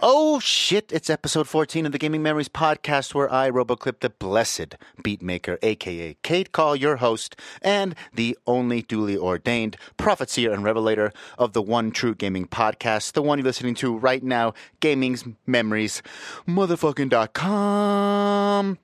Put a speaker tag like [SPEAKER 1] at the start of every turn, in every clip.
[SPEAKER 1] Oh shit, it's episode 14 of the Gaming Memories podcast where I, Roboclip the Blessed Beatmaker, aka Kate Call, your host, and the only duly ordained prophet seer and revelator of the one true gaming podcast, the one you're listening to right now, Gaming's Memories, motherfucking.com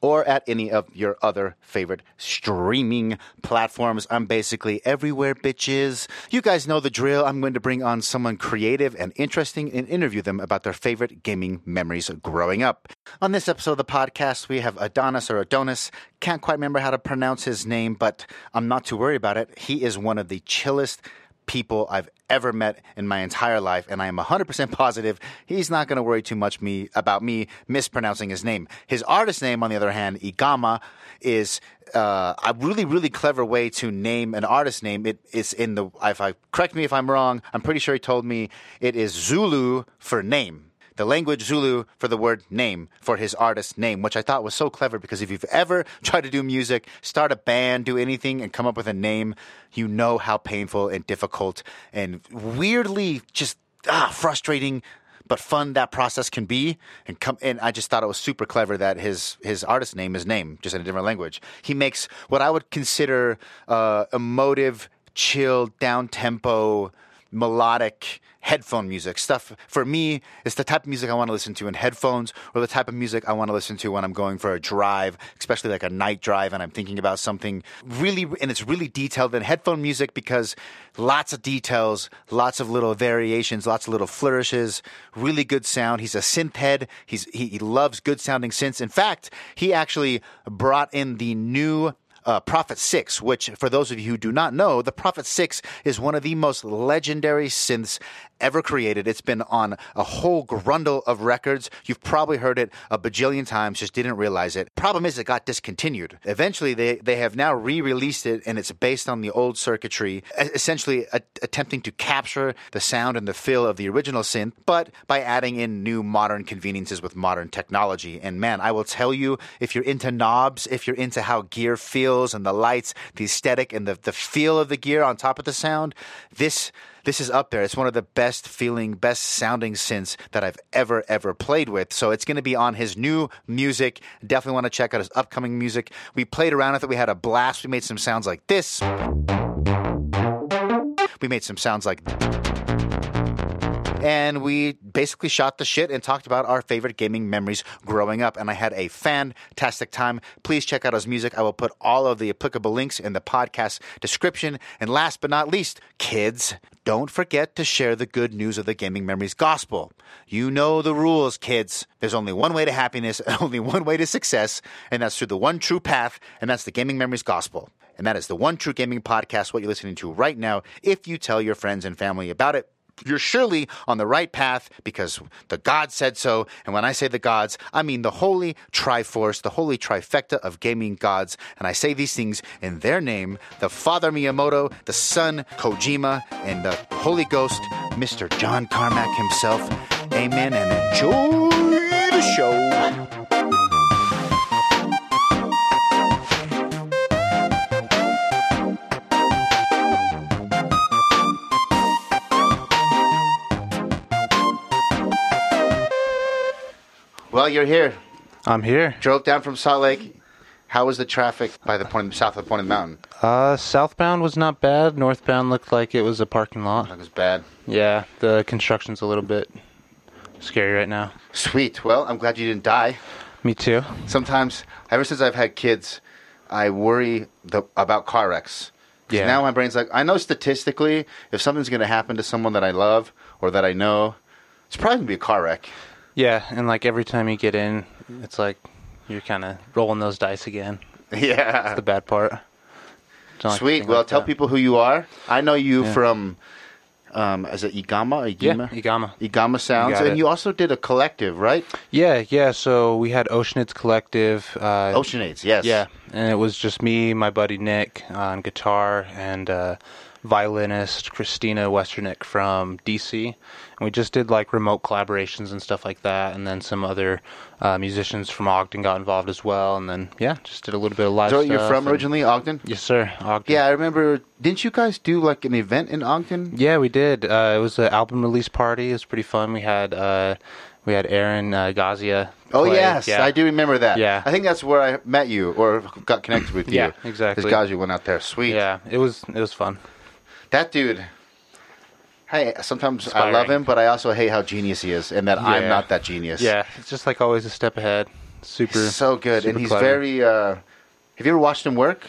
[SPEAKER 1] or at any of your other favorite streaming platforms. I'm basically everywhere, bitches. You guys know the drill. I'm going to bring on someone creative and interesting and interview them about their favorite gaming memories growing up. On this episode of the podcast, we have Adonis or Adonis. Can't quite remember how to pronounce his name, but I'm not too worried about it. He is one of the chillest people I've ever met in my entire life, and I am 100% positive he's not going to worry too much me about me mispronouncing his name. His artist name, on the other hand, Igama, is uh, a really, really clever way to name an artist name. It is in the if I correct me if I'm wrong. I'm pretty sure he told me it is Zulu for name the language Zulu for the word name for his artist name, which I thought was so clever because if you've ever tried to do music, start a band, do anything, and come up with a name, you know how painful and difficult and weirdly just ah, frustrating. But fun that process can be, and come and I just thought it was super clever that his his artist name is name just in a different language. He makes what I would consider uh, emotive, chill, down tempo, melodic headphone music stuff for me it's the type of music i want to listen to in headphones or the type of music i want to listen to when i'm going for a drive especially like a night drive and i'm thinking about something really and it's really detailed in headphone music because lots of details lots of little variations lots of little flourishes really good sound he's a synth head he's he, he loves good sounding synths in fact he actually brought in the new uh, Prophet 6, which, for those of you who do not know, the Prophet 6 is one of the most legendary synths ever created. It's been on a whole grundle of records. You've probably heard it a bajillion times, just didn't realize it. Problem is, it got discontinued. Eventually, they, they have now re released it, and it's based on the old circuitry, e- essentially a- attempting to capture the sound and the feel of the original synth, but by adding in new modern conveniences with modern technology. And man, I will tell you, if you're into knobs, if you're into how gear feels and the lights, the aesthetic and the, the feel of the gear on top of the sound, this this is up there. It's one of the best feeling, best sounding synths that I've ever, ever played with. So it's going to be on his new music. Definitely want to check out his upcoming music. We played around with it. We had a blast. We made some sounds like this. We made some sounds like and we basically shot the shit and talked about our favorite gaming memories growing up. And I had a fantastic time. Please check out his music. I will put all of the applicable links in the podcast description. And last but not least, kids, don't forget to share the good news of the gaming memories gospel. You know the rules, kids. There's only one way to happiness, and only one way to success, and that's through the one true path, and that's the gaming memories gospel. And that is the one true gaming podcast, what you're listening to right now. If you tell your friends and family about it, you're surely on the right path because the God said so. And when I say the gods, I mean the holy triforce, the holy trifecta of gaming gods. And I say these things in their name the Father Miyamoto, the Son Kojima, and the Holy Ghost, Mr. John Carmack himself. Amen and enjoy the show. Well, you're here.
[SPEAKER 2] I'm here.
[SPEAKER 1] Drove down from Salt Lake. How was the traffic by the point of, south of the point of the mountain?
[SPEAKER 2] Uh, southbound was not bad. Northbound looked like it was a parking lot.
[SPEAKER 1] It was bad.
[SPEAKER 2] Yeah, the construction's a little bit scary right now.
[SPEAKER 1] Sweet. Well, I'm glad you didn't die.
[SPEAKER 2] Me too.
[SPEAKER 1] Sometimes, ever since I've had kids, I worry the, about car wrecks. 'Cause
[SPEAKER 2] Yeah.
[SPEAKER 1] Now my brain's like, I know statistically, if something's going to happen to someone that I love or that I know, it's probably going to be a car wreck.
[SPEAKER 2] Yeah, and like every time you get in, it's like you're kind of rolling those dice again.
[SPEAKER 1] yeah.
[SPEAKER 2] The bad part. Don't like
[SPEAKER 1] Sweet.
[SPEAKER 2] thing
[SPEAKER 1] Well,
[SPEAKER 2] like
[SPEAKER 1] tell
[SPEAKER 2] that.
[SPEAKER 1] people who you are. I know you
[SPEAKER 2] Yeah.
[SPEAKER 1] from, um, is it Igama?
[SPEAKER 2] Yeah,
[SPEAKER 1] Igima?
[SPEAKER 2] Igama.
[SPEAKER 1] Igama Sounds.
[SPEAKER 2] got
[SPEAKER 1] and
[SPEAKER 2] it.
[SPEAKER 1] you also did a collective, right?
[SPEAKER 2] Yeah, yeah. So we had Oceanids Collective. Uh,
[SPEAKER 1] Oceanades, yes.
[SPEAKER 2] Yeah, and it was just me, my buddy Nick on guitar, and uh, violinist Christina Westernick from DC, and we just did like remote collaborations and stuff like that, and then some other uh, musicians from Ogden got involved as well, and then yeah, just did a little bit of
[SPEAKER 1] Is
[SPEAKER 2] live.
[SPEAKER 1] that where you're
[SPEAKER 2] stuff
[SPEAKER 1] from
[SPEAKER 2] and-
[SPEAKER 1] originally, Ogden?
[SPEAKER 2] Yes, sir. Ogden.
[SPEAKER 1] Yeah, I remember. Didn't you guys do like an event in Ogden?
[SPEAKER 2] Yeah, we did. Uh, it was an album release party. It was pretty fun. We had uh, we had Aaron uh, Gazia.
[SPEAKER 1] Oh
[SPEAKER 2] play.
[SPEAKER 1] yes,
[SPEAKER 2] Yeah.
[SPEAKER 1] I do remember that.
[SPEAKER 2] Yeah.
[SPEAKER 1] I think that's where I met you or got connected with you.
[SPEAKER 2] Yeah, exactly.
[SPEAKER 1] Because you went out there, sweet.
[SPEAKER 2] Yeah, it was it was fun.
[SPEAKER 1] That dude. Hey, sometimes I
[SPEAKER 2] Inspiring.
[SPEAKER 1] love him, but I also hate how genius he is, and that I'm
[SPEAKER 2] Yeah.
[SPEAKER 1] not that genius.
[SPEAKER 2] Yeah, it's just like always a step ahead. Super,
[SPEAKER 1] He's so good,
[SPEAKER 2] super
[SPEAKER 1] and he's
[SPEAKER 2] clever.
[SPEAKER 1] very. Uh, have you ever watched him work?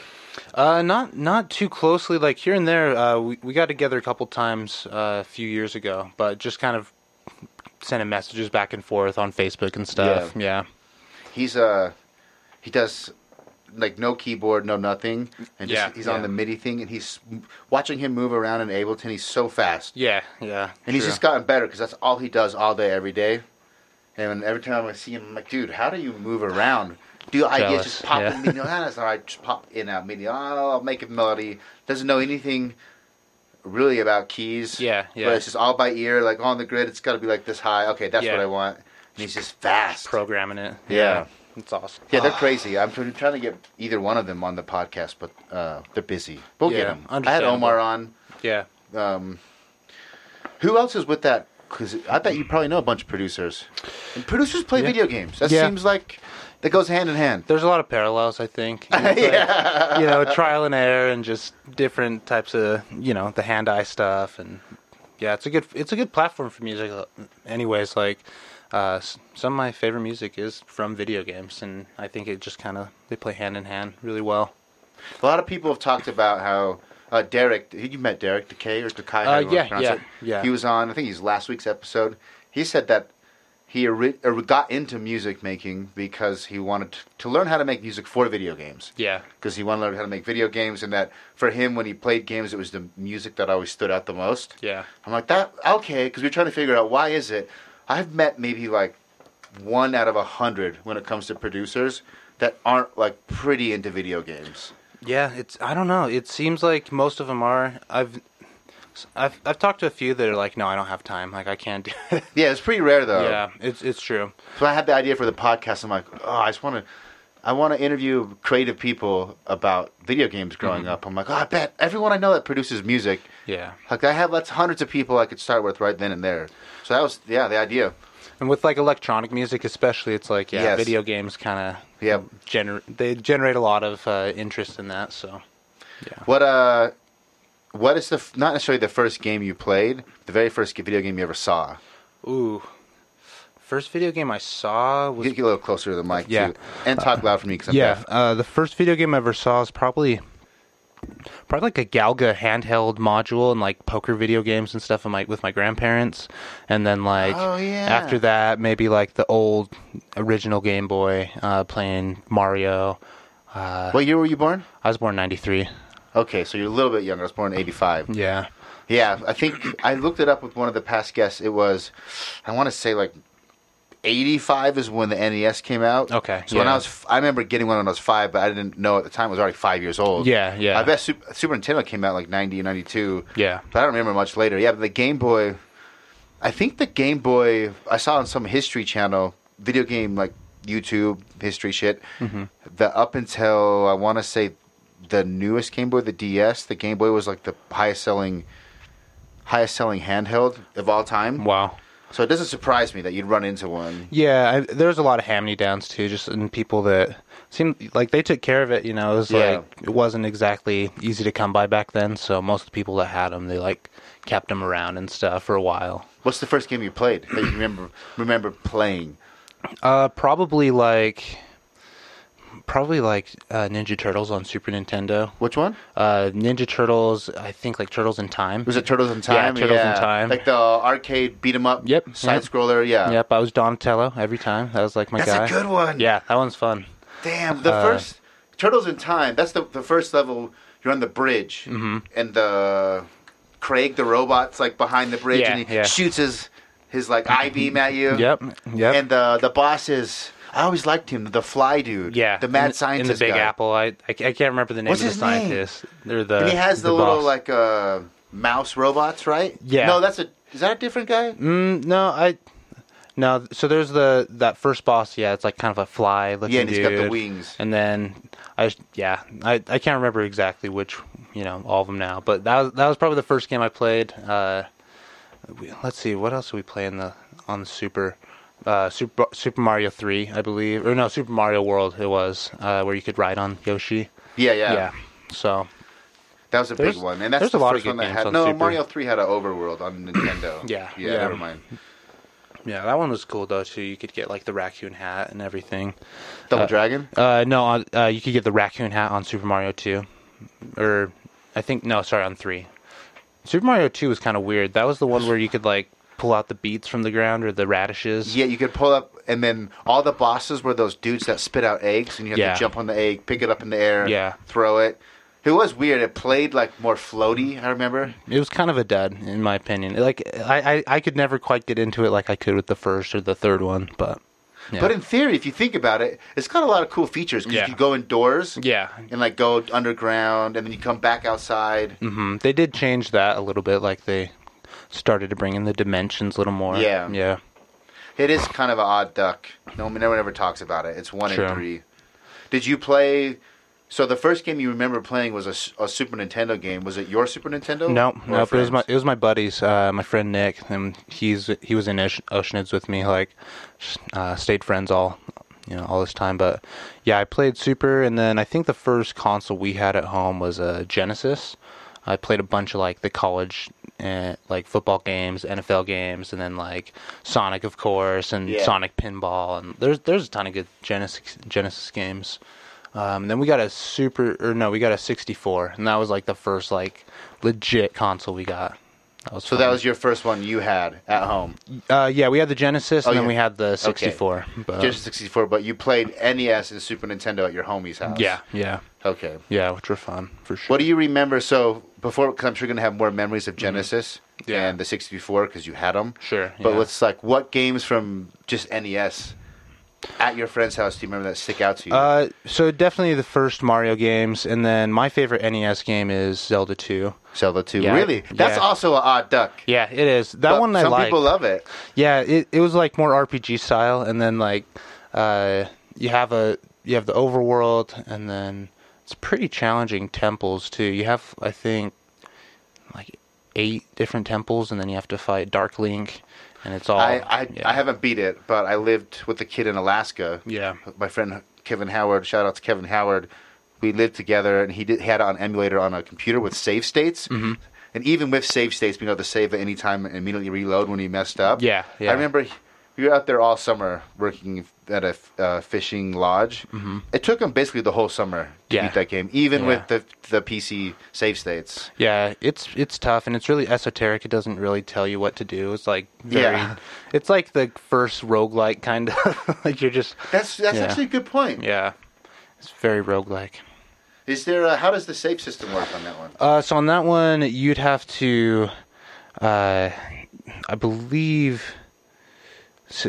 [SPEAKER 2] Uh, not not too closely. Like here and there, uh, we we got together a couple times uh, a few years ago, but just kind of sending messages back and forth on Facebook and stuff. Yeah,
[SPEAKER 1] He's uh, he does like no keyboard, no nothing, and just,
[SPEAKER 2] Yeah,
[SPEAKER 1] he's
[SPEAKER 2] yeah.
[SPEAKER 1] on the MIDI thing, and he's watching him move around in Ableton. He's so fast.
[SPEAKER 2] yeah, yeah. yeah
[SPEAKER 1] And he's just gotten better because that's all he does all day, every day. And every time I see him, I'm like, dude, how do you move around? Do ideas
[SPEAKER 2] Jealous,
[SPEAKER 1] just pop
[SPEAKER 2] yeah.
[SPEAKER 1] in Medianas? All right, just pop in out Medianas. "Oh, I'll make a melody. Doesn't know anything really about keys.
[SPEAKER 2] Yeah, yeah.
[SPEAKER 1] But it's just all by ear, like on the grid. It's got to be like this high. Okay, that's
[SPEAKER 2] Yeah.
[SPEAKER 1] what I want. And he's just fast.
[SPEAKER 2] programming it.
[SPEAKER 1] Yeah.
[SPEAKER 2] it's awesome.
[SPEAKER 1] Yeah, they're crazy. I'm tr- trying to get either one of them on the podcast, but uh, they're busy. We'll get
[SPEAKER 2] Yeah,
[SPEAKER 1] them. I had Omar on.
[SPEAKER 2] yeah.
[SPEAKER 1] um, who else is with that? Because I bet you probably know a bunch of producers. And producers play
[SPEAKER 2] Yeah.
[SPEAKER 1] video games. That
[SPEAKER 2] Yeah.
[SPEAKER 1] seems like that goes hand in hand.
[SPEAKER 2] There's a lot of parallels, I think. It's like, you know, trial and error, and just different types of you know the hand eye stuff, and yeah, it's a good it's a good platform for music. uh, Anyways, like uh, s- some of my favorite music is from video games, and I think it just kind of they play hand in hand really well.
[SPEAKER 1] A lot of people have talked about how uh, Derek. You met Derek Decay or Decay?
[SPEAKER 2] Uh,
[SPEAKER 1] however you
[SPEAKER 2] yeah,
[SPEAKER 1] wanna pronounce
[SPEAKER 2] yeah,
[SPEAKER 1] it.
[SPEAKER 2] yeah.
[SPEAKER 1] He was on. I think he's last week's episode. He said that he ori- or got into music making because he wanted t- to learn how to make music for video games.
[SPEAKER 2] Yeah,
[SPEAKER 1] Because he wanted to learn how to make video games, and that for him, when he played games, it was the music that always stood out the most.
[SPEAKER 2] yeah,
[SPEAKER 1] I'm like that okay because we're trying to figure out why is it. I've met maybe like one out of a hundred when it comes to producers that aren't like pretty into video games.
[SPEAKER 2] yeah. It's I don't know. It seems like most of them are. I've I've I've talked to a few that are like, no, I don't have time. Like I can't do it.
[SPEAKER 1] Yeah, it's pretty rare though.
[SPEAKER 2] yeah, it's it's true.
[SPEAKER 1] So I had the idea for the podcast. I'm like, oh, I just want to. I want to interview creative people about video games growing up. I'm like, oh, I bet everyone I know that produces music,
[SPEAKER 2] Mm-hmm. Yeah.
[SPEAKER 1] like I have that's hundreds of people I could start with right then and there. So that was yeah the idea.
[SPEAKER 2] And with like electronic music, especially, it's like yeah,
[SPEAKER 1] Yes.
[SPEAKER 2] video games kind of
[SPEAKER 1] Yeah.
[SPEAKER 2] gener- they generate a lot of uh, interest in that. So
[SPEAKER 1] What uh, what is the f- not necessarily the first game you played, the very first video game you ever saw?
[SPEAKER 2] ooh, first video game I saw was
[SPEAKER 1] Get, get a little closer to the mic,
[SPEAKER 2] Yeah.
[SPEAKER 1] too, and talk loud for me because I'm
[SPEAKER 2] yeah
[SPEAKER 1] deaf.
[SPEAKER 2] uh, the first video game I ever saw is probably probably like a Galga handheld module and like poker video games and stuff in my, with my grandparents, and then like
[SPEAKER 1] Oh, yeah.
[SPEAKER 2] after that maybe like the old original Game Boy uh, playing Mario. Uh,
[SPEAKER 1] What year were you born?
[SPEAKER 2] I was born '93.
[SPEAKER 1] Okay, so you're a little bit younger. I was born in '85.
[SPEAKER 2] Yeah.
[SPEAKER 1] Yeah, I think I looked it up with one of the past guests. It was, I want to say like. 85 is when the NES came out.
[SPEAKER 2] Okay,
[SPEAKER 1] So when
[SPEAKER 2] yeah.
[SPEAKER 1] I was, f- I remember getting one when I was five, but I didn't know at the time I was already five years old.
[SPEAKER 2] Yeah, yeah.
[SPEAKER 1] I bet Super, Super Nintendo came out like 90, 92.
[SPEAKER 2] Yeah.
[SPEAKER 1] But I don't remember much later. Yeah, but the Game Boy, I think the Game Boy, I saw on some history channel, video game like YouTube history shit,
[SPEAKER 2] Mm-hmm.
[SPEAKER 1] the up until I want to say the newest Game Boy, the DS, the Game Boy was like the highest selling, highest selling handheld of all time.
[SPEAKER 2] Wow.
[SPEAKER 1] So it doesn't surprise me that you'd run into one.
[SPEAKER 2] Yeah, I, there's a lot of ham downs too, just in people that seemed like they took care of it. You know, it was
[SPEAKER 1] Yeah.
[SPEAKER 2] like it wasn't exactly easy to come by back then. So most of the people that had them, they like kept them around and stuff for a while.
[SPEAKER 1] What's the first game you played that you remember remember playing?
[SPEAKER 2] Uh, probably like, probably like uh, Ninja Turtles on Super Nintendo.
[SPEAKER 1] Which one?
[SPEAKER 2] Uh, Ninja Turtles, I think like Turtles in Time.
[SPEAKER 1] Was it Turtles in Time?
[SPEAKER 2] Turtles in Time.
[SPEAKER 1] Like the arcade beat 'em up.
[SPEAKER 2] Yep,
[SPEAKER 1] Side
[SPEAKER 2] yep.
[SPEAKER 1] scroller. Yeah.
[SPEAKER 2] Yep, I was Donatello every time. That was like my
[SPEAKER 1] That's
[SPEAKER 2] guy.
[SPEAKER 1] a good one.
[SPEAKER 2] Yeah, that one's fun.
[SPEAKER 1] Damn,
[SPEAKER 2] Uh,
[SPEAKER 1] the first Turtles in Time. That's the the first level. You're on the bridge,
[SPEAKER 2] Mm-hmm.
[SPEAKER 1] and the Craig the robot's like behind the bridge,
[SPEAKER 2] Yeah,
[SPEAKER 1] and he
[SPEAKER 2] yeah.
[SPEAKER 1] shoots his his like I beam at you.
[SPEAKER 2] Yep, yep.
[SPEAKER 1] And the the boss is I always liked him, the fly dude.
[SPEAKER 2] Yeah,
[SPEAKER 1] the
[SPEAKER 2] in
[SPEAKER 1] mad
[SPEAKER 2] the,
[SPEAKER 1] scientist
[SPEAKER 2] in the Big
[SPEAKER 1] guy.
[SPEAKER 2] Apple. I, I I can't remember the name
[SPEAKER 1] What's
[SPEAKER 2] of the
[SPEAKER 1] his name?
[SPEAKER 2] scientist. They're the
[SPEAKER 1] And he has the,
[SPEAKER 2] the
[SPEAKER 1] little
[SPEAKER 2] boss.
[SPEAKER 1] like uh, mouse robots, right?
[SPEAKER 2] Yeah.
[SPEAKER 1] No, that's a is that a different guy?
[SPEAKER 2] Mm, no, I no. So there's the that first boss. Yeah, it's like kind of a fly looking.
[SPEAKER 1] Yeah, and he's got the
[SPEAKER 2] dude.
[SPEAKER 1] wings.
[SPEAKER 2] And then I yeah, I I can't remember exactly which you know all of them now, but that was that was probably the first game I played. Uh, we, let's see, what else did we play in the on the Super. Uh, Super Super Mario Three, I believe, or no, Super Mario World. It was uh, where you could ride on Yoshi.
[SPEAKER 1] Yeah, yeah,
[SPEAKER 2] yeah. So
[SPEAKER 1] That was a
[SPEAKER 2] There's-
[SPEAKER 1] big one, and that's
[SPEAKER 2] there's
[SPEAKER 1] the
[SPEAKER 2] a lot of
[SPEAKER 1] first
[SPEAKER 2] good
[SPEAKER 1] one that
[SPEAKER 2] games
[SPEAKER 1] had.
[SPEAKER 2] on
[SPEAKER 1] No,
[SPEAKER 2] Super.
[SPEAKER 1] Mario Three had an Overworld on Nintendo.
[SPEAKER 2] Yeah,
[SPEAKER 1] yeah,
[SPEAKER 2] yeah. Uh,
[SPEAKER 1] Never mind.
[SPEAKER 2] Yeah, that one was cool though too. You could get like the raccoon hat and everything.
[SPEAKER 1] Double
[SPEAKER 2] Uh,
[SPEAKER 1] Dragon.
[SPEAKER 2] Uh, no, on, uh, you could get the raccoon hat on Super Mario Two, or I think no, sorry, on three. Super Mario Two was kind of weird. That was the one where you could like pull out the beets from the ground or the radishes.
[SPEAKER 1] Yeah, you could pull up, and then all the bosses were those dudes that spit out eggs, and you had
[SPEAKER 2] Yeah.
[SPEAKER 1] to jump on the egg, pick it up in the air,
[SPEAKER 2] Yeah.
[SPEAKER 1] throw it. It was weird. It played like more floaty. I remember.
[SPEAKER 2] It was kind of a dud, in my opinion. Like I, I, I could never quite get into it like I could with the first or the third one, but yeah.
[SPEAKER 1] But in theory, if you think about it, it's got a lot of cool features because
[SPEAKER 2] Yeah.
[SPEAKER 1] you could go indoors
[SPEAKER 2] yeah,
[SPEAKER 1] and like go underground, and then you come back outside.
[SPEAKER 2] hmm they did change that a little bit. Like they started to bring in the dimensions a little more.
[SPEAKER 1] Yeah.
[SPEAKER 2] yeah.
[SPEAKER 1] It is kind of an odd duck. No, no one ever talks about it. It's one
[SPEAKER 2] True.
[SPEAKER 1] and three. Did you play? So the first game you remember playing was a s- a, Super Nintendo game. Was it your Super Nintendo?
[SPEAKER 2] No,
[SPEAKER 1] Or
[SPEAKER 2] no, it was
[SPEAKER 1] friends?
[SPEAKER 2] my it was my buddies, uh, my friend Nick, and he's he was in Osh- Oceanids with me, like uh, stayed friends all you know all this time. But yeah, I played Super, and then I think the first console we had at home was a Genesis. I played a bunch of like the college uh, like football games, NFL games, and then like Sonic, of course, and
[SPEAKER 1] Yeah.
[SPEAKER 2] Sonic Pinball, and there's there's a ton of good Genesis Genesis games. Um, then we got a super, or no, we got a 64, and that was like the first like legit console we got. That was
[SPEAKER 1] So that was your first one you had at home,
[SPEAKER 2] uh, yeah, we had the Genesis, and
[SPEAKER 1] Oh,
[SPEAKER 2] then
[SPEAKER 1] yeah.
[SPEAKER 2] we had the 64. But, um,
[SPEAKER 1] just 64. But you played NES and Super Nintendo at your homie's house.
[SPEAKER 2] yeah, yeah,
[SPEAKER 1] Okay.
[SPEAKER 2] yeah, which were fun for sure.
[SPEAKER 1] What do you remember? So before, because I'm sure you're gonna have more memories of Genesis
[SPEAKER 2] Mm-hmm. Yeah.
[SPEAKER 1] and the 64 because you had them.
[SPEAKER 2] Sure,
[SPEAKER 1] But
[SPEAKER 2] yeah.
[SPEAKER 1] what's like what games from just NES at your friend's house do you remember that stick out to you?
[SPEAKER 2] Uh, so definitely the first Mario games, and then my favorite NES game is Zelda 2.
[SPEAKER 1] Zelda 2.
[SPEAKER 2] Yeah.
[SPEAKER 1] Really? That's
[SPEAKER 2] Yeah.
[SPEAKER 1] also an odd duck.
[SPEAKER 2] Yeah, it is that
[SPEAKER 1] But
[SPEAKER 2] one. I
[SPEAKER 1] some
[SPEAKER 2] like.
[SPEAKER 1] people love it.
[SPEAKER 2] Yeah, it, it was like more RPG style, and then like uh, you have a you have the overworld, and then it's pretty challenging temples too. You have I think like eight different temples, and then you have to fight Dark Link, and it's all
[SPEAKER 1] I, I,
[SPEAKER 2] yeah.
[SPEAKER 1] I haven't beat it, but I lived with a kid in Alaska.
[SPEAKER 2] Yeah.
[SPEAKER 1] My friend Kevin Howard, shout out to Kevin Howard. We lived together, and he did, had an emulator on a computer with save states. Mm-hmm. And even with save states, being able to save at any time and immediately reload when he messed up.
[SPEAKER 2] Yeah, yeah.
[SPEAKER 1] I remember he- we were out there all summer working at a f- uh, fishing lodge. Mm-hmm. It took him basically the whole summer to
[SPEAKER 2] Yeah.
[SPEAKER 1] beat that game, even
[SPEAKER 2] Yeah.
[SPEAKER 1] with the, the PC save states.
[SPEAKER 2] Yeah, it's it's tough and it's really esoteric. It doesn't really tell you what to do. It's like very,
[SPEAKER 1] Yeah.
[SPEAKER 2] it's like the first roguelike kind of like you're just
[SPEAKER 1] That's that's
[SPEAKER 2] Yeah.
[SPEAKER 1] actually a good point.
[SPEAKER 2] yeah. It's very roguelike.
[SPEAKER 1] Is there a, how does the save system work on that one?
[SPEAKER 2] Uh, so on that one, you'd have to, uh, I believe, s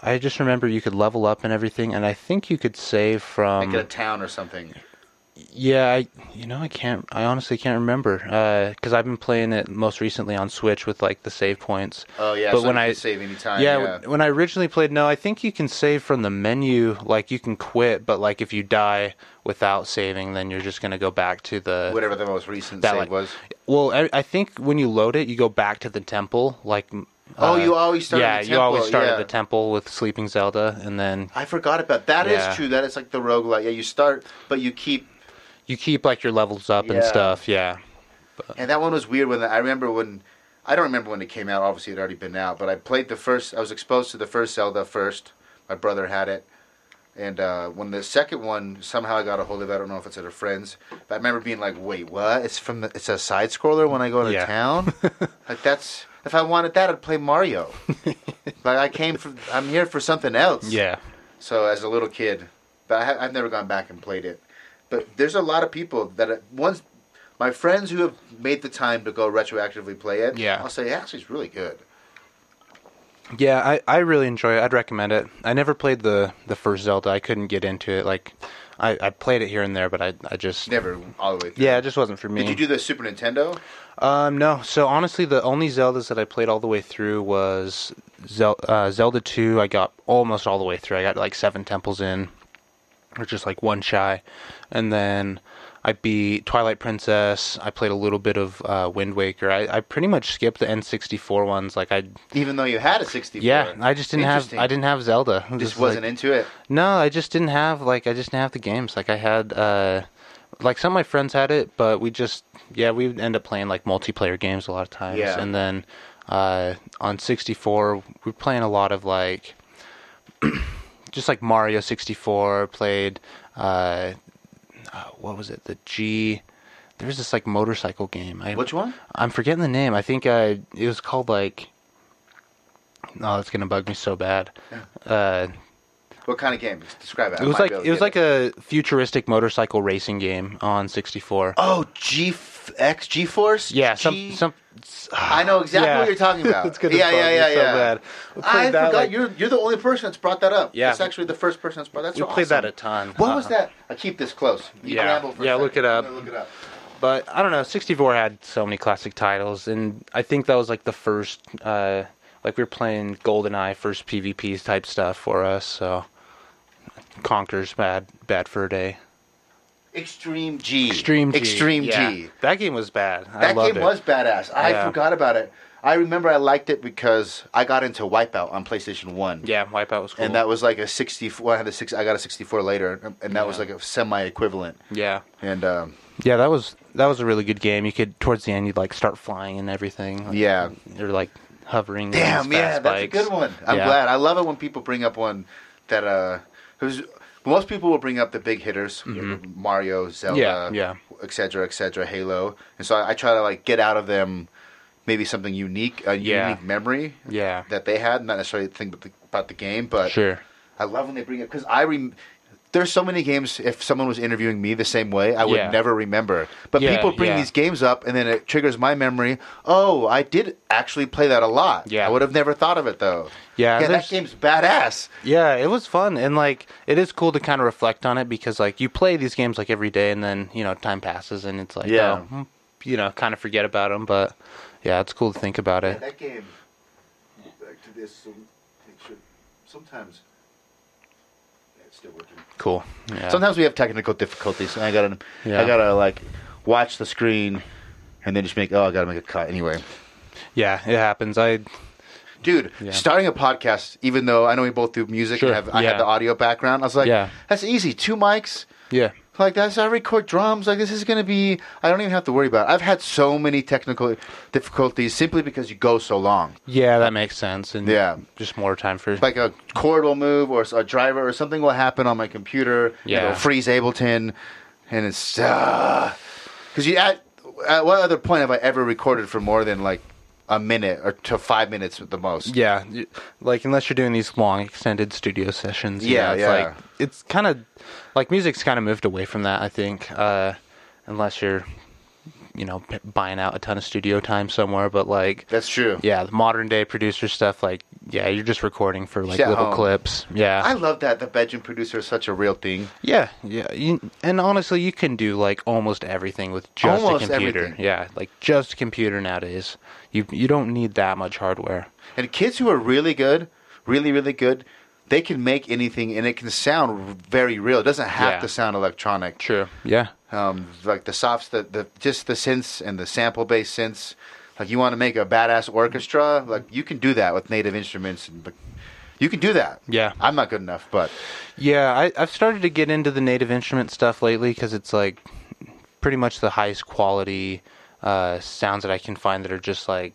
[SPEAKER 2] I just remember you could level up and everything, and I think you could save
[SPEAKER 1] Like
[SPEAKER 2] from.
[SPEAKER 1] at a town or something.
[SPEAKER 2] Yeah, I, you know, I can't. I honestly can't remember because I've been playing it most recently on Switch with like the save points.
[SPEAKER 1] Oh yeah,
[SPEAKER 2] but
[SPEAKER 1] so
[SPEAKER 2] when
[SPEAKER 1] you
[SPEAKER 2] I
[SPEAKER 1] can save any time.
[SPEAKER 2] yeah,
[SPEAKER 1] uh, Yeah,
[SPEAKER 2] w- when I originally played, no, I think you can save from the menu. Like you can quit, but like if you die without saving, then you're just gonna go back to the
[SPEAKER 1] whatever the most recent
[SPEAKER 2] that,
[SPEAKER 1] save
[SPEAKER 2] like- uh,
[SPEAKER 1] was.
[SPEAKER 2] Well, e, I, I think when you load it, you go back to the temple. Like, m-
[SPEAKER 1] Oh,
[SPEAKER 2] uh,
[SPEAKER 1] you always start.
[SPEAKER 2] yeah,
[SPEAKER 1] at the
[SPEAKER 2] you
[SPEAKER 1] temple,
[SPEAKER 2] always start
[SPEAKER 1] yeah.
[SPEAKER 2] at the temple with Sleeping Zelda, and then
[SPEAKER 1] I forgot about that. Is
[SPEAKER 2] Yeah.
[SPEAKER 1] true. That is like the roguelike. Yeah, you start, but you keep.
[SPEAKER 2] you keep like your levels up and
[SPEAKER 1] Yeah.
[SPEAKER 2] stuff. Yeah,
[SPEAKER 1] And that one was weird. When the, I remember when, I don't remember when it came out. Obviously, it had already been out. But I played the first. I was exposed to the first Zelda first. My brother had it, and uh, when the second one somehow I got a hold of. it, I don't know if it's at a friend's, but I remember being like, "Wait, what? It's from the. It's a side scroller when I go to
[SPEAKER 2] Yeah.
[SPEAKER 1] town. like that's." If I wanted that, I'd play Mario. like I came for, I'm here for something else.
[SPEAKER 2] yeah,
[SPEAKER 1] So as a little kid, but I ha- I've never gone back and played it. But there's a lot of people that uh, once my friends who have made the time to go retroactively play it.
[SPEAKER 2] Yeah.
[SPEAKER 1] I'll say actually it's really good.
[SPEAKER 2] Yeah, I, I really enjoy it. I'd recommend it. I never played the, the first Zelda. I couldn't get into it. Like, I, I played it here and there, but I I just
[SPEAKER 1] Never all the way. Through.
[SPEAKER 2] yeah, it just wasn't for me.
[SPEAKER 1] Did you do the Super Nintendo?
[SPEAKER 2] Um, no. So honestly, the only Zeldas that I played all the way through was Zel- uh, Zelda Two. I got almost all the way through. I got like seven temples in, or just like one shy, and then I beat Twilight Princess. I played a little bit of uh, Wind Waker. I, I pretty much skipped the N sixty four ones. Like I,
[SPEAKER 1] Even though you had a 64.
[SPEAKER 2] yeah, I just didn't have
[SPEAKER 1] Interesting.
[SPEAKER 2] I didn't have Zelda. It
[SPEAKER 1] Just
[SPEAKER 2] was,
[SPEAKER 1] wasn't
[SPEAKER 2] like-
[SPEAKER 1] into it.
[SPEAKER 2] No, I just didn't have like I just didn't have the games. Like I had uh like some of my friends had it, but we just yeah, we would end up playing like multiplayer games a lot of times.
[SPEAKER 1] Yeah.
[SPEAKER 2] And then uh on 64, we were playing a lot of like just like Mario 64, played uh uh, what was it? The G there was this like motorcycle game. I,
[SPEAKER 1] Which one?
[SPEAKER 2] I'm forgetting the name. I think I it was called like Oh, it's gonna bug me so bad. Uh
[SPEAKER 1] What kind of game? Just describe it. I
[SPEAKER 2] it was
[SPEAKER 1] might
[SPEAKER 2] like
[SPEAKER 1] be able
[SPEAKER 2] it
[SPEAKER 1] to
[SPEAKER 2] was
[SPEAKER 1] get
[SPEAKER 2] like a futuristic motorcycle racing game on 64.
[SPEAKER 3] Oh,
[SPEAKER 1] G X G Force.
[SPEAKER 2] yeah, some
[SPEAKER 1] G-
[SPEAKER 2] some
[SPEAKER 1] I know exactly
[SPEAKER 2] yeah.
[SPEAKER 1] what you're talking about.
[SPEAKER 2] It's gonna
[SPEAKER 1] yeah,
[SPEAKER 2] bug
[SPEAKER 1] yeah,
[SPEAKER 2] me
[SPEAKER 1] yeah,
[SPEAKER 2] so
[SPEAKER 1] yeah.
[SPEAKER 2] bad. We
[SPEAKER 1] I
[SPEAKER 2] played that,
[SPEAKER 1] forgot.
[SPEAKER 2] like-
[SPEAKER 1] you're you're the only person that's brought that up.
[SPEAKER 2] Yeah.
[SPEAKER 1] it's actually the first person that's brought. That's
[SPEAKER 2] we
[SPEAKER 1] awesome.
[SPEAKER 2] played that a ton.
[SPEAKER 1] What
[SPEAKER 2] Uh,
[SPEAKER 1] was that? I keep this close. You
[SPEAKER 2] Yeah.
[SPEAKER 1] ramble for a
[SPEAKER 2] Yeah,
[SPEAKER 1] second.
[SPEAKER 2] look it up.
[SPEAKER 1] I'm gonna Look it up.
[SPEAKER 2] But I don't know, 64 had so many classic titles and I think that was like the first uh like we were playing GoldenEye first PvP type stuff for us, so Conker's bad bad for a day.
[SPEAKER 1] Extreme G.
[SPEAKER 2] Extreme G.
[SPEAKER 1] Extreme
[SPEAKER 2] yeah.
[SPEAKER 1] G.
[SPEAKER 2] That game was bad. I
[SPEAKER 1] That
[SPEAKER 2] loved
[SPEAKER 1] game
[SPEAKER 2] it.
[SPEAKER 1] was badass. I
[SPEAKER 2] Yeah.
[SPEAKER 1] forgot about it. I remember I liked it because I got into Wipeout on PlayStation One.
[SPEAKER 2] Yeah, Wipeout was cool.
[SPEAKER 1] And that was like a sixty-four. I had a six. I got a sixty-four later, and that was
[SPEAKER 2] Yeah.
[SPEAKER 1] like a semi-equivalent.
[SPEAKER 2] Yeah.
[SPEAKER 1] And um,
[SPEAKER 2] Yeah, that was that was a really good game. You could towards the end you'd like start flying and everything. Like,
[SPEAKER 1] Yeah.
[SPEAKER 2] You're like hovering. on
[SPEAKER 1] Damn,
[SPEAKER 2] these
[SPEAKER 1] yeah,
[SPEAKER 2] fast
[SPEAKER 1] that's a
[SPEAKER 2] bikes.
[SPEAKER 1] good one. I'm
[SPEAKER 2] Yeah.
[SPEAKER 1] glad. I love it when people bring up one that uh, who's most people will bring up the big hitters, Mario, Zelda,
[SPEAKER 2] Mm-hmm. Yeah, yeah.
[SPEAKER 1] et cetera, et cetera, Halo, and so I, I try to like get out of them maybe something unique, a
[SPEAKER 2] Yeah.
[SPEAKER 1] unique memory
[SPEAKER 2] Yeah.
[SPEAKER 1] that they had, not necessarily think about the, about the game, but
[SPEAKER 2] Sure.
[SPEAKER 1] I love when they bring it because I rem- there's so many games. If someone was interviewing me the same way, I would
[SPEAKER 2] Yeah.
[SPEAKER 1] never remember. But
[SPEAKER 2] Yeah,
[SPEAKER 1] people bring
[SPEAKER 2] yeah.
[SPEAKER 1] these games up, and then it triggers my memory. Oh, I did actually play that a lot.
[SPEAKER 2] Yeah.
[SPEAKER 1] I would have never thought of it though.
[SPEAKER 2] Yeah,
[SPEAKER 1] that
[SPEAKER 2] there's-
[SPEAKER 1] game's badass.
[SPEAKER 2] Yeah, it was fun and like it is cool to kind of reflect on it because like you play these games like every day and then, you know, time passes and it's like
[SPEAKER 1] Yeah.
[SPEAKER 2] oh, hmm, you know, kind of forget about them, but yeah, it's cool to think about it.
[SPEAKER 1] That game. Back to this. Some, picture. Sometimes. It's still working.
[SPEAKER 2] Cool. Yeah.
[SPEAKER 1] Sometimes we have technical difficulties, and I gotta,
[SPEAKER 2] Yeah.
[SPEAKER 1] I gotta like watch the screen, and then just make. Oh, I gotta make a cut anyway.
[SPEAKER 2] yeah, it happens. I
[SPEAKER 1] dude
[SPEAKER 2] Yeah.
[SPEAKER 1] starting a podcast even though i know we both do music
[SPEAKER 2] Sure,
[SPEAKER 1] and have, i
[SPEAKER 2] yeah.
[SPEAKER 1] had the audio background i was like
[SPEAKER 2] Yeah.
[SPEAKER 1] that's easy two mics
[SPEAKER 2] yeah.
[SPEAKER 1] like that's i record drums like this is gonna be i don't even have to worry about it i've had so many technical difficulties simply because you go so long
[SPEAKER 2] Yeah, that makes sense and
[SPEAKER 1] Yeah.
[SPEAKER 2] just more time for
[SPEAKER 1] like a chord will move or a driver or something will happen on my computer
[SPEAKER 2] Yeah.
[SPEAKER 1] it'll freeze ableton and it's because you at, at what other point have i ever recorded for more than like a minute or to five minutes at the most
[SPEAKER 2] Yeah, y- like unless you're doing these long extended studio sessions, you
[SPEAKER 1] Yeah,
[SPEAKER 2] know, it's
[SPEAKER 1] yeah.
[SPEAKER 2] like it's kind of like music's kind of moved away from that, I think. Uh unless you're you know p- buying out a ton of studio time somewhere, but like
[SPEAKER 1] that's true
[SPEAKER 2] yeah, the modern day producer stuff like yeah, you're just recording for like
[SPEAKER 1] Just at
[SPEAKER 2] little
[SPEAKER 1] home.
[SPEAKER 2] clips. Yeah.
[SPEAKER 1] oh. I love that the bedroom producer is such a real thing.
[SPEAKER 2] yeah, yeah. You, and honestly, you can do like almost everything with just
[SPEAKER 1] Almost
[SPEAKER 2] a computer.
[SPEAKER 1] everything.
[SPEAKER 2] Yeah, like just a computer nowadays. You you don't need that much hardware.
[SPEAKER 1] And kids who are really good, really, really good, they can make anything and it can sound very real. It doesn't have
[SPEAKER 2] Yeah.
[SPEAKER 1] to sound electronic.
[SPEAKER 2] True. Yeah.
[SPEAKER 1] Um, like the softs, the, the just the synths and the sample based synths. Like you want to make a badass orchestra, like you can do that with native instruments and like, you can do that.
[SPEAKER 2] Yeah.
[SPEAKER 1] I'm not good enough, but
[SPEAKER 2] Yeah, I, I've started to get into the native instrument stuff lately because it's like pretty much the highest quality uh, sounds that I can find that are just like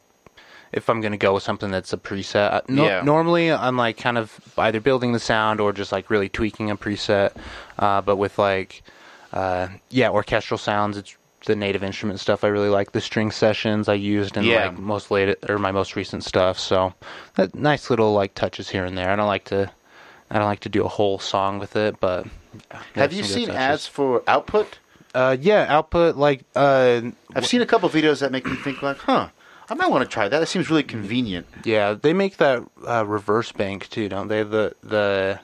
[SPEAKER 2] if I'm gonna go with something that's a preset. uh, No,
[SPEAKER 1] Yeah.
[SPEAKER 2] Normally, I'm like kind of either building the sound or just like really tweaking a preset. Uh, but with like uh, yeah, orchestral sounds, it's the native instrument stuff I really like. The string sessions I used in
[SPEAKER 1] Yeah.
[SPEAKER 2] like most late or my most recent stuff. So that nice little like touches here and there. I don't like to I don't like to do a whole song with it, but
[SPEAKER 1] have you
[SPEAKER 2] some good
[SPEAKER 1] seen
[SPEAKER 2] touches.
[SPEAKER 1] ads for output?
[SPEAKER 2] Uh, yeah, output like uh,
[SPEAKER 1] I've seen a couple videos that make me think like, huh, I might want to try that. That seems really convenient.
[SPEAKER 2] Yeah, they make that uh, reverse bank too, don't they? The the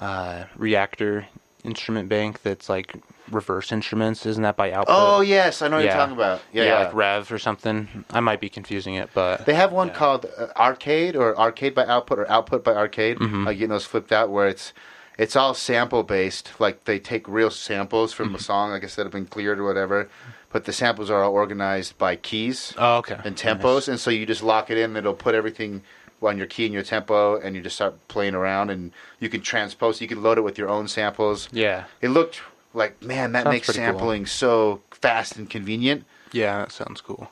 [SPEAKER 2] uh, reactor instrument bank that's like reverse instruments. Isn't that by output?
[SPEAKER 1] Oh yes, I know what you're talking about. Yeah, yeah.
[SPEAKER 2] like Rev or something. I might be confusing it, but
[SPEAKER 1] They have one called uh, Arcade or Arcade by Output or Output by Arcade.
[SPEAKER 2] Mm-hmm.
[SPEAKER 1] Like getting those flipped out where it's it's all sample based. Like they take real samples from
[SPEAKER 2] Mm-hmm.
[SPEAKER 1] a song, like I said, have been cleared or whatever. But the samples are all organized by keys
[SPEAKER 2] oh okay
[SPEAKER 1] and tempos, and so you just lock it in. It'll put everything on your key and your tempo, and you just start playing around. And you can transpose. You can load it with your own samples.
[SPEAKER 2] Yeah,
[SPEAKER 1] It looked like man, that
[SPEAKER 2] Sounds
[SPEAKER 1] makes
[SPEAKER 2] pretty cool.
[SPEAKER 1] sampling so fast and convenient.
[SPEAKER 2] Yeah, that sounds cool.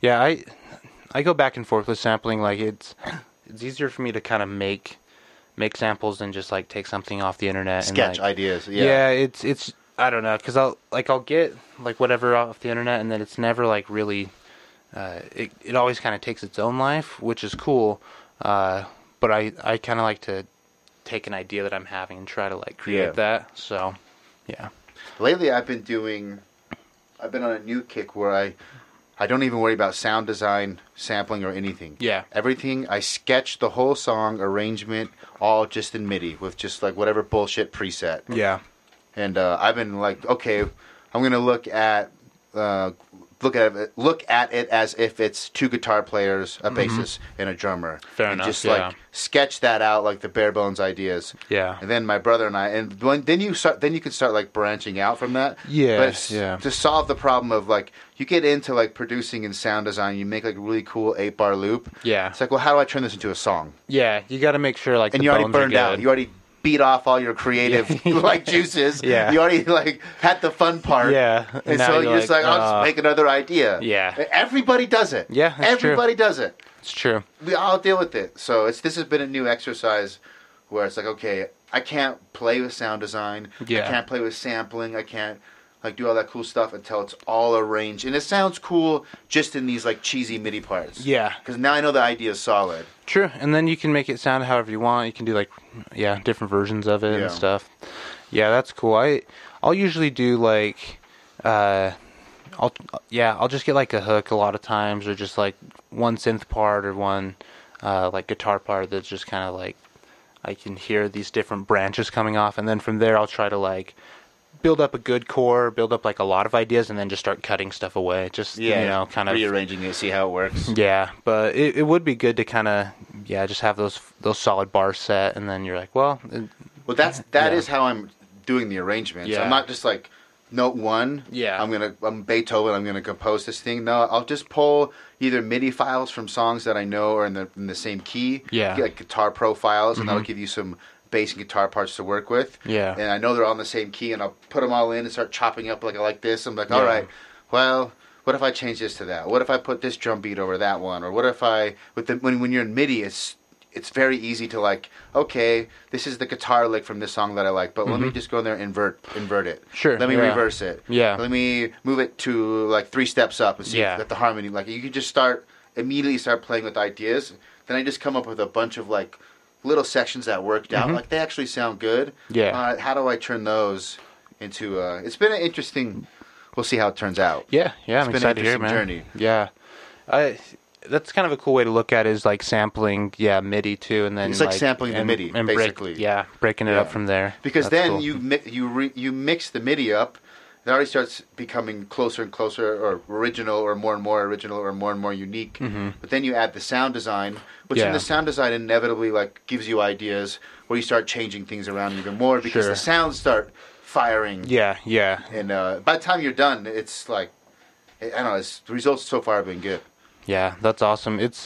[SPEAKER 2] Yeah, I I go back and forth with sampling. Like it's it's easier for me to kind of make make samples than just like take something off the internet.
[SPEAKER 1] Sketch
[SPEAKER 2] and, like,
[SPEAKER 1] ideas.
[SPEAKER 2] yeah. it's it's I don't know because I'll like I'll get like whatever off the internet and then it's never like really. Uh, it it always kind of takes its own life, which is cool. Uh, but I I kind of like to take an idea that I'm having and try to like create
[SPEAKER 1] Yeah.
[SPEAKER 2] that. So yeah,
[SPEAKER 1] lately i've been doing i've been on a new kick where i i don't even worry about sound design sampling or anything
[SPEAKER 2] Yeah.
[SPEAKER 1] everything i sketch the whole song arrangement all just in midi with just like whatever bullshit preset
[SPEAKER 2] yeah,
[SPEAKER 1] and uh, i've been like okay i'm gonna look at uh, look at it look at it as if it's two guitar players a bassist and a drummer
[SPEAKER 2] Mm-hmm. Fair
[SPEAKER 1] and
[SPEAKER 2] enough,
[SPEAKER 1] just
[SPEAKER 2] yeah.
[SPEAKER 1] like sketch that out like the bare bones ideas
[SPEAKER 2] yeah.
[SPEAKER 1] and then my brother and I, and when, then you start, then you can start like branching out from that.
[SPEAKER 2] Yeah,
[SPEAKER 1] but it's-
[SPEAKER 2] yeah.
[SPEAKER 1] To solve the problem of like, you get into like producing and sound design, you make like a really cool eight bar loop.
[SPEAKER 2] Yeah.
[SPEAKER 1] It's like, well, how do I turn this into a song?
[SPEAKER 2] Yeah, you got to make sure like
[SPEAKER 1] And
[SPEAKER 2] the
[SPEAKER 1] you already
[SPEAKER 2] bones are
[SPEAKER 1] burned out.
[SPEAKER 2] good.
[SPEAKER 1] You already beat off all your creative like juices.
[SPEAKER 2] Yeah.
[SPEAKER 1] You already like had the fun part.
[SPEAKER 2] Yeah, and
[SPEAKER 1] And
[SPEAKER 2] now
[SPEAKER 1] so
[SPEAKER 2] you're
[SPEAKER 1] you're just like,
[SPEAKER 2] like,
[SPEAKER 1] I'll
[SPEAKER 2] uh,
[SPEAKER 1] just make another idea.
[SPEAKER 2] yeah.
[SPEAKER 1] Everybody does it.
[SPEAKER 2] Yeah, that's true.
[SPEAKER 1] Everybody does it.
[SPEAKER 2] It's true.
[SPEAKER 1] we all deal with it. So it's this has been a new exercise where it's like, okay, I can't play with sound design.
[SPEAKER 2] Yeah.
[SPEAKER 1] I can't play with sampling. I can't like do all that cool stuff until it's all arranged. And it sounds cool just in these like cheesy MIDI parts.
[SPEAKER 2] Yeah.
[SPEAKER 1] Because now I know the idea is solid.
[SPEAKER 2] True. And then you can make it sound however you want. You can do like yeah, different versions of it
[SPEAKER 1] Yeah.
[SPEAKER 2] and stuff. Yeah, that's cool. I I'll usually do like uh I'll yeah, I'll just get like a hook a lot of times or just like one synth part or one uh like guitar part that's just kind of like I can hear these different branches coming off and then from there I'll try to like build up a good core, build up like a lot of ideas and then just start cutting stuff away. Just you know, kind of
[SPEAKER 1] rearranging it, see how it works.
[SPEAKER 2] Yeah, but it, it would be good to kind of yeah just have those those solid bars set, and then you're like, well, it-
[SPEAKER 1] Well, that's that is
[SPEAKER 2] Yeah.
[SPEAKER 1] how I'm doing the arrangements.
[SPEAKER 2] Yeah.
[SPEAKER 1] I'm not just like note one.
[SPEAKER 2] Yeah.
[SPEAKER 1] I'm gonna I'm Beethoven. I'm gonna compose this thing. No, I'll just pull either MIDI files from songs that I know are in the in the same key.
[SPEAKER 2] Yeah. Mm-hmm.
[SPEAKER 1] Get, like guitar profiles, and that'll give you some bass and guitar parts to work with.
[SPEAKER 2] Yeah.
[SPEAKER 1] And I know they're all in the same key, and I'll put them all in and start chopping up like I like this. I'm like, all
[SPEAKER 2] Yeah.
[SPEAKER 1] right, well. What if I change this to that? What if I put this drum beat over that one? Or what if I with the when when you're in MIDI, it's it's very easy to like, okay, this is the guitar lick from this song that I like, but let me just go in there and invert invert it.
[SPEAKER 2] Mm-hmm. Sure,
[SPEAKER 1] Let me
[SPEAKER 2] yeah.
[SPEAKER 1] reverse it.
[SPEAKER 2] Yeah.
[SPEAKER 1] Let me move it to like three steps up and see
[SPEAKER 2] Yeah.
[SPEAKER 1] that the harmony like you can just start immediately start playing with ideas. Then I just come up with a bunch of like little sections that worked out. Like they actually sound good.
[SPEAKER 2] Mm-hmm. Yeah.
[SPEAKER 1] Uh, how do I turn those into uh it's been an interesting we'll see how it turns out.
[SPEAKER 2] yeah, yeah, I'm
[SPEAKER 1] been an
[SPEAKER 2] excited to hear, it, man.
[SPEAKER 1] interesting journey.
[SPEAKER 2] Yeah, I that's kind of a cool way to look at it, is like sampling yeah MIDI too, and then
[SPEAKER 1] It's like sampling the
[SPEAKER 2] and-
[SPEAKER 1] MIDI,
[SPEAKER 2] and break-
[SPEAKER 1] basically.
[SPEAKER 2] yeah, breaking it
[SPEAKER 1] Yeah.
[SPEAKER 2] up from there
[SPEAKER 1] because
[SPEAKER 2] That's
[SPEAKER 1] then
[SPEAKER 2] cool.
[SPEAKER 1] you mi- you re- you mix the MIDI up. It already starts becoming closer and closer, or original, or more and more original, or more and more unique. But then you add the sound design, which in
[SPEAKER 2] Mm-hmm. Yeah.
[SPEAKER 1] the sound design inevitably like gives you ideas where you start changing things around even more because
[SPEAKER 2] Sure.
[SPEAKER 1] the sounds start firing.
[SPEAKER 2] yeah yeah
[SPEAKER 1] And uh, by the time you're done, it's like I don't know. It's, the results so far have been good.
[SPEAKER 2] Yeah, that's awesome. It's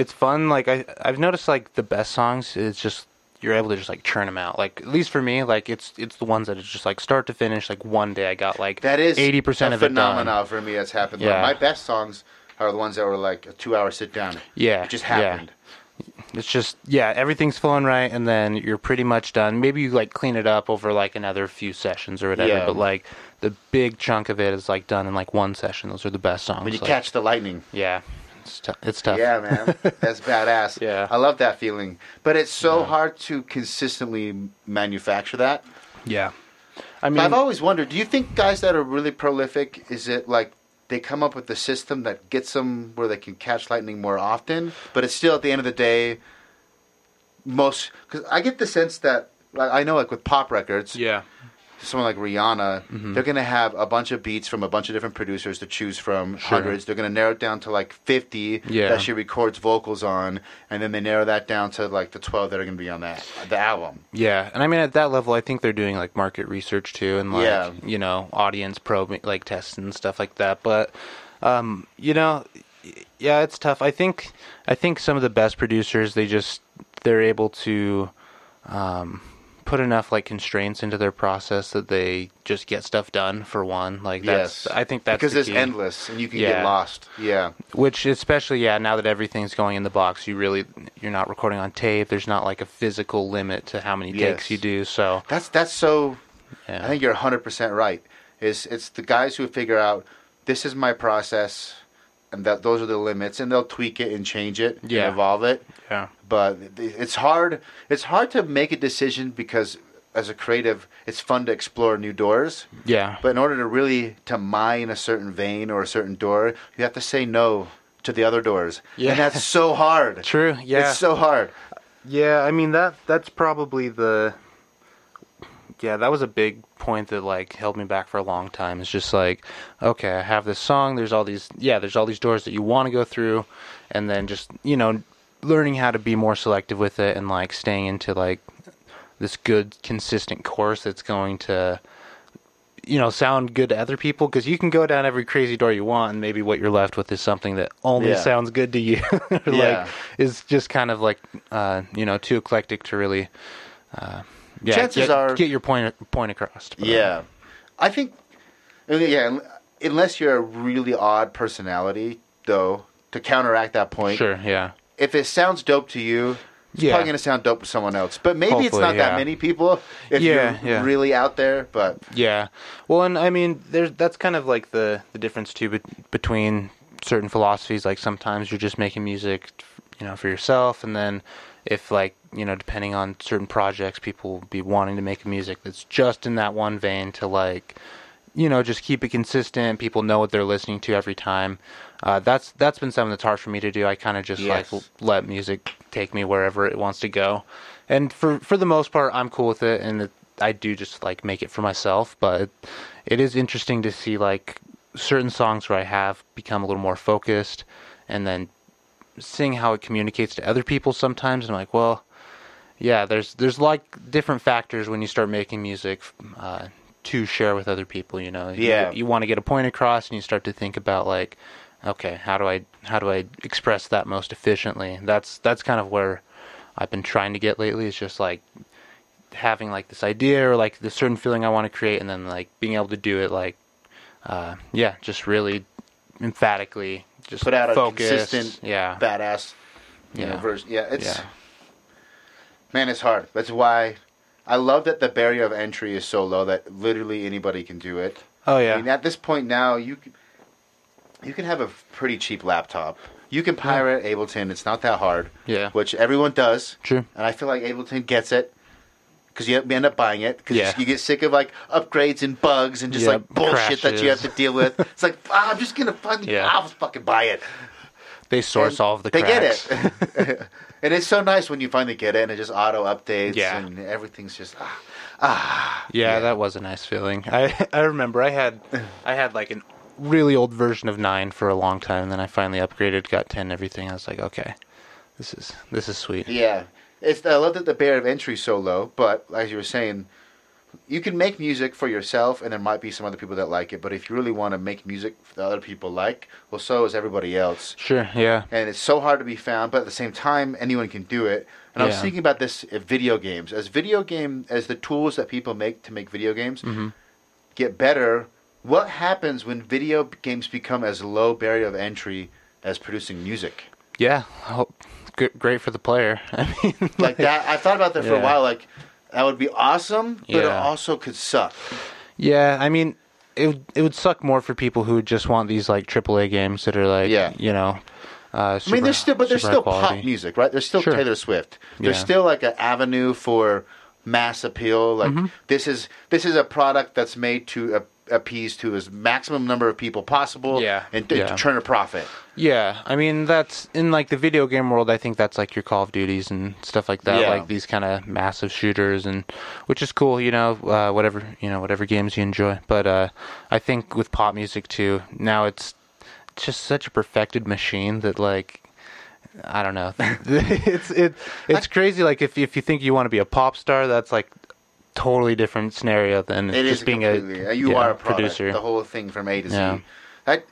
[SPEAKER 2] it's fun. Like I I've noticed like the best songs is just you're able to just like churn them out. Like at least for me, like it's it's the ones that is just like start to finish. Like one day I got like
[SPEAKER 1] That is
[SPEAKER 2] eighty percent
[SPEAKER 1] a
[SPEAKER 2] of it done.
[SPEAKER 1] phenomena for me that's happened. Like,
[SPEAKER 2] Yeah.
[SPEAKER 1] my best songs are the ones that were like a two-hour sit down.
[SPEAKER 2] Yeah,
[SPEAKER 1] it just
[SPEAKER 2] yeah.
[SPEAKER 1] happened.
[SPEAKER 2] It's just yeah, everything's flowing right, and then you're pretty much done. Maybe you like clean it up over like another few sessions or whatever.
[SPEAKER 1] Yeah.
[SPEAKER 2] But like the big chunk of it is like done in like one session. Those are the best songs.
[SPEAKER 1] When you
[SPEAKER 2] like,
[SPEAKER 1] catch the lightning.
[SPEAKER 2] yeah, it's tough. It's tough.
[SPEAKER 1] Yeah, man, that's badass.
[SPEAKER 2] Yeah.
[SPEAKER 1] I love that feeling, but it's so hard to consistently manufacture that.
[SPEAKER 2] yeah. I mean,
[SPEAKER 1] oh? I've always wondered. Do you think guys that are really prolific, is it like they come up with the system that gets them where they can catch lightning more often. But it's still at the end of the day, most because I get the sense that like, I know like with pop records,
[SPEAKER 2] Yeah.
[SPEAKER 1] someone like Rihanna,
[SPEAKER 2] Mm-hmm.
[SPEAKER 1] they're going to have a bunch of beats from a bunch of different producers to choose from, hundreds. They're going to narrow it down to like 50
[SPEAKER 2] Yeah.
[SPEAKER 1] that she records vocals on, and then they narrow that down to like the 12 that are going to be on that the album.
[SPEAKER 2] Yeah, and I mean at that level, I think they're doing like market research too, and like
[SPEAKER 1] Yeah.
[SPEAKER 2] you know audience probing, like tests and stuff like that. But um, you know, y- yeah, it's tough. I think I think some of the best producers they just they're able to um, put enough like constraints into their process that they just get stuff done. For one, like that's
[SPEAKER 1] yes.
[SPEAKER 2] I think that's
[SPEAKER 1] because
[SPEAKER 2] the
[SPEAKER 1] it's
[SPEAKER 2] key.
[SPEAKER 1] endless and you can
[SPEAKER 2] Yeah.
[SPEAKER 1] get lost. Yeah.
[SPEAKER 2] Which especially yeah, now that everything's going in the box, you really you're not recording on tape. There's not like a physical limit to how many takes
[SPEAKER 1] Yes.
[SPEAKER 2] you do. So
[SPEAKER 1] That's that's so
[SPEAKER 2] yeah.
[SPEAKER 1] I think you're 100% right. Is it's the guys who figure out this is my process and that those are the limits and they'll tweak it and change it
[SPEAKER 2] Yeah.
[SPEAKER 1] and evolve it.
[SPEAKER 2] Yeah.
[SPEAKER 1] but it's hard it's hard to make a decision because as a creative it's fun to explore new doors
[SPEAKER 2] Yeah.
[SPEAKER 1] but in order to really to mine a certain vein or a certain door you have to say no to the other doors
[SPEAKER 2] Yeah.
[SPEAKER 1] and that's so hard
[SPEAKER 2] True. Yeah.
[SPEAKER 1] it's so hard
[SPEAKER 2] yeah. I mean that that's probably the yeah that was a big point that like held me back for a long time. It's just like okay, I have this song. There's all these yeah. There's all these doors that you want to go through, and then just you know learning how to be more selective with it and like staying into like this good consistent course that's going to you know sound good to other people because you can go down every crazy door you want and maybe what you're left with is something that only
[SPEAKER 1] Yeah.
[SPEAKER 2] sounds good to you Or,
[SPEAKER 1] Yeah.
[SPEAKER 2] like is just kind of like uh you know too eclectic to really uh yeah
[SPEAKER 1] Chances
[SPEAKER 2] get,
[SPEAKER 1] are-
[SPEAKER 2] get your point point across But,
[SPEAKER 1] yeah i think yeah un- unless you're a really odd personality though to counteract that point
[SPEAKER 2] sure yeah
[SPEAKER 1] if it sounds dope to you, it's
[SPEAKER 2] Yeah.
[SPEAKER 1] probably going to sound dope to someone else. But maybe it's
[SPEAKER 2] Hopefully,
[SPEAKER 1] not
[SPEAKER 2] yeah.
[SPEAKER 1] that many people if
[SPEAKER 2] Yeah,
[SPEAKER 1] you're
[SPEAKER 2] yeah.
[SPEAKER 1] really out there. But
[SPEAKER 2] Yeah. Well, and I mean, there's that's kind of like the the difference too bet- between certain philosophies. Like sometimes you're just making music, you know, for yourself, and then if like you know, depending on certain projects, people will be wanting to make music that's just in that one vein to like. You know, just keep it consistent. People know what they're listening to every time. Uh, that's that's been something that's hard for me to do. I kind of just
[SPEAKER 1] Yes.
[SPEAKER 2] like let music take me wherever it wants to go. And for for the most part, I'm cool with it, and it, I do just like make it for myself. But it, it is interesting to see like certain songs where I have become a little more focused, and then seeing how it communicates to other people sometimes. I'm like, well, yeah, there's there's like different factors when you start making music. Uh, to share with other people, you know, You-
[SPEAKER 1] Yeah.
[SPEAKER 2] you, want to get a point across, and you start to think about like, okay, how do I how do I express that most efficiently? That's that's kind of where I've been trying to get lately. Is just like having like this idea or like the certain feeling I want to create, and then like being able to do it like, uh, yeah, just really emphatically, just
[SPEAKER 1] Put out a
[SPEAKER 2] focused,
[SPEAKER 1] consistent
[SPEAKER 2] yeah,
[SPEAKER 1] badass, you know,
[SPEAKER 2] Yeah.
[SPEAKER 1] version. Yeah, it's
[SPEAKER 2] Yeah.
[SPEAKER 1] man, it's hard. That's why I love that the barrier of entry is so low that literally anybody can do it.
[SPEAKER 2] oh
[SPEAKER 1] I mean,
[SPEAKER 2] yeah,
[SPEAKER 1] at this point now, you c- you can have a pretty cheap laptop. You can pirate Ableton. It's not that hard.
[SPEAKER 2] Yeah.
[SPEAKER 1] which everyone does.
[SPEAKER 2] true,
[SPEAKER 1] and I feel like Ableton gets it because you end up buying it because
[SPEAKER 2] Yeah.
[SPEAKER 1] you get sick of like upgrades and bugs and just
[SPEAKER 2] Yep,
[SPEAKER 1] like bullshit that you have
[SPEAKER 2] crashes.
[SPEAKER 1] to deal with. it's like "Ah, I'm just gonna fucking
[SPEAKER 2] Yeah.
[SPEAKER 1] I'll just fucking buy it.
[SPEAKER 2] they source
[SPEAKER 1] And
[SPEAKER 2] all of the
[SPEAKER 1] they
[SPEAKER 2] cracks.
[SPEAKER 1] get it, and it's so nice when you finally get it and it just auto updates
[SPEAKER 2] Yeah.
[SPEAKER 1] and everything's just ah,
[SPEAKER 2] Yeah, that was a nice feeling. I I remember I had I had like a really old version of nine for a long time, and then I finally upgraded, got ten, and everything. I was like, okay, this is this is sweet.
[SPEAKER 1] yeah. It's I love that the barrier of entry is so low, but as you were saying. You can make music for yourself, and there might be some other people that like it. But if you really want to make music that other people like, well, so is everybody else.
[SPEAKER 2] Sure, yeah,
[SPEAKER 1] and it's so hard to be found. But at the same time, anyone can do it. And I was
[SPEAKER 2] Yeah.
[SPEAKER 1] thinking about this at video games as video game as the tools that people make to make video games get better. What happens when video games become as low barrier of entry as producing music?
[SPEAKER 2] yeah. Oh, g- great for the player. I mean,
[SPEAKER 1] Like that, I thought about that for
[SPEAKER 2] Yeah.
[SPEAKER 1] a while. Like that would be awesome, but it
[SPEAKER 2] Yeah.
[SPEAKER 1] also could suck.
[SPEAKER 2] yeah, I mean, it would- it would suck more for people who just want these like AAA games that are like,
[SPEAKER 1] Yeah.
[SPEAKER 2] you know. Uh,
[SPEAKER 1] I
[SPEAKER 2] super,
[SPEAKER 1] mean, there's still, but there's
[SPEAKER 2] super high
[SPEAKER 1] still pop
[SPEAKER 2] quality.
[SPEAKER 1] music, right? There's still
[SPEAKER 2] Sure.
[SPEAKER 1] Taylor Swift. There's
[SPEAKER 2] Yeah.
[SPEAKER 1] still like an
[SPEAKER 2] Mm-hmm.
[SPEAKER 1] avenue for mass appeal. Like this is this is a product that's made to uh, appease to as maximum number of people possible
[SPEAKER 2] Yeah.
[SPEAKER 1] and to-
[SPEAKER 2] Yeah.
[SPEAKER 1] to turn a profit.
[SPEAKER 2] Yeah, I mean that's in like the video game world. I think that's like your Call of Duties and stuff like that,
[SPEAKER 1] Yeah.
[SPEAKER 2] like these kind of massive shooters, and which is cool, you know. Uh, whatever you know, whatever games you enjoy. But uh, I think with pop music too, now it's just such a perfected machine that like. I don't know. it's it it's crazy. Like if if you think you want to be a pop star, that's like totally different scenario than
[SPEAKER 1] It is
[SPEAKER 2] just being a
[SPEAKER 1] completely- uh, you
[SPEAKER 2] yeah,
[SPEAKER 1] are a product,
[SPEAKER 2] producer.
[SPEAKER 1] The whole thing from A to
[SPEAKER 2] Yeah.
[SPEAKER 1] Z. I,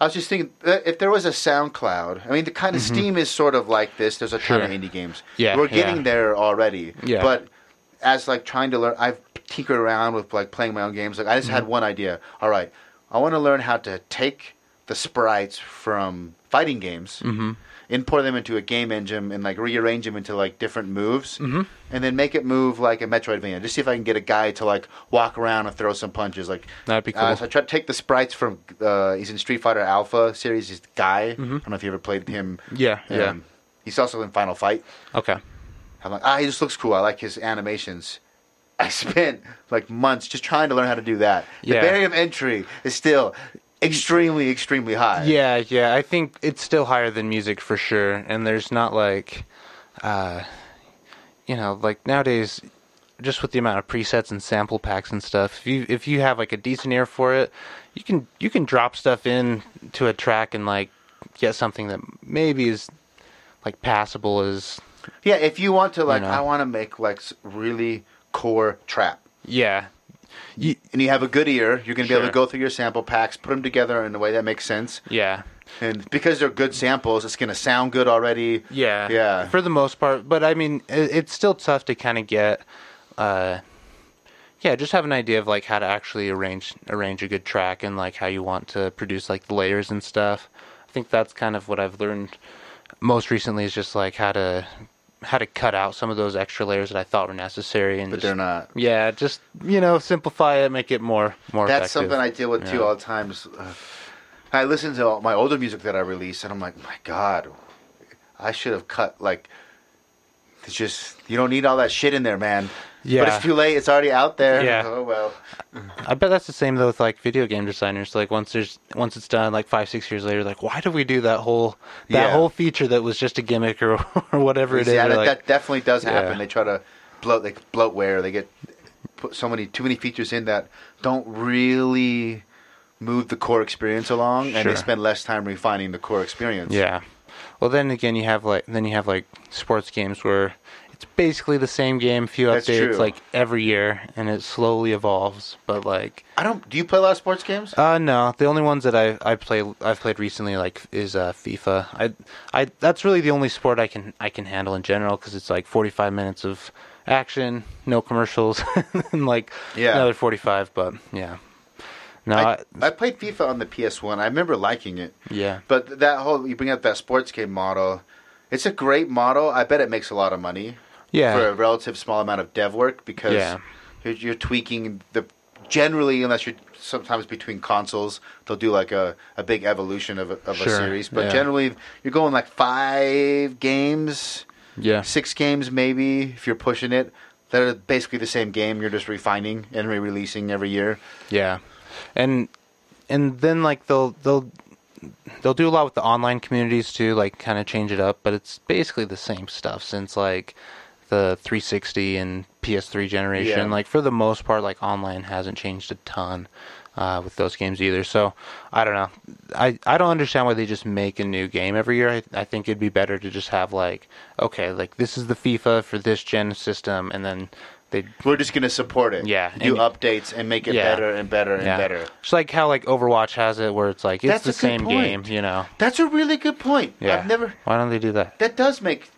[SPEAKER 1] I was just thinking that if there was a SoundCloud, I mean, the kind of Steam is sort of like this. There's a ton of
[SPEAKER 2] Mm-hmm. Sure.
[SPEAKER 1] indie games.
[SPEAKER 2] Yeah,
[SPEAKER 1] we're
[SPEAKER 2] yeah.
[SPEAKER 1] getting there already.
[SPEAKER 2] Yeah.
[SPEAKER 1] but as like trying to learn, I've tinkered around with like playing my own games. Like I just
[SPEAKER 2] Mm-hmm.
[SPEAKER 1] had one idea. All right, I want to learn how to take the sprites from fighting games.
[SPEAKER 2] Mm-hmm.
[SPEAKER 1] Import them into a game engine and like rearrange them into like different moves, mm-hmm. and then make it move like a Metroidvania. Just see if I can get a guy to like walk around and throw some punches. Like
[SPEAKER 2] That'd be
[SPEAKER 1] uh,
[SPEAKER 2] cool.
[SPEAKER 1] so I tried to take the sprites from. Uh, he's in Street Fighter Alpha series. He's the guy. I don't know if you ever played him. Um,
[SPEAKER 2] Yeah, Mm-hmm. yeah.
[SPEAKER 1] He's also in Final Fight.
[SPEAKER 2] okay.
[SPEAKER 1] I'm like, ah, he just looks cool. I like his animations. I spent like months just trying to learn how to do that.
[SPEAKER 2] Yeah.
[SPEAKER 1] The barrier of entry is still extremely, extremely high.
[SPEAKER 2] Yeah, yeah. I think it's still higher than music for sure. And there's not like, uh, you know, like nowadays, just with the amount of presets and sample packs and stuff, if you if you have like a decent ear for it, you can you can drop stuff in to a track and like get something that maybe is like passable as
[SPEAKER 1] yeah. If you want to, like,
[SPEAKER 2] know.
[SPEAKER 1] I want to make like s- really core trap.
[SPEAKER 2] yeah. You,
[SPEAKER 1] And you have a good ear, you're going to be able
[SPEAKER 2] Sure.
[SPEAKER 1] to go through your sample packs, put them together in a way that makes sense.
[SPEAKER 2] yeah.
[SPEAKER 1] And because they're good samples, it's going to sound good already.
[SPEAKER 2] Yeah.
[SPEAKER 1] Yeah.
[SPEAKER 2] For the most part, but I mean, it, it's still tough to kind of get, uh, yeah, just have an idea of like how to actually arrange arrange a good track and like how you want to produce like the layers and stuff. I think that's kind of what I've learned most recently is just like how to how to cut out some of those extra layers that I thought were necessary and
[SPEAKER 1] but
[SPEAKER 2] just-
[SPEAKER 1] they're not.
[SPEAKER 2] Yeah, just you know, simplify it, make it more more.
[SPEAKER 1] That's
[SPEAKER 2] effective.
[SPEAKER 1] something I deal with too
[SPEAKER 2] Yeah.
[SPEAKER 1] all the time. is, uh, I listen to all my older music that I release, and I'm like, my God, I should have cut like. It's just you don't need all that shit in there, man.
[SPEAKER 2] Yeah.
[SPEAKER 1] but it's too late. It's already out there.
[SPEAKER 2] Yeah.
[SPEAKER 1] Oh well.
[SPEAKER 2] I bet that's the same though with like video game designers. Like once there's once it's done, like five six years later, like why did we do that whole that
[SPEAKER 1] Yeah.
[SPEAKER 2] whole feature that was just a gimmick or or whatever it is?
[SPEAKER 1] yeah,
[SPEAKER 2] You're
[SPEAKER 1] that,
[SPEAKER 2] like,
[SPEAKER 1] that definitely does happen.
[SPEAKER 2] Yeah.
[SPEAKER 1] They try to bloat, they bloatware. They get put so many too many features in that don't really move the core experience along, and they
[SPEAKER 2] Sure.
[SPEAKER 1] spend less time refining the core experience.
[SPEAKER 2] yeah. Well, then again, you have like then you have like sports games where it's basically the same game, few
[SPEAKER 1] That's
[SPEAKER 2] updates
[SPEAKER 1] true.
[SPEAKER 2] like every year, and it slowly evolves. But like,
[SPEAKER 1] I don't. Do you play a lot of sports games?
[SPEAKER 2] uh, no, the only ones that I I play I've played recently like is uh FIFA. I I that's really the only sport I can I can handle in general because it's like 45 minutes of action, no commercials, and like
[SPEAKER 1] Yeah.
[SPEAKER 2] another 45. But yeah, no, I,
[SPEAKER 1] I, I played FIFA on the PS1. I remember liking it.
[SPEAKER 2] yeah,
[SPEAKER 1] But th- that whole you bring up that sports game model, it's a great model. I bet it makes a lot of money
[SPEAKER 2] yeah,
[SPEAKER 1] for a relative small amount of dev work because
[SPEAKER 2] Yeah.
[SPEAKER 1] you're, you're tweaking the generally unless you're sometimes between consoles they'll do like a, a big evolution of a, of a
[SPEAKER 2] Sure,
[SPEAKER 1] series but
[SPEAKER 2] yeah.
[SPEAKER 1] generally you're going like five games
[SPEAKER 2] yeah,
[SPEAKER 1] six games maybe if you're pushing it that are basically the same game you're just refining and re-releasing every year
[SPEAKER 2] yeah, and and then like they'll they'll they'll do a lot with the online communities too, like kind of change it up, but it's basically the same stuff since like the 360 and PS3 generation.
[SPEAKER 1] Yeah.
[SPEAKER 2] Like for the most part, like online hasn't changed a ton uh, with those games either. So I don't know. I I don't understand why they just make a new game every year. I I think it'd be better to just have like okay, like this is the FIFA for this gen system, and then they
[SPEAKER 1] we're just going to support it.
[SPEAKER 2] Yeah,
[SPEAKER 1] do
[SPEAKER 2] and-
[SPEAKER 1] updates and make it
[SPEAKER 2] Yeah.
[SPEAKER 1] better and better and
[SPEAKER 2] yeah.
[SPEAKER 1] better.
[SPEAKER 2] It's like how like Overwatch has it, where it's like it's
[SPEAKER 1] That's
[SPEAKER 2] the
[SPEAKER 1] a good
[SPEAKER 2] same game,
[SPEAKER 1] point.
[SPEAKER 2] you know.
[SPEAKER 1] That's a really good point.
[SPEAKER 2] Yeah.
[SPEAKER 1] I've never.
[SPEAKER 2] Why don't they do that?
[SPEAKER 1] That does make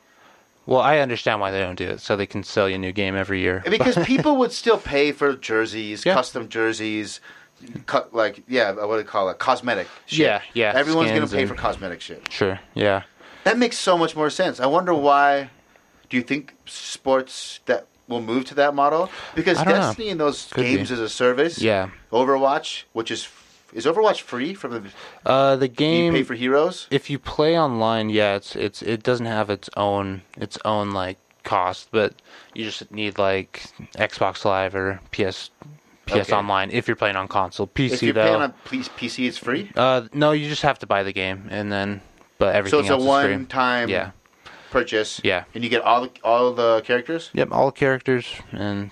[SPEAKER 2] Well, I understand why they don't do it, so they can sell you a new game every year.
[SPEAKER 1] because people would still pay for jerseys,
[SPEAKER 2] Yeah.
[SPEAKER 1] custom jerseys, cu- like yeah, what do you call it? Cosmetic. Shit.
[SPEAKER 2] Yeah, yeah,
[SPEAKER 1] Everyone's going
[SPEAKER 2] skins
[SPEAKER 1] to pay
[SPEAKER 2] and-
[SPEAKER 1] for cosmetic shit.
[SPEAKER 2] sure. Yeah.
[SPEAKER 1] That makes so much more sense. I wonder why. Do you think sports that will move to that model? Because
[SPEAKER 2] I don't know.
[SPEAKER 1] Destiny and those
[SPEAKER 2] Could
[SPEAKER 1] games
[SPEAKER 2] be.
[SPEAKER 1] as a service.
[SPEAKER 2] Yeah.
[SPEAKER 1] Overwatch, which is is Overwatch free from the do
[SPEAKER 2] Uh, the
[SPEAKER 1] you
[SPEAKER 2] game.
[SPEAKER 1] pay for heroes?
[SPEAKER 2] if you play online, yeah, it's it's it doesn't have its own its own like cost, but you just need like Xbox Live or PS PS PS
[SPEAKER 1] Okay.
[SPEAKER 2] Online if you're playing on console. PC
[SPEAKER 1] If you're
[SPEAKER 2] though,
[SPEAKER 1] paying on P- PC, it's free.
[SPEAKER 2] uh, no, you just have to buy the game and then, but
[SPEAKER 1] So
[SPEAKER 2] everything
[SPEAKER 1] it's a
[SPEAKER 2] else is free.
[SPEAKER 1] one-time
[SPEAKER 2] Yeah.
[SPEAKER 1] purchase.
[SPEAKER 2] Yeah.
[SPEAKER 1] and you get all the all the characters.
[SPEAKER 2] Yep, all the characters and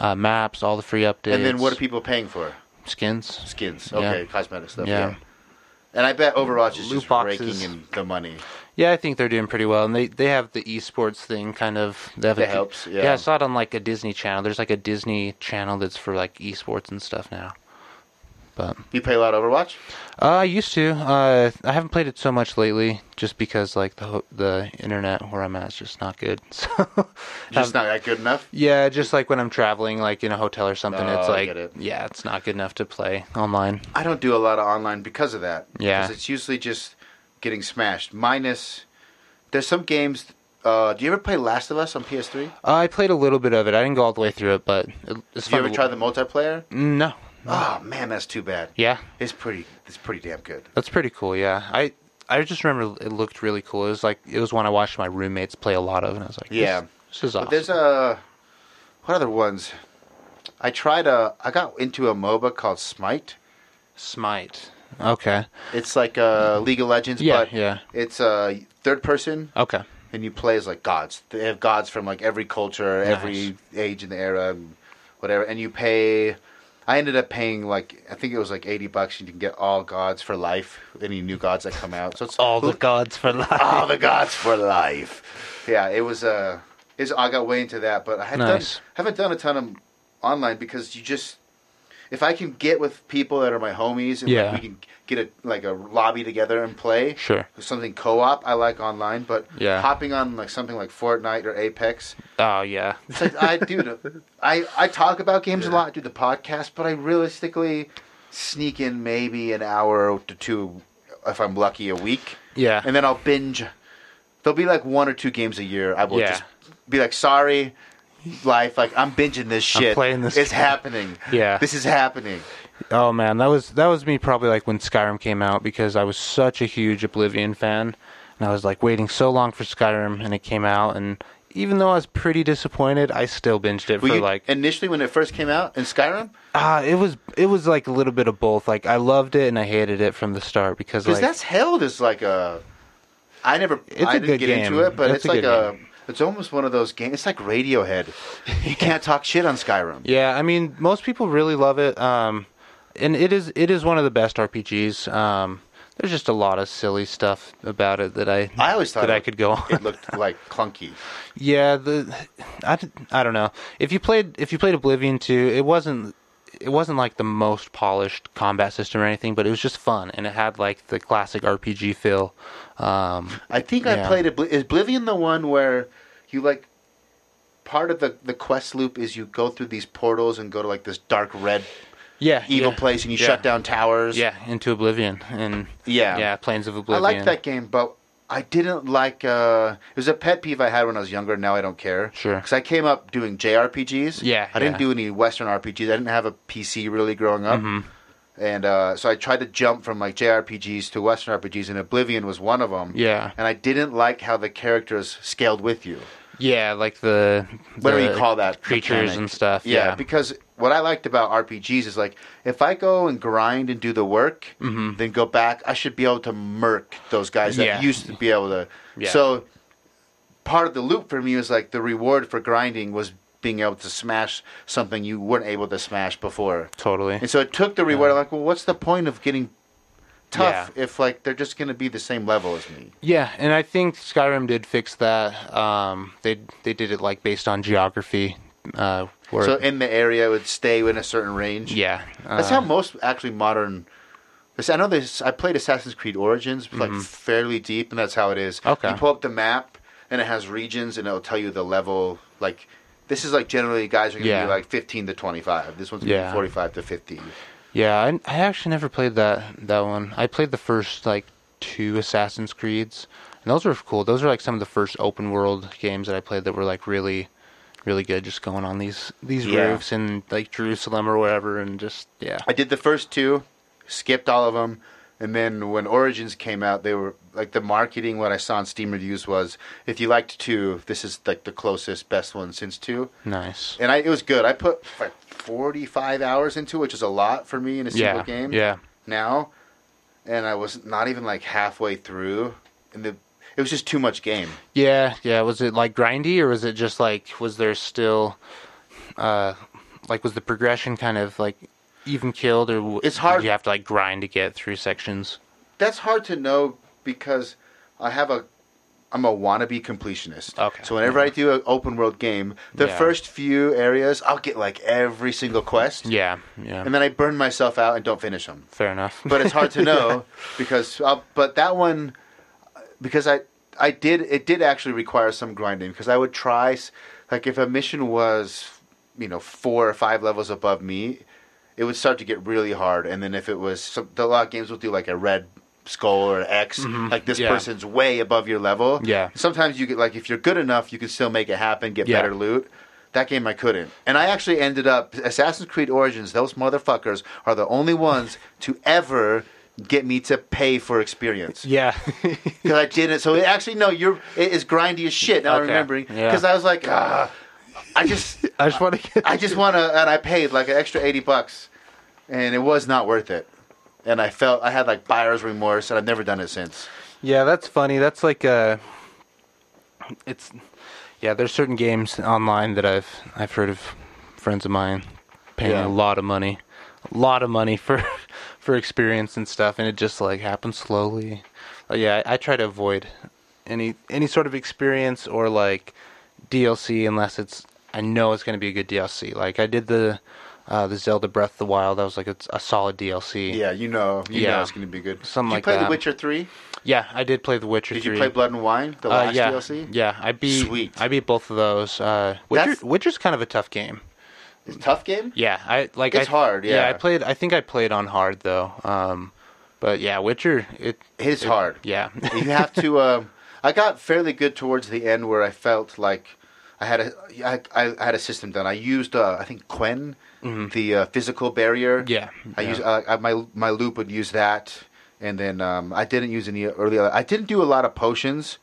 [SPEAKER 2] uh, maps, all the free updates.
[SPEAKER 1] And then what are people paying for?
[SPEAKER 2] skins?
[SPEAKER 1] Skins. Okay, cosmetic stuff.
[SPEAKER 2] Yeah.
[SPEAKER 1] Yeah. And I bet Overwatch is
[SPEAKER 2] Loot
[SPEAKER 1] just
[SPEAKER 2] boxes.
[SPEAKER 1] raking in the money.
[SPEAKER 2] Yeah, I think they're doing pretty well, and they they have the esports thing kind of. They have
[SPEAKER 1] That
[SPEAKER 2] a-
[SPEAKER 1] helps, yeah.
[SPEAKER 2] yeah, I saw it on like a Disney Channel. There's like a Disney Channel that's for like esports and stuff now. But
[SPEAKER 1] You play a lot of Overwatch?
[SPEAKER 2] Uh, I used to. Uh, I haven't played it so much lately, just because like the ho- the internet where I'm at is just not good. So,
[SPEAKER 1] Just
[SPEAKER 2] um,
[SPEAKER 1] not that good enough.
[SPEAKER 2] yeah, just like when I'm traveling, like in a hotel or something,
[SPEAKER 1] Oh,
[SPEAKER 2] it's
[SPEAKER 1] I
[SPEAKER 2] like
[SPEAKER 1] get it.
[SPEAKER 2] yeah, it's not good enough to play online.
[SPEAKER 1] I don't do a lot of online because of that.
[SPEAKER 2] Yeah.
[SPEAKER 1] Because it's usually just getting smashed. Minus, there's some games. Uh, do you ever play Last of Us on PS3?
[SPEAKER 2] Uh, I played a little bit of it. I didn't go all the way through it, but it- it's
[SPEAKER 1] Did you
[SPEAKER 2] fun.
[SPEAKER 1] ever
[SPEAKER 2] to-
[SPEAKER 1] try the multiplayer?
[SPEAKER 2] No.
[SPEAKER 1] Oh man, that's too bad.
[SPEAKER 2] Yeah,
[SPEAKER 1] It's pretty. It's pretty damn good.
[SPEAKER 2] that's pretty cool. Yeah, I. I just remember it looked really cool. It was like it was one I watched my roommates play a lot of, and I was like, this-
[SPEAKER 1] Yeah.
[SPEAKER 2] this is awesome."
[SPEAKER 1] But there's a what other ones? I tried a. I got into a MOBA called Smite.
[SPEAKER 2] Smite. Okay.
[SPEAKER 1] It's like uh, League of Legends,
[SPEAKER 2] Yeah,
[SPEAKER 1] but
[SPEAKER 2] yeah.
[SPEAKER 1] it's uh, third person,
[SPEAKER 2] Okay.
[SPEAKER 1] and you play as like gods. They have gods from like every culture, every age and era, and whatever. And you pay. I ended up paying like I think it was like eighty bucks, and you can get all gods for life. Any new gods that come out, so it's
[SPEAKER 2] All the gods for life.
[SPEAKER 1] all the gods for life. Yeah, it was. Uh, is I got way into that, but I have
[SPEAKER 2] Nice.
[SPEAKER 1] done, haven't done a ton of online because you just. If I can get with people that are my homies and like,
[SPEAKER 2] Yeah.
[SPEAKER 1] we can get a like a lobby together and play
[SPEAKER 2] Sure.
[SPEAKER 1] something co-op, I like online. But
[SPEAKER 2] Yeah.
[SPEAKER 1] hopping on like something like Fortnite or Apex,
[SPEAKER 2] Oh yeah.
[SPEAKER 1] it's like I dude, I I talk about games a lot, do the podcast, but I realistically sneak in maybe an hour to two, if I'm lucky, a week
[SPEAKER 2] Yeah.
[SPEAKER 1] and then I'll binge. There'll be like one or two games a year. I will
[SPEAKER 2] Yeah.
[SPEAKER 1] just be like, sorry, life. Like I'm binging this
[SPEAKER 2] I'm
[SPEAKER 1] shit.
[SPEAKER 2] playing this
[SPEAKER 1] It's
[SPEAKER 2] game."
[SPEAKER 1] happening.
[SPEAKER 2] Yeah.
[SPEAKER 1] this is happening.
[SPEAKER 2] Oh man, that was that was me probably like when Skyrim came out because I was such a huge Oblivion fan, and I was like waiting so long for Skyrim, and it came out, and even though I was pretty disappointed, I still binged it
[SPEAKER 1] Were
[SPEAKER 2] for
[SPEAKER 1] you,
[SPEAKER 2] like
[SPEAKER 1] initially when it first came out in Skyrim,
[SPEAKER 2] ah, it was it was like a little bit of both. Like I loved it and I hated it from the start because
[SPEAKER 1] because
[SPEAKER 2] like
[SPEAKER 1] that's held as like a. I never.
[SPEAKER 2] It's
[SPEAKER 1] I
[SPEAKER 2] a
[SPEAKER 1] didn't
[SPEAKER 2] good
[SPEAKER 1] get
[SPEAKER 2] game.
[SPEAKER 1] into it, but it's,
[SPEAKER 2] It's a
[SPEAKER 1] like
[SPEAKER 2] good
[SPEAKER 1] a. It's almost one of those games. It's like Radiohead. You can't talk shit on Skyrim.
[SPEAKER 2] yeah, I mean most people really love it, um, and it is it is one of the best RPGs. Um, there's just a lot of silly stuff about it that I
[SPEAKER 1] I always thought
[SPEAKER 2] that
[SPEAKER 1] it,
[SPEAKER 2] I could go on.
[SPEAKER 1] It looked like clunky.
[SPEAKER 2] Yeah, the I, d- I don't know. If you played if you played Oblivion 2, it wasn't it wasn't like the most polished combat system or anything, but it was just fun and it had like the classic RPG feel. Um,
[SPEAKER 1] I think
[SPEAKER 2] Yeah.
[SPEAKER 1] I played Obli- is Oblivion the one where you like part of the the quest loop is you go through these portals and go to like this dark red
[SPEAKER 2] yeah,
[SPEAKER 1] evil
[SPEAKER 2] yeah.
[SPEAKER 1] place and you
[SPEAKER 2] Yeah.
[SPEAKER 1] shut down towers.
[SPEAKER 2] Yeah, into Oblivion and
[SPEAKER 1] Yeah.
[SPEAKER 2] yeah, Planes of
[SPEAKER 1] I
[SPEAKER 2] Oblivion.
[SPEAKER 1] liked that game, but I didn't like. uh It was a pet peeve I had when I was younger. Now I don't care.
[SPEAKER 2] Sure.
[SPEAKER 1] Because I came up doing JRPGs.
[SPEAKER 2] Yeah,
[SPEAKER 1] I didn't
[SPEAKER 2] yeah.
[SPEAKER 1] do any Western RPGs. I didn't have a PC really growing up.
[SPEAKER 2] Mm-hmm.
[SPEAKER 1] And uh, so I tried to jump from like JRPGs to Western RPGs, and Oblivion was one of them.
[SPEAKER 2] Yeah.
[SPEAKER 1] And I didn't like how the characters scaled with you.
[SPEAKER 2] Yeah, like the
[SPEAKER 1] whatever
[SPEAKER 2] the
[SPEAKER 1] you call that
[SPEAKER 2] creatures
[SPEAKER 1] mechanic.
[SPEAKER 2] and stuff.
[SPEAKER 1] Yeah,
[SPEAKER 2] Yeah.
[SPEAKER 1] because what I liked about RPGs is like if I go and grind and do the work, then go back, I should be able to murk those guys that
[SPEAKER 2] Mm-hmm. Yeah.
[SPEAKER 1] used to be able to.
[SPEAKER 2] Yeah.
[SPEAKER 1] So part of the loop for me was like the reward for grinding was being able to smash something you weren't able to smash before.
[SPEAKER 2] totally.
[SPEAKER 1] And so it took the reward. I'm like, well, what's the point of getting tough
[SPEAKER 2] Yeah.
[SPEAKER 1] if like they're just going to be the same level as me?
[SPEAKER 2] Yeah, and I think Skyrim did fix that. Um, they they did it like based on geography. Uh, where,
[SPEAKER 1] So in the area, it would stay in a certain range.
[SPEAKER 2] yeah,
[SPEAKER 1] That's
[SPEAKER 2] uh,
[SPEAKER 1] how most actually modern. this- I know this. I played Assassin's Creed Origins like fairly deep, and that's how it is.
[SPEAKER 2] Mm-hmm. Okay.
[SPEAKER 1] You pull up the map, and it has regions, and it'll tell you the level. Like this is like generally guys are gonna
[SPEAKER 2] Yeah.
[SPEAKER 1] be like fifteen to twenty five. This one's gonna
[SPEAKER 2] Yeah.
[SPEAKER 1] be forty five to fifty.
[SPEAKER 2] Yeah, I, I actually never played that that one. I played the first like two Assassin's Creeds, and those were cool. Those were like some of the first open world games that I played that were like really, really good. Just going on these these
[SPEAKER 1] Yeah.
[SPEAKER 2] roofs in like Jerusalem or wherever, and just yeah,
[SPEAKER 1] I did the first two, skipped all of them, And then when Origins came out, they were like the marketing. What I saw on Steam reviews was, if you liked two, this is like the closest, best one since two.
[SPEAKER 2] Nice.
[SPEAKER 1] And I, it was good. I put like forty-five hours into, it, which is a lot for me in a single
[SPEAKER 2] Yeah.
[SPEAKER 1] game
[SPEAKER 2] Yeah.
[SPEAKER 1] now, and I was not even like halfway through, and the it was just too much game.
[SPEAKER 2] Yeah, yeah. Was it like grindy, or was it just like was there still, uh, like was the progression kind of like even killed, or w-
[SPEAKER 1] It's hard-
[SPEAKER 2] did You have to like grind to get through sections.
[SPEAKER 1] That's hard to know because I have a I'm a wannabe completionist.
[SPEAKER 2] Okay.
[SPEAKER 1] So whenever I do an open world game, the
[SPEAKER 2] Yeah.
[SPEAKER 1] first few areas I'll get like every single quest,
[SPEAKER 2] Yeah, yeah.
[SPEAKER 1] and then I burn myself out and don't finish them.
[SPEAKER 2] Fair enough.
[SPEAKER 1] but it's hard to know because I'll, but that one because I I did it did actually require some grinding because I would try s- like if a mission was you know four or five levels above me it would start to get really hard and then if it was some, a lot of games will do like a red skull or an X like this
[SPEAKER 2] Mm-hmm. Yeah.
[SPEAKER 1] person's way above your level
[SPEAKER 2] Yeah.
[SPEAKER 1] sometimes you get like if you're good enough you can still make it happen get
[SPEAKER 2] Yeah.
[SPEAKER 1] better loot that game I couldn't. And I actually ended up Assassin's Creed Origins, those motherfuckers are the only ones to ever get me to pay for experience.
[SPEAKER 2] yeah,
[SPEAKER 1] Because I didn't so it actually no, you're it is grindy as shit now I'm
[SPEAKER 2] Okay.
[SPEAKER 1] remembering.
[SPEAKER 2] Yeah.
[SPEAKER 1] Because I was like, ah, I just
[SPEAKER 2] I just want to get.
[SPEAKER 1] I just wanna and I paid like an extra eighty bucks and it was not worth it. And I felt I had like buyer's remorse and I've never done it since.
[SPEAKER 2] Yeah, that's funny. That's like uh it's yeah, there's certain games online that I've I've heard of friends of mine paying
[SPEAKER 1] Yeah.
[SPEAKER 2] a lot of money. A lot of money for for experience and stuff and it just like happens slowly. But yeah, I, I try to avoid any any sort of experience or like DLC unless it's I know it's going to be a good DLC. Like I did the uh, the Zelda Breath of the Wild, that was like a, a solid DLC.
[SPEAKER 1] Yeah, you know you know
[SPEAKER 2] Yeah.
[SPEAKER 1] it's gonna be good.
[SPEAKER 2] Something
[SPEAKER 1] Did you
[SPEAKER 2] like
[SPEAKER 1] play The
[SPEAKER 2] that.
[SPEAKER 1] Witcher three?
[SPEAKER 2] Yeah, I did play The Witcher
[SPEAKER 1] Did
[SPEAKER 2] 3.
[SPEAKER 1] you play Blood and Wine? The
[SPEAKER 2] Uh,
[SPEAKER 1] last
[SPEAKER 2] yeah,
[SPEAKER 1] DLC?
[SPEAKER 2] yeah. I beat
[SPEAKER 1] Sweet.
[SPEAKER 2] I beat both of those. Uh, Witcher,
[SPEAKER 1] That's-
[SPEAKER 2] Witcher's kind of a tough game.
[SPEAKER 1] It's a tough game?
[SPEAKER 2] Yeah, I like.
[SPEAKER 1] It's
[SPEAKER 2] I,
[SPEAKER 1] hard, yeah.
[SPEAKER 2] I played. I think I played on hard though. Um, but yeah, Witcher. It.
[SPEAKER 1] It is hard.
[SPEAKER 2] Yeah.
[SPEAKER 1] you have to. Um, I got fairly good towards the end where I felt like I had a I, I had a system done. I used uh, I think Quen, the uh, physical barrier.
[SPEAKER 2] Mm-hmm. Yeah,
[SPEAKER 1] I
[SPEAKER 2] yeah.
[SPEAKER 1] use uh, I, my my loop would use that, and then um, I didn't use any early. I didn't do a lot of potions.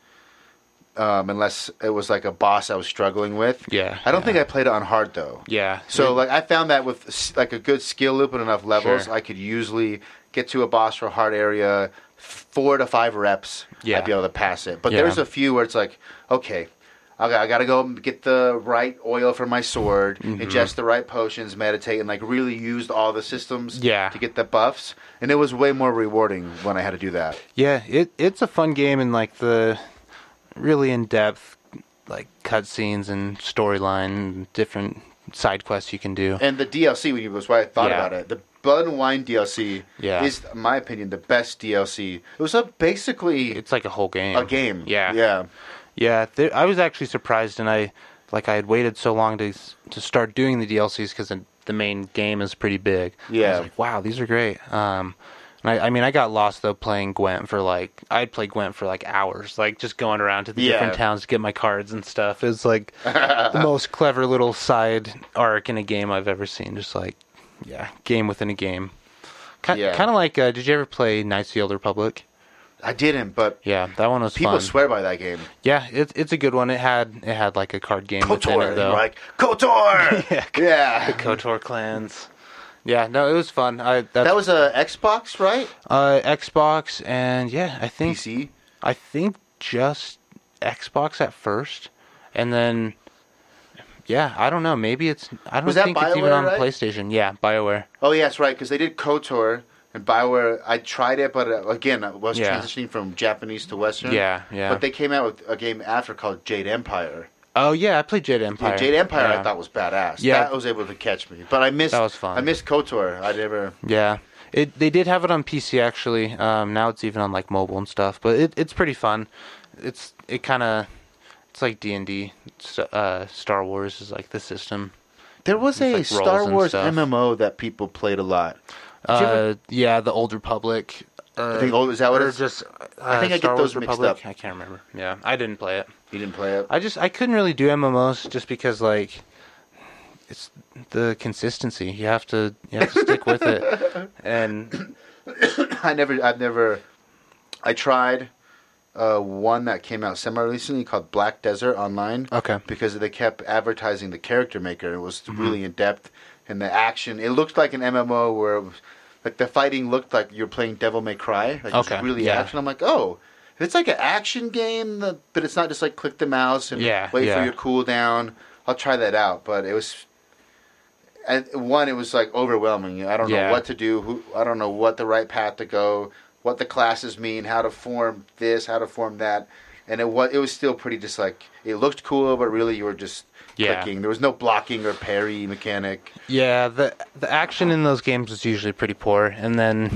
[SPEAKER 1] Um, unless it was like a boss I was struggling with.
[SPEAKER 2] Yeah,
[SPEAKER 1] I don't
[SPEAKER 2] yeah.
[SPEAKER 1] think I played it on hard though.
[SPEAKER 2] yeah.
[SPEAKER 1] So like I found that with s- like a good skill loop and enough levels,
[SPEAKER 2] Sure.
[SPEAKER 1] I could usually get to a boss or a hard area, four to five reps.
[SPEAKER 2] Yeah.
[SPEAKER 1] I'd be able to pass it. But
[SPEAKER 2] Yeah.
[SPEAKER 1] there's a few where it's like, okay, I got, I got to go and get the right oil for my sword,
[SPEAKER 2] Mm-hmm.
[SPEAKER 1] ingest the right potions, meditate, and like really used all the systems
[SPEAKER 2] Yeah.
[SPEAKER 1] to get the buffs. And it was way more rewarding when I had to do that.
[SPEAKER 2] Yeah, it it's a fun game and like the really in depth like cutscenes and storyline and different side quests you can do.
[SPEAKER 1] And the DLC when you- was why I thought
[SPEAKER 2] Yeah.
[SPEAKER 1] about it. The Blood and Wine DLC
[SPEAKER 2] Yeah.
[SPEAKER 1] is, in my opinion, the best DLC. It was a basically
[SPEAKER 2] It's like a whole game.
[SPEAKER 1] a game.
[SPEAKER 2] Yeah.
[SPEAKER 1] yeah.
[SPEAKER 2] Yeah, th- I was actually surprised, and I like I had waited so long to s- to start doing the DLCs because the, the main game is pretty big. I
[SPEAKER 1] Yeah.
[SPEAKER 2] was like, wow, these are great. Um, and I, I mean, I got lost though playing Gwent for like I'd play Gwent for like hours, like just going around to the
[SPEAKER 1] Yeah.
[SPEAKER 2] different towns to get my cards and stuff. It was like the most clever little side arc in a game I've ever seen. Just like yeah, game within a game. Kind,
[SPEAKER 1] Yeah.
[SPEAKER 2] kind of like uh, did you ever play Knights of the Old Republic?
[SPEAKER 1] I didn't, but
[SPEAKER 2] Yeah, that one was
[SPEAKER 1] people
[SPEAKER 2] fun.
[SPEAKER 1] swear by that game.
[SPEAKER 2] Yeah, it's it's a good one. It had it had like a card game within
[SPEAKER 1] KOTOR,
[SPEAKER 2] it though.
[SPEAKER 1] like KOTOR. yeah,
[SPEAKER 2] Mm-hmm. Kotor clans. Yeah, no, it was fun. I that's,
[SPEAKER 1] that was a Xbox, right?
[SPEAKER 2] uh, Xbox and yeah, I think
[SPEAKER 1] PC.
[SPEAKER 2] I think just Xbox at first, and then yeah, I don't know. Maybe it's I don't
[SPEAKER 1] Was that
[SPEAKER 2] think it's even
[SPEAKER 1] BioWare,
[SPEAKER 2] on
[SPEAKER 1] right?
[SPEAKER 2] PlayStation. Yeah, Bioware.
[SPEAKER 1] Oh yeah, that's right. Because they did KOTOR and Bioware. I tried it, but uh, again, I was
[SPEAKER 2] Yeah.
[SPEAKER 1] transitioning from Japanese to Western.
[SPEAKER 2] Yeah, yeah.
[SPEAKER 1] But they came out with a game after called Jade Empire.
[SPEAKER 2] Oh yeah, I played Jade
[SPEAKER 1] Yeah,
[SPEAKER 2] Empire.
[SPEAKER 1] Jade Empire,
[SPEAKER 2] Yeah.
[SPEAKER 1] I thought was badass.
[SPEAKER 2] Yeah.
[SPEAKER 1] that was able to catch me. But I missed.
[SPEAKER 2] That was fun.
[SPEAKER 1] I missed KOTOR. I never.
[SPEAKER 2] Yeah, it they did have it on PC actually. Um, now it's even on like mobile and stuff, but it, it's pretty fun. It's it kind of it's like D and D. uh, Star Wars is like the system.
[SPEAKER 1] There was a
[SPEAKER 2] like, roles
[SPEAKER 1] Star
[SPEAKER 2] and
[SPEAKER 1] Wars
[SPEAKER 2] stuff.
[SPEAKER 1] MMO that people played a lot. Did you ever-
[SPEAKER 2] Uh, yeah, the Old Republic. Uh,
[SPEAKER 1] I think- oh, is that what
[SPEAKER 2] or
[SPEAKER 1] it's-
[SPEAKER 2] just? Uh,
[SPEAKER 1] I think I get
[SPEAKER 2] Star
[SPEAKER 1] those
[SPEAKER 2] Wars
[SPEAKER 1] mixed
[SPEAKER 2] Republic?
[SPEAKER 1] up.
[SPEAKER 2] I can't remember. Yeah, I didn't play it.
[SPEAKER 1] you didn't play it.
[SPEAKER 2] I just I couldn't really do MMOs just because like it's the consistency. You have to you have to stick with it, and
[SPEAKER 1] I never, I've never, I tried uh, one that came out semi recently called Black Desert online.
[SPEAKER 2] Okay. Mm-hmm.
[SPEAKER 1] Because they kept advertising the character maker. It was really in depth, and the action. It looked like an MMO where, it was, like the fighting looked like you're playing Devil May Cry. Like
[SPEAKER 2] Okay,
[SPEAKER 1] It's really
[SPEAKER 2] yeah.
[SPEAKER 1] action. I'm like, oh. if It's like an action game, the- but it's not just like click the mouse and
[SPEAKER 2] Yeah,
[SPEAKER 1] wait
[SPEAKER 2] yeah.
[SPEAKER 1] for your cooldown. I'll try that out, but it was and one, it was like overwhelming. I don't
[SPEAKER 2] Yeah.
[SPEAKER 1] know what to do. Who I don't know what the right path to go. What the classes mean. How to form this. How to form that. And it was it was still pretty just like it looked cool, but really you were just
[SPEAKER 2] Yeah.
[SPEAKER 1] clicking. There was no blocking or parry mechanic.
[SPEAKER 2] Yeah, the the action in those games is usually pretty poor, and then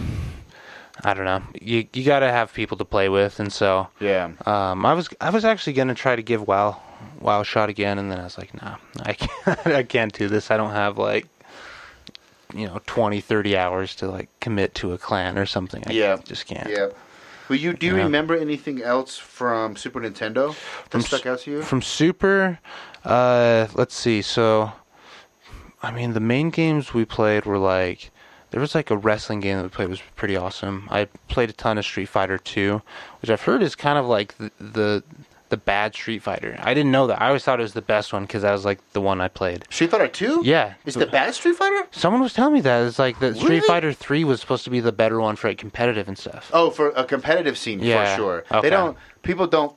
[SPEAKER 2] I don't know. You you gotta have people to play with, and so
[SPEAKER 1] Yeah.
[SPEAKER 2] um, I was I was actually gonna try to give WoW WoW a shot again, and then I was like, nah, I can't I can't do this. I don't have like you know 20 30 hours to like commit to a clan or something i
[SPEAKER 1] Yeah.
[SPEAKER 2] just can't
[SPEAKER 1] Yeah. Well, you do you
[SPEAKER 2] Yeah.
[SPEAKER 1] remember anything else from Super Nintendo that
[SPEAKER 2] From
[SPEAKER 1] stuck out to you?
[SPEAKER 2] From Super, uh, let's see. So, I mean, the main games we played were like there was like a wrestling game that we played was pretty awesome. I played a ton of Street Fighter Two, which I've heard is kind of like the the, the bad Street Fighter. I didn't know that. I always thought it was the best one because that was like the one I played.
[SPEAKER 1] Street Fighter Two.
[SPEAKER 2] Yeah.
[SPEAKER 1] Is the bad Street Fighter?
[SPEAKER 2] Someone was telling me that it's like that Street
[SPEAKER 1] Really?
[SPEAKER 2] Fighter Three was supposed to be the better one for like competitive and stuff.
[SPEAKER 1] Oh, for a competitive scene,
[SPEAKER 2] Yeah,
[SPEAKER 1] for sure.
[SPEAKER 2] okay.
[SPEAKER 1] They don't. People don't.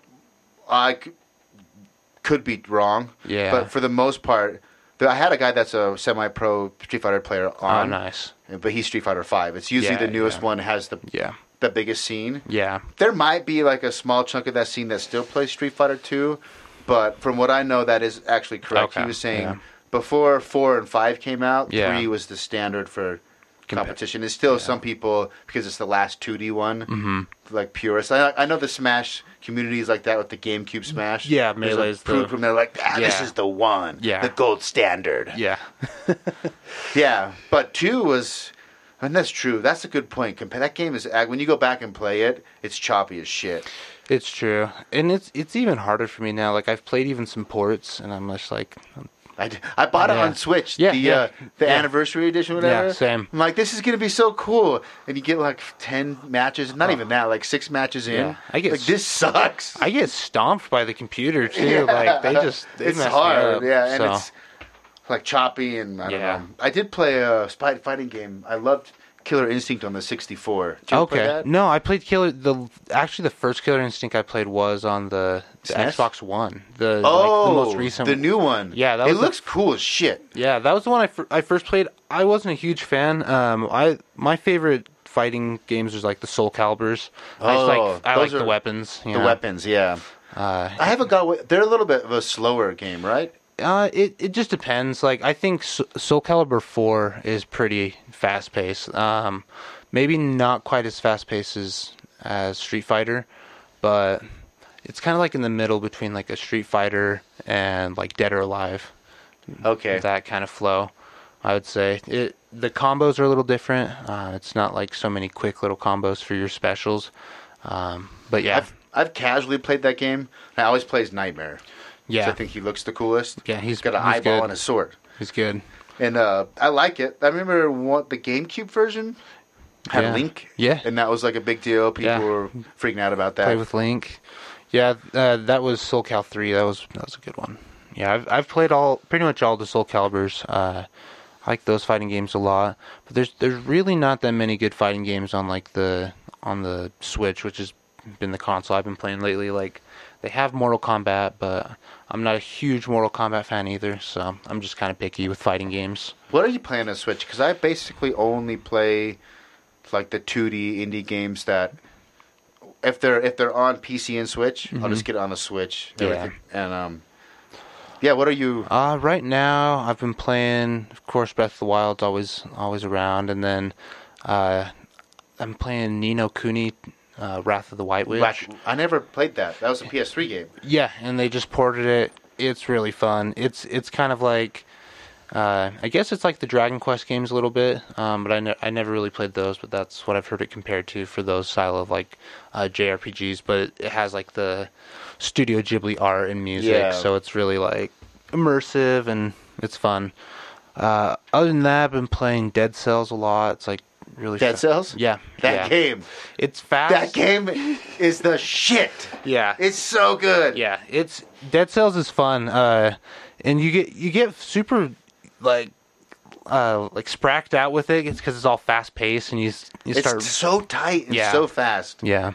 [SPEAKER 1] I c- could be wrong.
[SPEAKER 2] Yeah.
[SPEAKER 1] But for the most part, th- I had a guy that's a semi-pro Street Fighter player
[SPEAKER 2] Oh,
[SPEAKER 1] on,
[SPEAKER 2] nice.
[SPEAKER 1] but he's Street Fighter Five. It's usually
[SPEAKER 2] Yeah,
[SPEAKER 1] the newest
[SPEAKER 2] yeah.
[SPEAKER 1] one has the
[SPEAKER 2] Yeah.
[SPEAKER 1] the biggest scene.
[SPEAKER 2] Yeah.
[SPEAKER 1] There might be like a small chunk of that scene that still plays Street Fighter Two, but from what I know, that is actually correct.
[SPEAKER 2] Okay,
[SPEAKER 1] He was saying
[SPEAKER 2] yeah.
[SPEAKER 1] before four and five came out,
[SPEAKER 2] Yeah.
[SPEAKER 1] three was the standard for
[SPEAKER 2] Compa-
[SPEAKER 1] competition. It's still some people because it's the last two D one,
[SPEAKER 2] Mm-hmm.
[SPEAKER 1] like purists. I, I know the Smash community is like that with the GameCube Smash.
[SPEAKER 2] Yeah,
[SPEAKER 1] There's,
[SPEAKER 2] Melee's
[SPEAKER 1] like, proof
[SPEAKER 2] the-
[SPEAKER 1] from there like ah, this
[SPEAKER 2] Yeah.
[SPEAKER 1] is the one,
[SPEAKER 2] Yeah.
[SPEAKER 1] the gold standard.
[SPEAKER 2] Yeah.
[SPEAKER 1] Yeah, but two was, and that's true. That's a good point. Compa- that game is ag- when you go back and play it, it's choppy as shit.
[SPEAKER 2] It's true, and it's it's even harder for me now. Like I've played even some ports, and I'm just like,
[SPEAKER 1] I, d- I bought it
[SPEAKER 2] Yeah.
[SPEAKER 1] on Switch,
[SPEAKER 2] Yeah,
[SPEAKER 1] the
[SPEAKER 2] yeah,
[SPEAKER 1] uh, the
[SPEAKER 2] yeah.
[SPEAKER 1] anniversary edition, whatever.
[SPEAKER 2] Yeah, same.
[SPEAKER 1] I'm like, this is gonna be so cool, and you get like ten matches, not even that, like six matches in.
[SPEAKER 2] Oh. Yeah, I get
[SPEAKER 1] like
[SPEAKER 2] s-
[SPEAKER 1] this sucks.
[SPEAKER 2] I get stomped by the computer too. Like they just they
[SPEAKER 1] it's
[SPEAKER 2] mess me
[SPEAKER 1] hard,
[SPEAKER 2] up,
[SPEAKER 1] yeah, and
[SPEAKER 2] so.
[SPEAKER 1] it's like choppy and I don't
[SPEAKER 2] Yeah.
[SPEAKER 1] know. I did play a spy fighting game. I loved Killer Instinct on the 64. Did you ever play
[SPEAKER 2] okay.
[SPEAKER 1] that?
[SPEAKER 2] No, I played Killer. The actually the first Killer Instinct I played was on the, the
[SPEAKER 1] SNES?
[SPEAKER 2] Xbox One. The
[SPEAKER 1] E Oh,
[SPEAKER 2] like, the most recent.
[SPEAKER 1] the new one.
[SPEAKER 2] Yeah, that
[SPEAKER 1] it
[SPEAKER 2] was the-
[SPEAKER 1] looks cool as shit.
[SPEAKER 2] Yeah, that was the one I, fir- I first played. I wasn't a huge fan. Um, I my favorite fighting games was like the Soul Calibers. I just
[SPEAKER 1] Oh,
[SPEAKER 2] like I like
[SPEAKER 1] those
[SPEAKER 2] the
[SPEAKER 1] are-
[SPEAKER 2] weapons. you
[SPEAKER 1] The
[SPEAKER 2] know.
[SPEAKER 1] weapons, yeah.
[SPEAKER 2] Uh,
[SPEAKER 1] I haven't got. wa- They're a little bit of a slower game, right?
[SPEAKER 2] Uh, it it just depends. Like I think S- Soul Calibur Four is pretty fast paced. Um, maybe not quite as fast paced as as Street Fighter, but it's kind of like in the middle between like a Street Fighter and like Dead or Alive.
[SPEAKER 1] Okay.
[SPEAKER 2] That kind of flow, I would say. It the combos are a little different. Uh, it's not like so many quick little combos for your specials. Um, but yeah,
[SPEAKER 1] I've I've casually played that game. And I always plays Nightmare. 'cause
[SPEAKER 2] Yeah.
[SPEAKER 1] I think he looks the coolest.
[SPEAKER 2] Yeah, he's-
[SPEAKER 1] got an
[SPEAKER 2] he's
[SPEAKER 1] eyeball
[SPEAKER 2] good.
[SPEAKER 1] and a sword,
[SPEAKER 2] it's good.
[SPEAKER 1] and uh, I like it. I remember one, the GameCube version had
[SPEAKER 2] Yeah.
[SPEAKER 1] Link,
[SPEAKER 2] Yeah.
[SPEAKER 1] and that was like a big deal. People
[SPEAKER 2] Yeah.
[SPEAKER 1] were freaking out about that.
[SPEAKER 2] play with Link. Yeah, uh, that was Soul Cal three. That was that was a good one. Yeah, I've I've played all pretty much all the Soul Calibers. Uh, I like those fighting games a lot, but there's there's really not that many good fighting games on like the on the Switch, which has been the console I've been playing lately. Like they have Mortal Kombat, but I'm not a huge Mortal Kombat fan either, so I'm just kind of picky with fighting games.
[SPEAKER 1] What are you playing on Switch? Because I basically only play like the 2D indie games that if they're if they're on PC and Switch, I'll just get it on the Switch.
[SPEAKER 2] Mm-hmm. Yeah.
[SPEAKER 1] everything. And um, yeah. What are you?
[SPEAKER 2] Uh, right now, I've been playing, of course, Breath of the Wild's always always around, and then uh, I'm playing Nino Cooney, uh, Wrath of the White Witch.
[SPEAKER 1] Black- I never played that. That was a PS3 game.
[SPEAKER 2] Yeah, and they just ported it. It's really fun. It's it's kind of like, uh, I guess it's like the Dragon Quest games a little bit, um, but I ne- I never really played those, but that's what I've heard it compared to for those style of like uh, JRPGs. But it has like the Studio Ghibli art and music,
[SPEAKER 1] Yeah.
[SPEAKER 2] so it's really like immersive and it's fun. Uh, other than that, I've been playing Dead Cells a lot. It's like really
[SPEAKER 1] Dead
[SPEAKER 2] fast.
[SPEAKER 1] Cells?
[SPEAKER 2] Yeah,
[SPEAKER 1] That
[SPEAKER 2] yeah.
[SPEAKER 1] game.
[SPEAKER 2] It's fast.
[SPEAKER 1] That game is the shit.
[SPEAKER 2] Yeah,
[SPEAKER 1] It's so good.
[SPEAKER 2] yeah. It's Dead Cells is fun. Uh, and you get you get super like uh like spracked out with it. It's because it's all fast paced and you s- you
[SPEAKER 1] It's
[SPEAKER 2] start
[SPEAKER 1] so tight and
[SPEAKER 2] Yeah.
[SPEAKER 1] so fast.
[SPEAKER 2] yeah.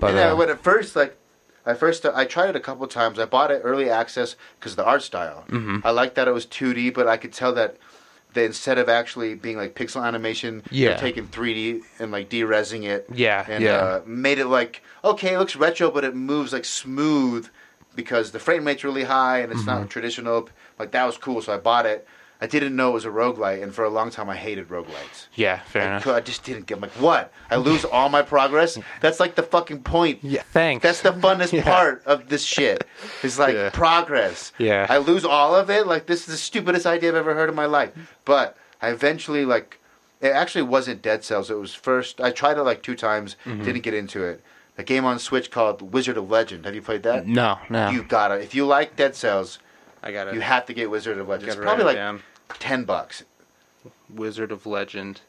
[SPEAKER 2] But
[SPEAKER 1] and I,
[SPEAKER 2] uh,
[SPEAKER 1] when at first, like, I first I tried it a couple times. I bought it early access because the art style.
[SPEAKER 2] Mm-hmm.
[SPEAKER 1] I liked that it was 2D, but I could tell that they instead of actually being like pixel animation,
[SPEAKER 2] Yeah.
[SPEAKER 1] they're taking 3D and like de-resing it.
[SPEAKER 2] Yeah,
[SPEAKER 1] and
[SPEAKER 2] yeah.
[SPEAKER 1] Uh, made it like okay, it looks retro, but it moves like smooth because the frame rate's really high and it's
[SPEAKER 2] Mm-hmm.
[SPEAKER 1] not traditional. Like that was cool, so I bought it. I didn't know it was a roguelite, and for a long time I hated roguelites.
[SPEAKER 2] yeah, fair
[SPEAKER 1] I,
[SPEAKER 2] enough.
[SPEAKER 1] could- I just didn't get. I'm like, what? I lose all my progress? That's like the fucking point.
[SPEAKER 2] Yeah, thanks.
[SPEAKER 1] That's the funnest
[SPEAKER 2] Yeah.
[SPEAKER 1] part of this shit. It's like
[SPEAKER 2] Yeah.
[SPEAKER 1] progress.
[SPEAKER 2] Yeah.
[SPEAKER 1] I lose all of it. Like this is the stupidest idea I've ever heard in my life. But I eventually like it actually wasn't Dead Cells. It was first I tried it like two times,
[SPEAKER 2] Mm-hmm.
[SPEAKER 1] didn't get into it. A game on Switch called Wizard of Legend. Have you played that?
[SPEAKER 2] no, no.
[SPEAKER 1] You gotta if you like Dead Cells,
[SPEAKER 2] I got
[SPEAKER 1] you have to get Wizard of Legend. It's probably like ten bucks.
[SPEAKER 2] Wizard of Legend.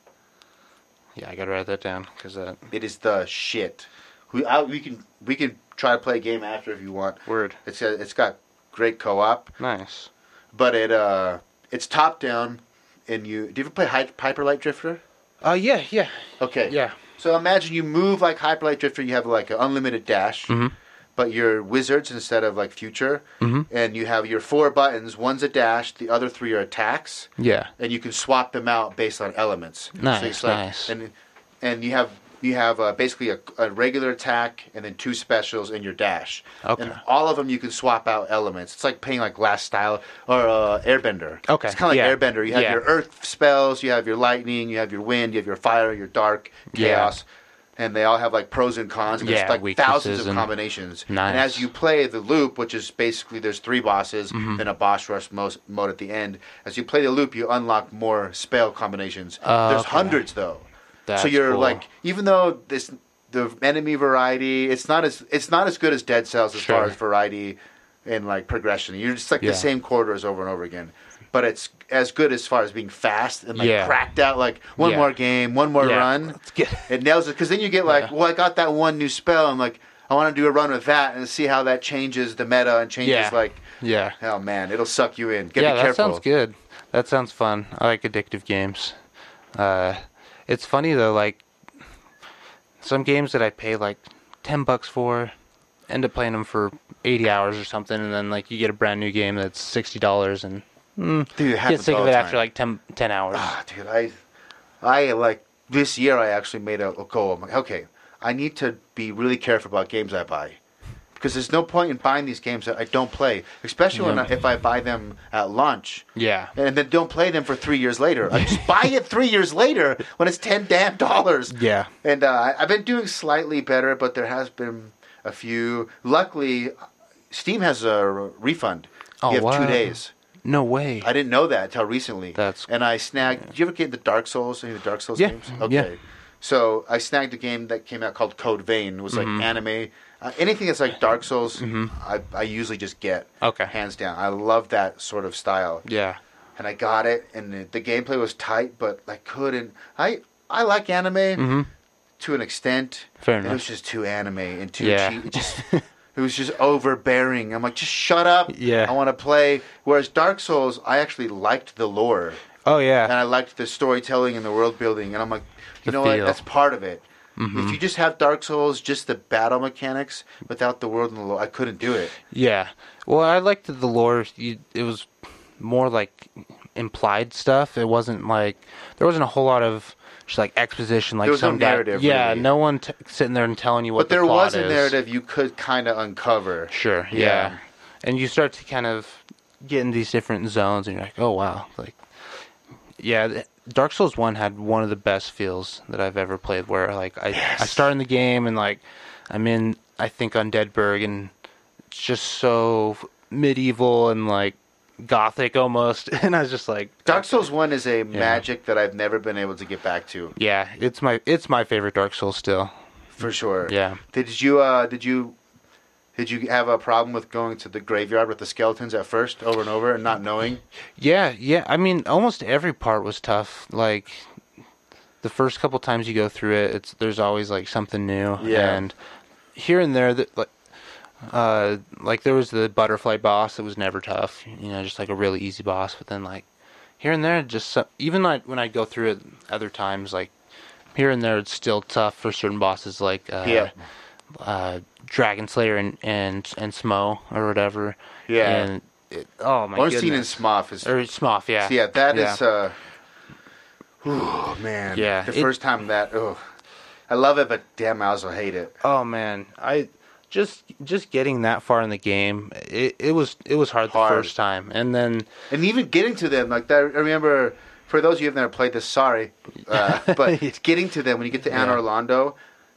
[SPEAKER 2] Yeah, I gotta write that down uh, because that
[SPEAKER 1] It is the shit. We I, we can we can try to play a game after if you want.
[SPEAKER 2] word.
[SPEAKER 1] It's a, it's got great co-op,
[SPEAKER 2] Nice.
[SPEAKER 1] but it uh it's top down, and you do you ever play Hy- Hyper Light Drifter?
[SPEAKER 2] Uh, yeah, yeah,
[SPEAKER 1] Okay.
[SPEAKER 2] yeah.
[SPEAKER 1] So imagine you move like Hyper Light Drifter. You have like an unlimited dash,
[SPEAKER 2] Mm-hmm.
[SPEAKER 1] but you're wizards instead of like future,
[SPEAKER 2] Mm-hmm.
[SPEAKER 1] and you have your four buttons. One's a dash, the other three are attacks.
[SPEAKER 2] Yeah.
[SPEAKER 1] and you can swap them out based on elements.
[SPEAKER 2] Nice,
[SPEAKER 1] it's like-
[SPEAKER 2] nice.
[SPEAKER 1] And and you have you have uh, basically a, a regular attack and then two specials in your dash.
[SPEAKER 2] Okay.
[SPEAKER 1] And all of them you can swap out elements. It's like playing like last style or uh, Airbender.
[SPEAKER 2] Okay,
[SPEAKER 1] It's kind of like
[SPEAKER 2] yeah.
[SPEAKER 1] Airbender. You have
[SPEAKER 2] Yeah.
[SPEAKER 1] your earth spells, you have your lightning, you have your wind, you have your fire, your dark,
[SPEAKER 2] Yeah.
[SPEAKER 1] chaos. And they all have like pros and cons. And
[SPEAKER 2] Yeah,
[SPEAKER 1] there's like
[SPEAKER 2] weaknesses
[SPEAKER 1] thousands of
[SPEAKER 2] and-
[SPEAKER 1] combinations.
[SPEAKER 2] Nice.
[SPEAKER 1] And as you play the loop, which is basically there's three bosses,
[SPEAKER 2] Mm-hmm.
[SPEAKER 1] then a boss rush mo- mode at the end. As you play the loop, you unlock more spell combinations. there's
[SPEAKER 2] Oh, okay.
[SPEAKER 1] hundreds though,
[SPEAKER 2] That's
[SPEAKER 1] so you're
[SPEAKER 2] cool.
[SPEAKER 1] like even though this the enemy variety, it's not as it's not as good as Dead Cells as far
[SPEAKER 2] Sure.
[SPEAKER 1] as variety and like progression. You're just like
[SPEAKER 2] Yeah.
[SPEAKER 1] the same corridors over and over again. But it's as good as far as being fast and like
[SPEAKER 2] Yeah.
[SPEAKER 1] cracked out. Like one
[SPEAKER 2] Yeah.
[SPEAKER 1] more game, one more
[SPEAKER 2] Yeah.
[SPEAKER 1] run.
[SPEAKER 2] Let's get-
[SPEAKER 1] It nails it because then you get like, well, I got that one new spell, and like I want to do a run with that and see how that changes the meta and changes
[SPEAKER 2] Yeah.
[SPEAKER 1] like,
[SPEAKER 2] Yeah.
[SPEAKER 1] oh man, it'll suck you in. Get
[SPEAKER 2] yeah,
[SPEAKER 1] be
[SPEAKER 2] that
[SPEAKER 1] careful.
[SPEAKER 2] sounds good. That sounds fun. I like addictive games. Uh, it's funny though, like some games that I pay like ten bucks for, end up playing them for eighty hours or something, and then like you get a brand new game that's sixty dollars and
[SPEAKER 1] Dude, it
[SPEAKER 2] get
[SPEAKER 1] happens
[SPEAKER 2] sick
[SPEAKER 1] all
[SPEAKER 2] of
[SPEAKER 1] the
[SPEAKER 2] it
[SPEAKER 1] time.
[SPEAKER 2] after like 10, 10 hours.
[SPEAKER 1] Ah, dude, I, I like this year. I actually made a, a goal. I'm like, okay, I need to be really careful about games I buy, because there's no point in buying these games that I don't play, especially when I, if I buy them at launch.
[SPEAKER 2] Yeah.
[SPEAKER 1] and then don't play them for three years later. I just buy it three years later when it's ten damn dollars.
[SPEAKER 2] Yeah.
[SPEAKER 1] and uh, I- I've been doing slightly better, but there has been a few. Luckily, Steam has a re- refund.
[SPEAKER 2] Oh,
[SPEAKER 1] you have
[SPEAKER 2] wow.
[SPEAKER 1] two days.
[SPEAKER 2] No way.
[SPEAKER 1] I didn't know that until recently.
[SPEAKER 2] That's-
[SPEAKER 1] and I snagged. Did you ever get the Dark Souls? Any of the Dark Souls
[SPEAKER 2] Yeah, Mm-hmm.
[SPEAKER 1] games?
[SPEAKER 2] yeah.
[SPEAKER 1] Okay. So I snagged a game that came out called Code Vein. It was like
[SPEAKER 2] Mm-hmm.
[SPEAKER 1] anime. Uh, anything that's like Dark Souls, I, I usually just get.
[SPEAKER 2] Okay.
[SPEAKER 1] Hands down, I love that sort of style.
[SPEAKER 2] yeah.
[SPEAKER 1] And I got it, and the, the gameplay was tight, but I couldn't. I I like anime to an extent.
[SPEAKER 2] Mm-hmm. Fair
[SPEAKER 1] It
[SPEAKER 2] enough.
[SPEAKER 1] was just too anime and too
[SPEAKER 2] Yeah.
[SPEAKER 1] cheap. It just it was just overbearing. I'm like, just shut up.
[SPEAKER 2] Yeah.
[SPEAKER 1] I want to play. Whereas Dark Souls, I actually liked the lore
[SPEAKER 2] Oh
[SPEAKER 1] and
[SPEAKER 2] yeah.
[SPEAKER 1] I liked the storytelling and the world building. And I'm like, you
[SPEAKER 2] The
[SPEAKER 1] know what?
[SPEAKER 2] feel. Mm-hmm.
[SPEAKER 1] That's part of it. If you just have Dark Souls, just the battle mechanics without the world and the lore, I couldn't do it.
[SPEAKER 2] Yeah. Well, I liked that the lore. You, it was more like implied stuff. It wasn't like there wasn't a whole lot of just like exposition. Like
[SPEAKER 1] There was no
[SPEAKER 2] some guy-
[SPEAKER 1] narrative,
[SPEAKER 2] yeah.
[SPEAKER 1] really.
[SPEAKER 2] No one t- sitting there and telling you what.
[SPEAKER 1] But there
[SPEAKER 2] the plot
[SPEAKER 1] was a
[SPEAKER 2] is.
[SPEAKER 1] narrative you could kind of uncover.
[SPEAKER 2] Sure. Yeah.
[SPEAKER 1] Yeah.
[SPEAKER 2] And you start to kind of get in these different zones, and you're like, oh wow, like yeah. th- Dark Souls One had one of the best feels that I've ever played. Where like I I start in the game and like I'm in I think Undeadburg and it's just so medieval and like gothic almost, and I was just like,
[SPEAKER 1] Dark Souls One is a magic that I've never been able to get back to
[SPEAKER 2] yeah, it's my it's my favorite Dark Souls still.
[SPEAKER 1] for sure.
[SPEAKER 2] Yeah.
[SPEAKER 1] Did you? Uh, did you? Did you have a problem with going to the graveyard with the skeletons at first, over and over, and not knowing?
[SPEAKER 2] Yeah, yeah. I mean, almost every part was tough. Like, the first couple times you go through it, it's there's always like something new.
[SPEAKER 1] Yeah.
[SPEAKER 2] And here and there, that like. Uh, like there was the butterfly boss that was never tough, you know, just like a really easy boss. But then like here and there, just some, even like when I go through it other times, like here and there, it's still tough for certain bosses. Like uh,
[SPEAKER 1] Yeah.
[SPEAKER 2] uh, Dragon Slayer and and and Smo or whatever.
[SPEAKER 1] Yeah.
[SPEAKER 2] And it, oh my
[SPEAKER 1] Ornstein and
[SPEAKER 2] goodness.
[SPEAKER 1] Smoff is.
[SPEAKER 2] or Smoff, yeah.
[SPEAKER 1] yeah, that is.
[SPEAKER 2] Yeah.
[SPEAKER 1] Uh, oh man.
[SPEAKER 2] Yeah,
[SPEAKER 1] The
[SPEAKER 2] it-
[SPEAKER 1] first time that. Oh, I love it, but damn, I also hate it.
[SPEAKER 2] Oh man, I just just getting that far in the game, it, it was it was hard,
[SPEAKER 1] Hard.
[SPEAKER 2] the first time, and then
[SPEAKER 1] and even getting to them like that. I remember for those of you who've never played this, sorry, uh, but it's getting to them when you get to Anne
[SPEAKER 2] Yeah.
[SPEAKER 1] Orlando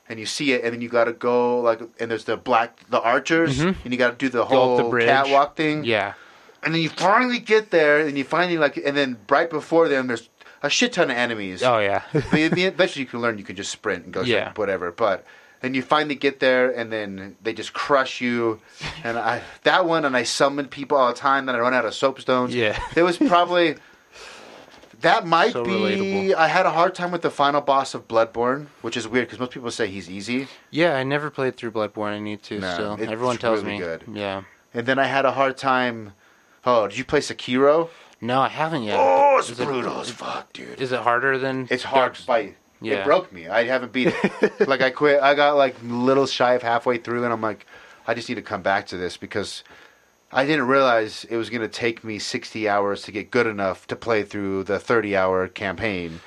[SPEAKER 1] and you see it, and then you got to go like, and there's the black the archers, and you got to do the
[SPEAKER 2] Mm-hmm. Go up
[SPEAKER 1] whole
[SPEAKER 2] the bridge.
[SPEAKER 1] catwalk thing,
[SPEAKER 2] yeah,
[SPEAKER 1] and then you finally get there, and you finally like, and then right before them, there's a shit ton of enemies.
[SPEAKER 2] oh yeah,
[SPEAKER 1] but I mean, eventually you can learn you can just sprint and go
[SPEAKER 2] Yeah.
[SPEAKER 1] straight, whatever but then you finally get there and then they just crush you and i that one and i summon people all the time then i run out of soapstones
[SPEAKER 2] Yeah.
[SPEAKER 1] there was probably that might
[SPEAKER 2] So
[SPEAKER 1] be
[SPEAKER 2] relatable.
[SPEAKER 1] i had a hard time with the final boss of bloodborne which is weird because most people say he's easy
[SPEAKER 2] yeah. I never played through Bloodborne. I need to.
[SPEAKER 1] No,
[SPEAKER 2] still,
[SPEAKER 1] it's
[SPEAKER 2] everyone tells
[SPEAKER 1] really
[SPEAKER 2] me.
[SPEAKER 1] good.
[SPEAKER 2] Yeah.
[SPEAKER 1] and then i had a hard time oh did you play sekiro
[SPEAKER 2] No, I haven't yet.
[SPEAKER 1] oh it's
[SPEAKER 2] is it-
[SPEAKER 1] brutal as fuck dude
[SPEAKER 2] Is it harder than?
[SPEAKER 1] It's hard to fight. It
[SPEAKER 2] Yeah.
[SPEAKER 1] broke me. I haven't beat it. like I quit. I got like little shy of halfway through, and I'm like, I just need to come back to this because I didn't realize it was going to take me 60 hours to get good enough to play through the 30 hour campaign.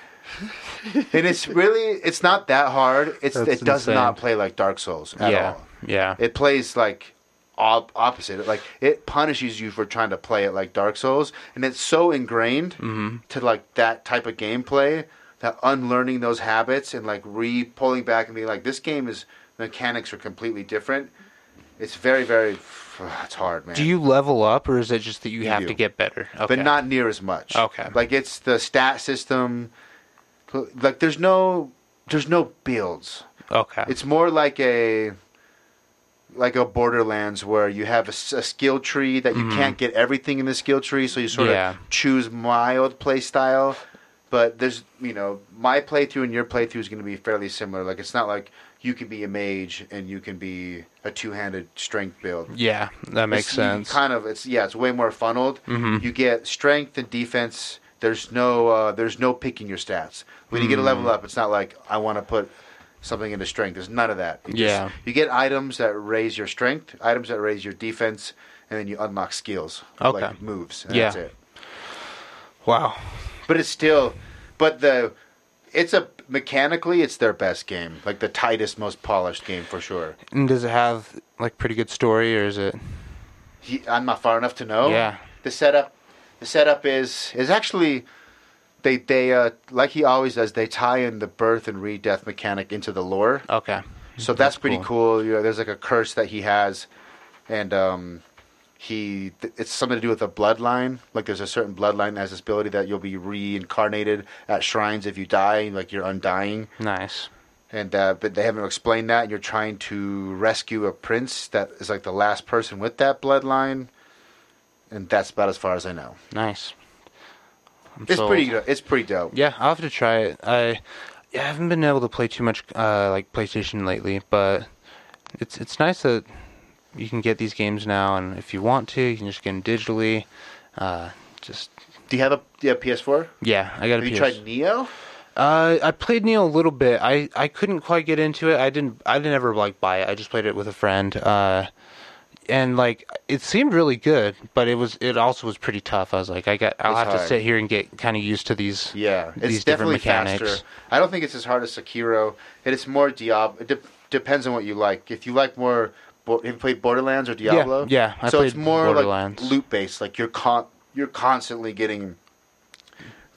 [SPEAKER 1] and it's really, it's not that hard. It's
[SPEAKER 2] That's
[SPEAKER 1] it does
[SPEAKER 2] insane.
[SPEAKER 1] not play like Dark Souls at
[SPEAKER 2] yeah,
[SPEAKER 1] all.
[SPEAKER 2] yeah,
[SPEAKER 1] It plays like op- opposite. Like it punishes you for trying to play it like Dark Souls, and it's so ingrained
[SPEAKER 2] Mm-hmm.
[SPEAKER 1] to like that type of gameplay that unlearning those habits and like re pulling back and being like, this game is mechanics are completely different. It's very very. It's hard, man.
[SPEAKER 2] Do you level up, or is it just that you, have
[SPEAKER 1] do.
[SPEAKER 2] to get better? Okay.
[SPEAKER 1] But not near as much.
[SPEAKER 2] Okay.
[SPEAKER 1] Like it's the stat system. Like there's no there's no builds.
[SPEAKER 2] okay.
[SPEAKER 1] It's more like a like a Borderlands where you have a, s- a skill tree that you can't get everything in the skill tree, so you sort
[SPEAKER 2] Yeah.
[SPEAKER 1] of choose mild play style. But there's you know my playthrough and your playthrough is going to be fairly similar. Like it's not like you can be a mage and you can be a two handed strength build.
[SPEAKER 2] yeah, that makes
[SPEAKER 1] It's- you
[SPEAKER 2] sense. Mm-hmm.
[SPEAKER 1] Kind of it's yeah it's way more funneled. You get strength and defense. There's no uh, there's no picking your stats. When you get a
[SPEAKER 2] Mm.
[SPEAKER 1] level up, it's not like I want to put something into strength. There's none of that. You
[SPEAKER 2] Yeah.
[SPEAKER 1] you get items that raise your strength, items that raise your defense, and then you unlock skills
[SPEAKER 2] Okay.
[SPEAKER 1] like moves. And
[SPEAKER 2] Yeah.
[SPEAKER 1] That's it.
[SPEAKER 2] wow.
[SPEAKER 1] But it's still, but the it's a mechanically it's their best game, like the tightest, most polished game for sure.
[SPEAKER 2] And does it have like pretty good story, or is it?
[SPEAKER 1] he, I'm not far enough to know.
[SPEAKER 2] Yeah.
[SPEAKER 1] The setup, the setup is is actually they they uh, like he always does. They tie in the birth and re-death mechanic into the lore,
[SPEAKER 2] Okay.
[SPEAKER 1] so Oh, that's, pretty cool. You know, there's like a curse that he has, and um, he th- it's something to do with a bloodline. Like there's a certain bloodline that has this ability that you'll be reincarnated at shrines if you die, like you're undying
[SPEAKER 2] Nice.
[SPEAKER 1] and uh, but they haven't explained that. And you're trying to rescue a prince that is like the last person with that bloodline, and that's about as far as I know.
[SPEAKER 2] Nice. I'm
[SPEAKER 1] It's
[SPEAKER 2] sold.
[SPEAKER 1] pretty. It's pretty dope.
[SPEAKER 2] Yeah, I'll have to try it. I, yeah, I haven't been able to play too much uh, like PlayStation lately, but it's it's nice that you can get these games now, and if you want to, you can just get them digitally. Uh, just
[SPEAKER 1] Do you have a, do you have PS4?
[SPEAKER 2] yeah, I got a
[SPEAKER 1] Have you
[SPEAKER 2] PS.
[SPEAKER 1] tried Neo?
[SPEAKER 2] Uh, I played Neo a little bit. I, I couldn't quite get into it. I didn't I didn't ever like buy it. I just played it with a friend. Uh, and like it seemed really good, but it was it also was pretty tough. I was like, I got I'll
[SPEAKER 1] It's
[SPEAKER 2] have to
[SPEAKER 1] hard.
[SPEAKER 2] sit here and get kind of used to these.
[SPEAKER 1] Yeah, it's
[SPEAKER 2] these different
[SPEAKER 1] definitely
[SPEAKER 2] mechanics.
[SPEAKER 1] faster. I don't think it's as hard as Sekiro. It is more Diablo. It de- depends on what you like. If you like more, Bo- have you played Borderlands or Diablo?
[SPEAKER 2] yeah, I
[SPEAKER 1] so it's
[SPEAKER 2] played
[SPEAKER 1] more like
[SPEAKER 2] Borderlands.
[SPEAKER 1] loot based. Like you're con- you're constantly getting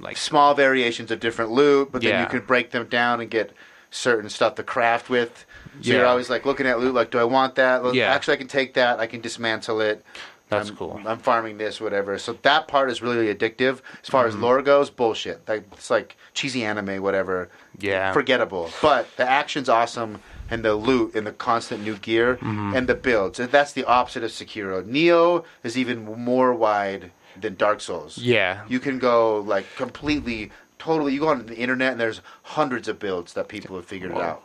[SPEAKER 2] Like
[SPEAKER 1] small variations of different loot, but then
[SPEAKER 2] Yeah.
[SPEAKER 1] you can break them down and get certain stuff to craft with. So you're
[SPEAKER 2] Yeah.
[SPEAKER 1] always like looking at loot, like, do I want that? Look,
[SPEAKER 2] Yeah.
[SPEAKER 1] Actually, I can take that. I can dismantle it.
[SPEAKER 2] That's
[SPEAKER 1] I'm-
[SPEAKER 2] cool.
[SPEAKER 1] I'm farming this, whatever. So that part is really addictive. As far as
[SPEAKER 2] Mm-hmm.
[SPEAKER 1] lore goes, bullshit. Like, it's like cheesy anime, whatever.
[SPEAKER 2] Yeah.
[SPEAKER 1] Forgettable. But the action's awesome, and the loot, and the constant new gear,
[SPEAKER 2] Mm-hmm.
[SPEAKER 1] and the builds. And that's the opposite of Sekiro. Neo is even more wide than Dark Souls.
[SPEAKER 2] Yeah.
[SPEAKER 1] You can go like completely totally. You go on the internet and there's hundreds of builds that people have figured it out.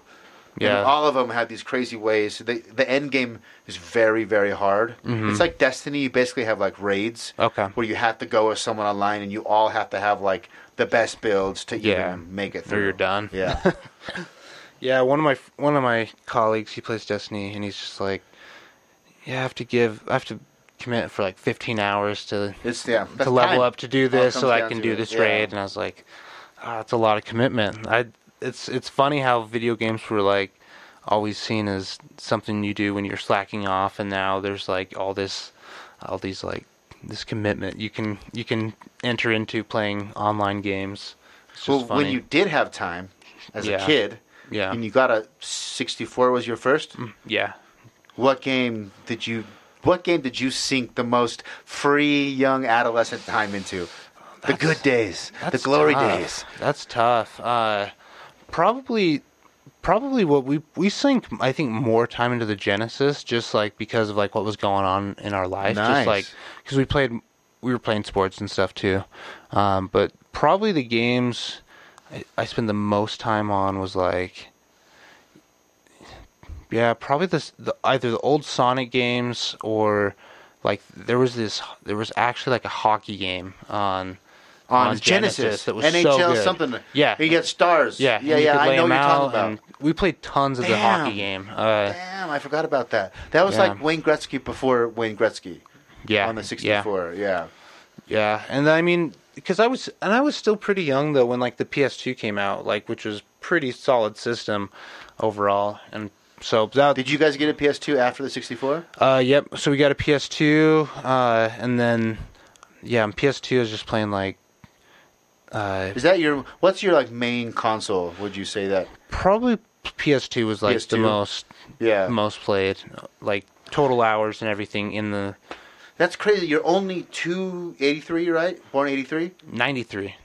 [SPEAKER 2] Yeah.
[SPEAKER 1] And all of them have these crazy ways. They, the end game is very, very hard. It's like Destiny. You basically have like raids,
[SPEAKER 2] Mm-hmm. Okay.
[SPEAKER 1] where you have to go with someone online, and you all have to have like the best builds to
[SPEAKER 2] Yeah.
[SPEAKER 1] even make it
[SPEAKER 2] Or
[SPEAKER 1] through.
[SPEAKER 2] you're done.
[SPEAKER 1] Yeah,
[SPEAKER 2] Yeah, one of my one of my colleagues, he plays Destiny, and he's just like, yeah, I have to give, I have to commit for like 15 hours to
[SPEAKER 1] it's yeah.
[SPEAKER 2] to level up to do this, so
[SPEAKER 1] comes
[SPEAKER 2] I
[SPEAKER 1] down
[SPEAKER 2] can
[SPEAKER 1] to
[SPEAKER 2] do
[SPEAKER 1] it,
[SPEAKER 2] this
[SPEAKER 1] yeah.
[SPEAKER 2] raid. And I was like, ah, that's a lot of commitment. I it's it's funny how video games were like always seen as something you do when you're slacking off, and now there's like all this, all these like this commitment you can you can enter into playing online games. It's just
[SPEAKER 1] Well,
[SPEAKER 2] funny.
[SPEAKER 1] when you did have time as
[SPEAKER 2] Yeah.
[SPEAKER 1] a kid,
[SPEAKER 2] Yeah. Mm-hmm.
[SPEAKER 1] and you got a 64 was your first.
[SPEAKER 2] yeah.
[SPEAKER 1] What game did you? What game did you sink the most free young adolescent time into? the good days, the
[SPEAKER 2] That's
[SPEAKER 1] glory
[SPEAKER 2] tough.
[SPEAKER 1] days.
[SPEAKER 2] That's tough. Uh, probably, probably what we we sink. I think more time into the Genesis, just like because of like what was going on in our life,
[SPEAKER 1] Nice.
[SPEAKER 2] just like because we played, we were playing sports and stuff too. Um, but probably the games I, I spent the most time on was like. Yeah, probably this the, either the old Sonic games or like there was this there was actually like a hockey game on
[SPEAKER 1] On, Genesis,
[SPEAKER 2] that was
[SPEAKER 1] NHL
[SPEAKER 2] so good.
[SPEAKER 1] something.
[SPEAKER 2] Yeah,
[SPEAKER 1] you get stars.
[SPEAKER 2] yeah,
[SPEAKER 1] yeah,
[SPEAKER 2] and you
[SPEAKER 1] yeah.
[SPEAKER 2] could
[SPEAKER 1] I
[SPEAKER 2] lay
[SPEAKER 1] know what
[SPEAKER 2] them
[SPEAKER 1] you're talking
[SPEAKER 2] out,
[SPEAKER 1] about.
[SPEAKER 2] and we played tons of the
[SPEAKER 1] Damn.
[SPEAKER 2] hockey game. Uh,
[SPEAKER 1] Damn, I forgot about that. That was
[SPEAKER 2] Yeah.
[SPEAKER 1] like Wayne Gretzky before Wayne Gretzky
[SPEAKER 2] yeah,
[SPEAKER 1] on the
[SPEAKER 2] yeah.
[SPEAKER 1] 64. Yeah.
[SPEAKER 2] Yeah, and I mean, because I was and I was still pretty young though when like the PS2 came out, like which was pretty solid system overall, and so that
[SPEAKER 1] Did you guys get a PS2 after the 64?
[SPEAKER 2] Uh, yep. So we got a PS2, uh, and then yeah, on PS2 I was just playing like uh,
[SPEAKER 1] Is that your what's your like main console? Would you say that?
[SPEAKER 2] probably PS2 was like the
[SPEAKER 1] PS2?
[SPEAKER 2] most
[SPEAKER 1] Yeah.
[SPEAKER 2] most played, like total hours and everything in the
[SPEAKER 1] That's crazy. You're only 283, right? Born 83?
[SPEAKER 2] 93.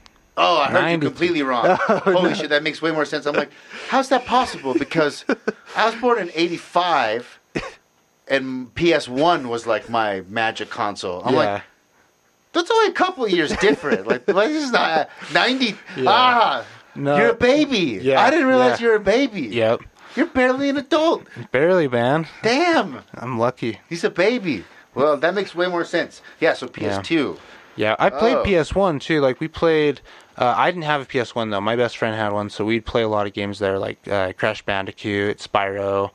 [SPEAKER 1] Oh, I heard you
[SPEAKER 2] 93.
[SPEAKER 1] completely
[SPEAKER 2] Oh,
[SPEAKER 1] wrong. Holy shit, that makes way more sense. I'm like, how's that possible? Because I was born in 85 and PS1 was like my magic console. I'm like, that's only a couple of years different. like, like, this is not 90. Ah,
[SPEAKER 2] No.
[SPEAKER 1] you're a baby.
[SPEAKER 2] Yeah,
[SPEAKER 1] I didn't realize
[SPEAKER 2] yeah.
[SPEAKER 1] you're a baby.
[SPEAKER 2] yep.
[SPEAKER 1] You're barely an adult.
[SPEAKER 2] Barely, man.
[SPEAKER 1] Damn,
[SPEAKER 2] I'm lucky.
[SPEAKER 1] he's a baby. Well, that makes way more sense. Yeah, so PS2.
[SPEAKER 2] Yeah, I played
[SPEAKER 1] Oh.
[SPEAKER 2] PS1 too. Like we played. Uh, I didn't have a PS1 though. My best friend had one, so we'd play a lot of games there, like uh, Crash Bandicoot, Spyro.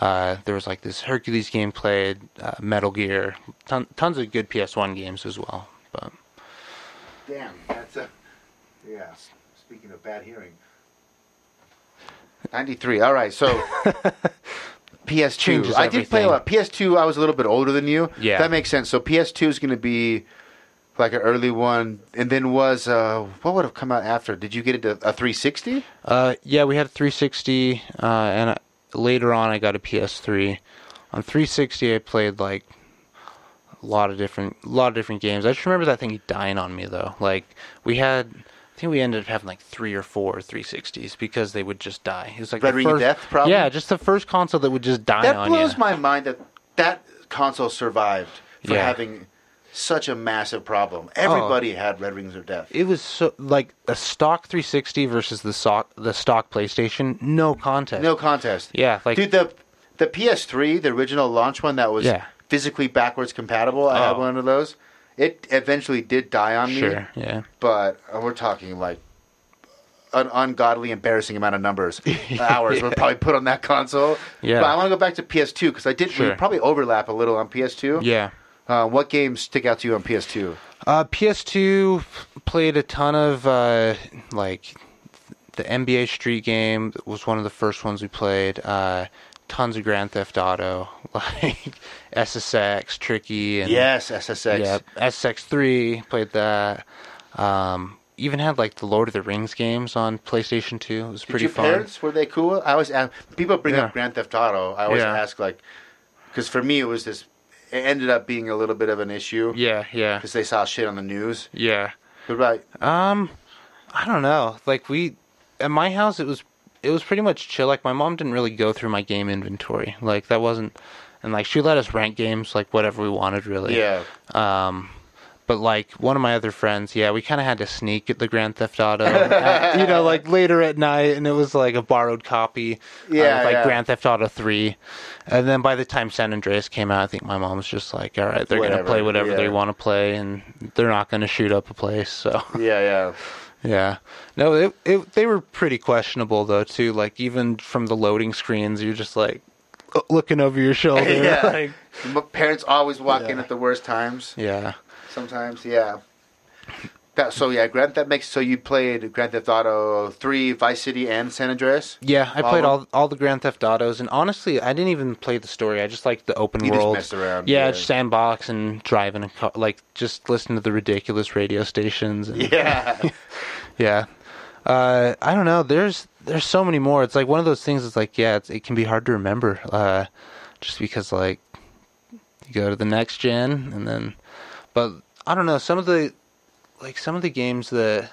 [SPEAKER 2] Uh, there was like this Hercules game played, uh, Metal Gear, ton- tons of good PS1 games as well. But
[SPEAKER 1] Damn, that's a. Yeah, s- speaking of bad hearing. 93, all right, so. PS2.
[SPEAKER 2] Changes
[SPEAKER 1] I did play a
[SPEAKER 2] everything.
[SPEAKER 1] lot. PS2, I was a little bit older than you.
[SPEAKER 2] Yeah.
[SPEAKER 1] That makes sense. So PS2 is going to be like an early one. And then was. uh What would have come out after? Did you get it a 360?
[SPEAKER 2] uh, yeah, we had a 360, uh, and I, later on I got a PS3. On 360, I played like a lot of different, lot of different games. I just remember that thing dying on me though. Like we had, I think we ended up having like three or four 360s because they would just die. It was like
[SPEAKER 1] Red
[SPEAKER 2] the
[SPEAKER 1] Ring of
[SPEAKER 2] first-
[SPEAKER 1] Death, probably?
[SPEAKER 2] Yeah, just the first console that would just die
[SPEAKER 1] That
[SPEAKER 2] on
[SPEAKER 1] blows
[SPEAKER 2] you.
[SPEAKER 1] my mind that that console survived for
[SPEAKER 2] Yeah. Oh.
[SPEAKER 1] having such a massive problem. Everybody had Red Rings of Death.
[SPEAKER 2] it was so like a stock 360 versus the stock the stock PlayStation. No contest.
[SPEAKER 1] No contest.
[SPEAKER 2] Yeah, like
[SPEAKER 1] Dude, the the PS3, the original launch one that was
[SPEAKER 2] Yeah.
[SPEAKER 1] physically backwards compatible. I had
[SPEAKER 2] Oh.
[SPEAKER 1] one of those. It eventually did die on me,
[SPEAKER 2] sure, yeah.
[SPEAKER 1] but uh, we're talking like an ungodly, embarrassing amount of numbers hours were probably put on that console.
[SPEAKER 2] Yeah.
[SPEAKER 1] but I want to go back to PS2 because I did. We
[SPEAKER 2] Sure.
[SPEAKER 1] probably overlap a little on PS2.
[SPEAKER 2] Yeah.
[SPEAKER 1] Uh, what games stick out to you on PS2?
[SPEAKER 2] Uh, PS2 played a ton of uh, like the NBA Street game was one of the first ones we played. Uh, tons of Grand Theft Auto, like SSX, Tricky, and
[SPEAKER 1] Yes, SSX.
[SPEAKER 2] yeah, SSX three played that. Um, even had like the Lord of the Rings games on PlayStation Two. It was
[SPEAKER 1] Did
[SPEAKER 2] pretty
[SPEAKER 1] your
[SPEAKER 2] fun.
[SPEAKER 1] parents were they cool? I always ask people bring
[SPEAKER 2] Yeah.
[SPEAKER 1] up Grand Theft Auto. I always
[SPEAKER 2] Yeah.
[SPEAKER 1] ask like, because for me it was this. It ended up being a little bit of an issue
[SPEAKER 2] Yeah, yeah,
[SPEAKER 1] because they saw shit on the news.
[SPEAKER 2] yeah.
[SPEAKER 1] But right,
[SPEAKER 2] Um, I don't know. Like we at my house, it was it was pretty much chill. Like my mom didn't really go through my game inventory. Like that wasn't, and like she let us rank games like whatever we wanted really.
[SPEAKER 1] yeah.
[SPEAKER 2] Um, But like one of my other friends, yeah, we kind of had to sneak at the Grand Theft Auto, at- you know, like later at night, and it was like a borrowed copy, uh,
[SPEAKER 1] Yeah,
[SPEAKER 2] of, like
[SPEAKER 1] yeah.
[SPEAKER 2] Grand Theft Auto Three. And then by the time San Andreas came out, I think my mom was just like, "All right, they're gonna
[SPEAKER 1] Whatever,
[SPEAKER 2] play whatever they
[SPEAKER 1] yeah.
[SPEAKER 2] want to play, and they're not gonna shoot up a place." So
[SPEAKER 1] Yeah, yeah.
[SPEAKER 2] yeah, no, it, it they were pretty questionable though too. Like even from the loading screens, you're just like o- looking over your shoulder.
[SPEAKER 1] Yeah.
[SPEAKER 2] like-
[SPEAKER 1] My parents always walk in
[SPEAKER 2] Yeah.
[SPEAKER 1] at the worst times.
[SPEAKER 2] yeah.
[SPEAKER 1] Sometimes, yeah. That so yeah, Grand Theft makes so you played Grand Theft Auto three, Vice City, and San Andreas.
[SPEAKER 2] Yeah, I
[SPEAKER 1] All
[SPEAKER 2] played
[SPEAKER 1] of
[SPEAKER 2] all all the Grand Theft Autos, and honestly, I didn't even play the story. I just liked the open
[SPEAKER 1] You just
[SPEAKER 2] world.
[SPEAKER 1] messed around,
[SPEAKER 2] Yeah,
[SPEAKER 1] yeah.
[SPEAKER 2] just sandbox and driving a car, like just listen to the ridiculous radio stations. And,
[SPEAKER 1] Yeah,
[SPEAKER 2] yeah. Uh, I don't know. There's there's so many more. It's like one of those things. It's like yeah, it's, it can be hard to remember, uh, just because like you go to the next gen and then, but I don't know. Some of the like some of the games that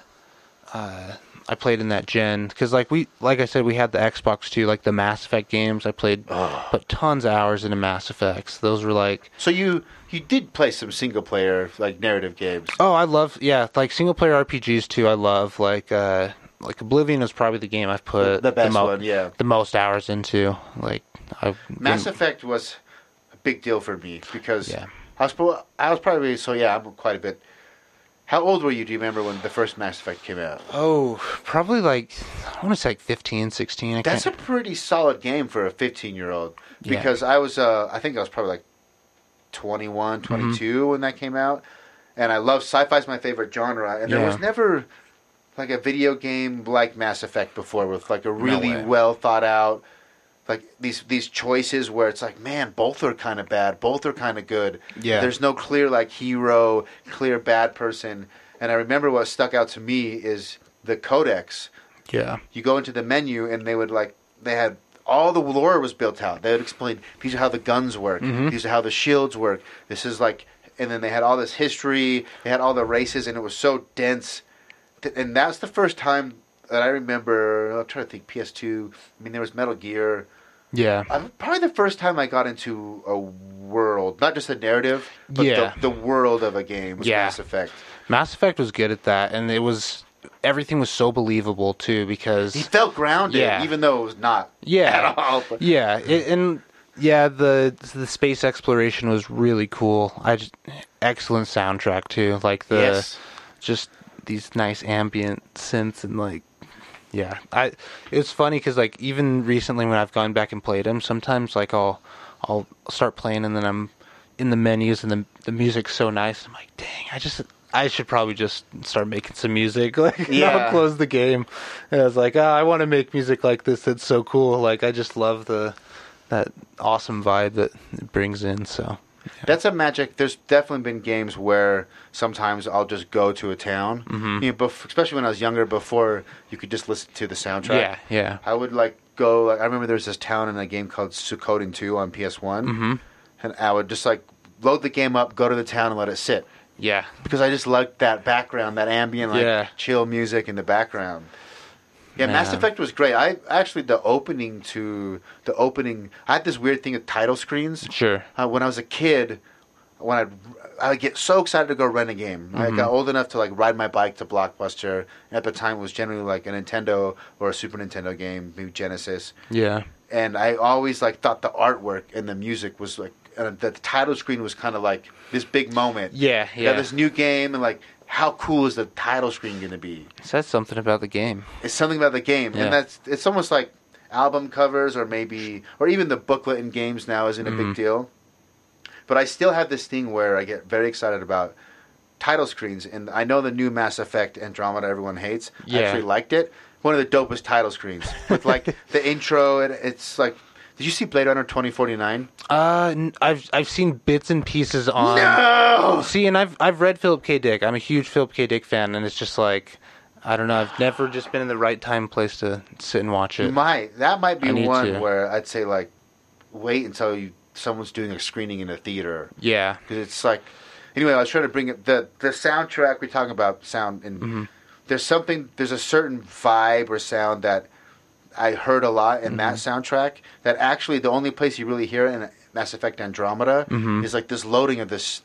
[SPEAKER 2] uh, I played in that gen, because like we like I said, we had the Xbox too. Like the Mass Effect games, I played put tons of hours into Mass Effects. Those were like
[SPEAKER 1] so you you did play some single player like narrative games.
[SPEAKER 2] Oh, I love yeah, like single player RPGs too. I love like uh like Oblivion is probably the game I've put
[SPEAKER 1] The best
[SPEAKER 2] mo-
[SPEAKER 1] one, yeah.
[SPEAKER 2] the most hours into. Like I
[SPEAKER 1] Mass Effect was a big deal for me because
[SPEAKER 2] Yeah.
[SPEAKER 1] I was pro- I was probably so yeah I'm quite a bit. How old were you? Do you remember when the first Mass Effect came out?
[SPEAKER 2] Oh, probably like I want to say like 15, 16. I
[SPEAKER 1] That's a
[SPEAKER 2] can't,
[SPEAKER 1] pretty solid game for a 15 year old
[SPEAKER 2] Yeah.
[SPEAKER 1] because I was, uh, I think I was probably like 21,
[SPEAKER 2] Mm-hmm.
[SPEAKER 1] 22 when that came out. And I love sci fi is my favorite genre. And there
[SPEAKER 2] Yeah.
[SPEAKER 1] was never like a video game like Mass Effect before with like a really
[SPEAKER 2] way.
[SPEAKER 1] well thought out, like these, these choices where it's like, man, both are kind of bad, both are kind of good.
[SPEAKER 2] Yeah.
[SPEAKER 1] There's no clear like hero, clear bad person. And I remember what stuck out to me is the codex
[SPEAKER 2] yeah.
[SPEAKER 1] you go into the menu and they would like they had all the lore was built out. They would explain these are how the guns work,
[SPEAKER 2] Mm-hmm.
[SPEAKER 1] these are how the shields work. This is like, and then they had all this history. They had all the races, and it was so dense. Th- And that's the first time that I remember. I'm trying to think. PS2. I mean, there was Metal Gear.
[SPEAKER 2] Yeah.
[SPEAKER 1] I'm probably the first time I got into a world, not just a narrative, but
[SPEAKER 2] Yeah.
[SPEAKER 1] the, the world of a game. Was
[SPEAKER 2] Yeah.
[SPEAKER 1] Mass Effect.
[SPEAKER 2] Mass Effect was good at that and it was everything was so believable too because
[SPEAKER 1] He felt grounded,
[SPEAKER 2] Yeah.
[SPEAKER 1] even though it was not
[SPEAKER 2] Yeah.
[SPEAKER 1] at all. But
[SPEAKER 2] Yeah, it, and yeah, the the space exploration was really cool. I just, excellent soundtrack too. Like the
[SPEAKER 1] Yes.
[SPEAKER 2] just these nice ambient synths and like yeah. I it's funny cuz like even recently when I've gone back and played them, sometimes like I'll I'll start playing and then I'm in the menus and the the music's so nice. I'm like, "Dang, I just I should probably just start making some music." Like, and I'll
[SPEAKER 1] Yeah.
[SPEAKER 2] close was the game. And I was like, oh, I want to make music like this. That's so cool. Like I just love the that awesome vibe that it brings in. So
[SPEAKER 1] That's a magic. There's definitely been games where sometimes I'll just go to a town,
[SPEAKER 2] Mm-hmm.
[SPEAKER 1] you know, bef- especially when I was younger. Before you could just listen to the soundtrack.
[SPEAKER 2] yeah, yeah,
[SPEAKER 1] I would like go. Like, I remember there was this town in a game called Suikoden Two on PS One,
[SPEAKER 2] Mm-hmm.
[SPEAKER 1] and I would just like load the game up, go to the town, and let it sit
[SPEAKER 2] yeah,
[SPEAKER 1] because I just liked that background, that ambient, like
[SPEAKER 2] Yeah.
[SPEAKER 1] chill music in the background. Yeah, Mass
[SPEAKER 2] Man.
[SPEAKER 1] Effect was great. I actually the opening to the opening. I had this weird thing with title screens
[SPEAKER 2] sure.
[SPEAKER 1] uh, when I was a kid, when I'd, I would get so excited to go rent a game. I got old enough to like ride my bike to Blockbuster. At the time, it was generally like a Nintendo or a Super Nintendo game, maybe Genesis.
[SPEAKER 2] Yeah,
[SPEAKER 1] And I always like thought the artwork and the music was like and the title screen was kind of like this big moment.
[SPEAKER 2] yeah,
[SPEAKER 1] You got
[SPEAKER 2] yeah.
[SPEAKER 1] this new game and like how cool is the title screen going to be?
[SPEAKER 2] Says something about the game.
[SPEAKER 1] It's something about the game,
[SPEAKER 2] Yeah.
[SPEAKER 1] and that's it's almost like album covers or maybe or even the booklet in games now isn't a
[SPEAKER 2] Mm-hmm.
[SPEAKER 1] big deal. But I still have this thing where I get very excited about title screens, and I know the new Mass Effect Andromeda everyone hates.
[SPEAKER 2] Yeah.
[SPEAKER 1] I actually liked it. One of the dopest title screens with like the intro, and it's like. Did you see Blade Runner twenty forty nine?
[SPEAKER 2] Uh, n- I've I've seen bits and pieces on.
[SPEAKER 1] No.
[SPEAKER 2] See, and I've I've read Philip K. Dick. I'm a huge Philip K. Dick fan, and it's just like. I don't know. I've never just been in the right time, place to sit and watch
[SPEAKER 1] You
[SPEAKER 2] it.
[SPEAKER 1] might. That might be
[SPEAKER 2] I need
[SPEAKER 1] one
[SPEAKER 2] to.
[SPEAKER 1] where I'd say like, wait until you someone's doing a screening in a theater
[SPEAKER 2] Yeah,
[SPEAKER 1] because it's like. Anyway, I was trying to bring it the the soundtrack we're talking about sound and
[SPEAKER 2] Mm-hmm.
[SPEAKER 1] there's something there's a certain vibe or sound that I heard a lot in that
[SPEAKER 2] Mm-hmm.
[SPEAKER 1] soundtrack that
[SPEAKER 2] Mm-hmm.
[SPEAKER 1] actually the only place you really hear it in Mass Effect Andromeda is like this loading of this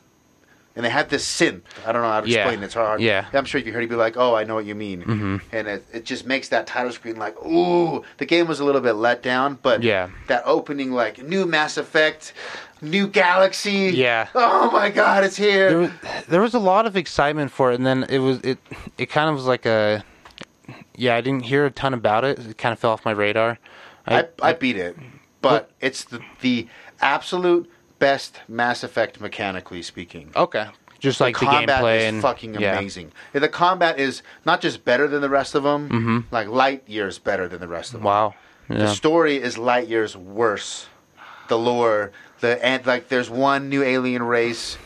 [SPEAKER 1] and they had this synth. I don't know how to
[SPEAKER 2] Yeah.
[SPEAKER 1] explain. it. It's hard.
[SPEAKER 2] Yeah. Mm-hmm.
[SPEAKER 1] I'm sure if you heard it, you'd be like, "Oh, I know what you mean," and it, it just makes that title screen like, "Ooh." The game was a little bit let down, but
[SPEAKER 2] Yeah.
[SPEAKER 1] that opening like new Mass Effect, new Galaxy.
[SPEAKER 2] Yeah.
[SPEAKER 1] Oh my God, it's here.
[SPEAKER 2] there was, there was a lot of excitement for it, and then it was it it kind of was like a yeah. I didn't hear a ton about it. It kind of fell off my radar.
[SPEAKER 1] I, I beat it, but it's the, the absolute best Mass Effect mechanically speaking.
[SPEAKER 2] okay, just like the,
[SPEAKER 1] combat
[SPEAKER 2] gameplay
[SPEAKER 1] is
[SPEAKER 2] and
[SPEAKER 1] fucking
[SPEAKER 2] yeah.
[SPEAKER 1] amazing. The combat is not just better than the rest of them,
[SPEAKER 2] Mm-hmm.
[SPEAKER 1] like light years better than the rest of them.
[SPEAKER 2] Wow.
[SPEAKER 1] The
[SPEAKER 2] Yeah.
[SPEAKER 1] story is light years worse. The lore, the and like there's one new alien race.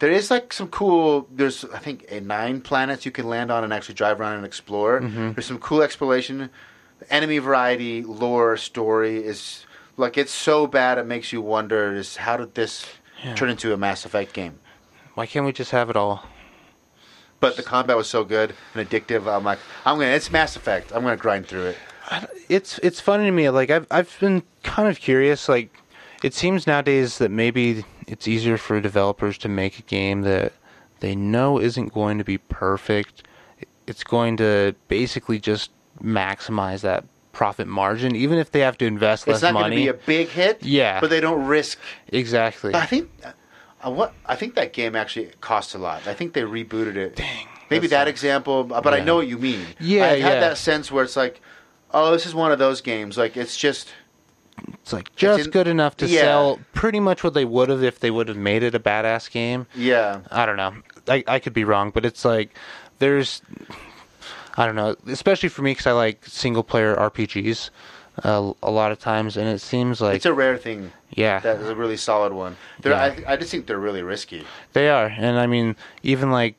[SPEAKER 1] There is like some cool. There's I think eh, nine planets you can land on and actually drive around and explore.
[SPEAKER 2] Mm-hmm.
[SPEAKER 1] There's some cool exploration. Enemy variety, lore, story is like it's so bad it makes you wonder: is how did this turn into a Mass Effect game?
[SPEAKER 2] Why can't we just have it all?
[SPEAKER 1] But the combat was so good and addictive. I'm like, I'm gonna. It's Mass Effect. I'm gonna grind through it.
[SPEAKER 2] it's it's funny to me. Like I've I've been kind of curious. Like it seems nowadays that maybe it's easier for developers to make a game that they know isn't going to be perfect. It's going to basically just maximize that profit margin, even if they have to invest
[SPEAKER 1] It's
[SPEAKER 2] less
[SPEAKER 1] not
[SPEAKER 2] money.
[SPEAKER 1] gonna be a big hit.
[SPEAKER 2] Yeah.
[SPEAKER 1] but they don't risk
[SPEAKER 2] exactly.
[SPEAKER 1] I think uh, what I think that game actually cost a lot. I think they rebooted it. Dang. Maybe
[SPEAKER 2] That's
[SPEAKER 1] that
[SPEAKER 2] nice.
[SPEAKER 1] example, uh, but I
[SPEAKER 2] Yeah.
[SPEAKER 1] know what you mean.
[SPEAKER 2] Yeah,
[SPEAKER 1] I've
[SPEAKER 2] yeah.
[SPEAKER 1] had that sense where it's like, oh, this is one of those games. Like it's just
[SPEAKER 2] It's like just
[SPEAKER 1] in-
[SPEAKER 2] good enough to
[SPEAKER 1] yeah.
[SPEAKER 2] sell pretty much what they would have if they would have made it a badass game.
[SPEAKER 1] yeah.
[SPEAKER 2] I don't know. I, I could be wrong, but it's like there's I don't know, especially for me because I like single player RPGs uh, a lot of times, and it seems like
[SPEAKER 1] It's a rare thing.
[SPEAKER 2] yeah
[SPEAKER 1] That is a really solid one. They're, I, I just think they're really risky.
[SPEAKER 2] they are, and I mean even like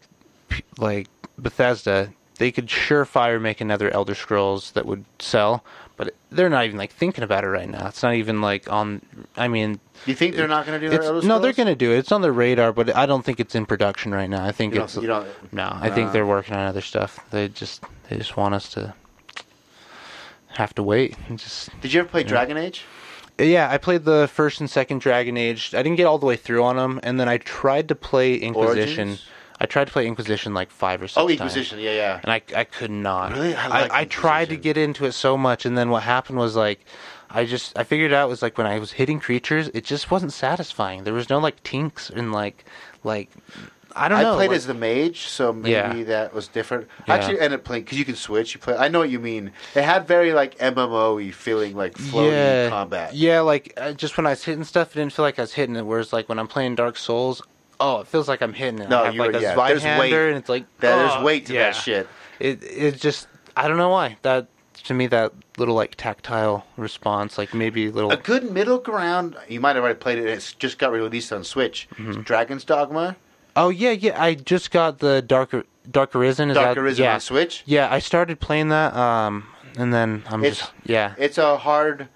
[SPEAKER 2] p- like Bethesda, they could surefire make another Elder Scrolls that would sell, but they're not even like thinking about it right now. It's not even like on. I mean.
[SPEAKER 1] You think they're not going to do that?
[SPEAKER 2] it's-
[SPEAKER 1] Elder
[SPEAKER 2] no, they're
[SPEAKER 1] Scrolls?
[SPEAKER 2] going to do it. It's on their radar, but I don't think it's in production right now. I think
[SPEAKER 1] You don't-
[SPEAKER 2] it's
[SPEAKER 1] you don't-
[SPEAKER 2] no. I think they're working on other stuff. They just they just want us to have to wait. And just
[SPEAKER 1] Did you ever play Dragon Age? Oh,
[SPEAKER 2] yeah, I played the first and second Dragon Age. I didn't get all the way through on them, and then I tried to play Inquisition.
[SPEAKER 1] Origins?
[SPEAKER 2] I tried to play Inquisition like five or six.
[SPEAKER 1] Oh,
[SPEAKER 2] times
[SPEAKER 1] Inquisition. Yeah, yeah.
[SPEAKER 2] and I, I could not.
[SPEAKER 1] Really? I
[SPEAKER 2] I,
[SPEAKER 1] like
[SPEAKER 2] I, tried to
[SPEAKER 1] Inquisition.
[SPEAKER 2] get into it so much, and then what happened was like, I just I figured out was like when I was hitting creatures, it just wasn't satisfying. There was no like tinks and like like I don't
[SPEAKER 1] I
[SPEAKER 2] know.
[SPEAKER 1] played
[SPEAKER 2] like-
[SPEAKER 1] as the mage, so maybe
[SPEAKER 2] Yeah.
[SPEAKER 1] that was different.
[SPEAKER 2] Yeah.
[SPEAKER 1] I actually ended up playing because you can switch. You play. I know what you mean. It had very like MMO-y feeling, like floaty
[SPEAKER 2] yeah,
[SPEAKER 1] combat.
[SPEAKER 2] Yeah, like uh, just when I was hitting stuff, it didn't feel like I was hitting it. Whereas like when I'm playing Dark Souls, oh, it feels like I'm hitting it.
[SPEAKER 1] No,
[SPEAKER 2] I have
[SPEAKER 1] you
[SPEAKER 2] like
[SPEAKER 1] were-
[SPEAKER 2] a
[SPEAKER 1] yeah, there's
[SPEAKER 2] Zweihander,
[SPEAKER 1] weight.
[SPEAKER 2] and it's like
[SPEAKER 1] That there's
[SPEAKER 2] oh,
[SPEAKER 1] weight to
[SPEAKER 2] yeah.
[SPEAKER 1] that shit.
[SPEAKER 2] It it just I don't know why that to me that little like tactile response like maybe a little
[SPEAKER 1] A good middle ground. You might have already played it. It's just got released on Switch.
[SPEAKER 2] Mm-hmm.
[SPEAKER 1] Dragon's Dogma,
[SPEAKER 2] Oh yeah, yeah. I just got the darker darker risen. Is
[SPEAKER 1] Dark
[SPEAKER 2] that-
[SPEAKER 1] Arisen
[SPEAKER 2] yeah.
[SPEAKER 1] on Switch.
[SPEAKER 2] Yeah, I started playing that, um, and then I'm
[SPEAKER 1] It's-
[SPEAKER 2] just yeah,
[SPEAKER 1] It's a hard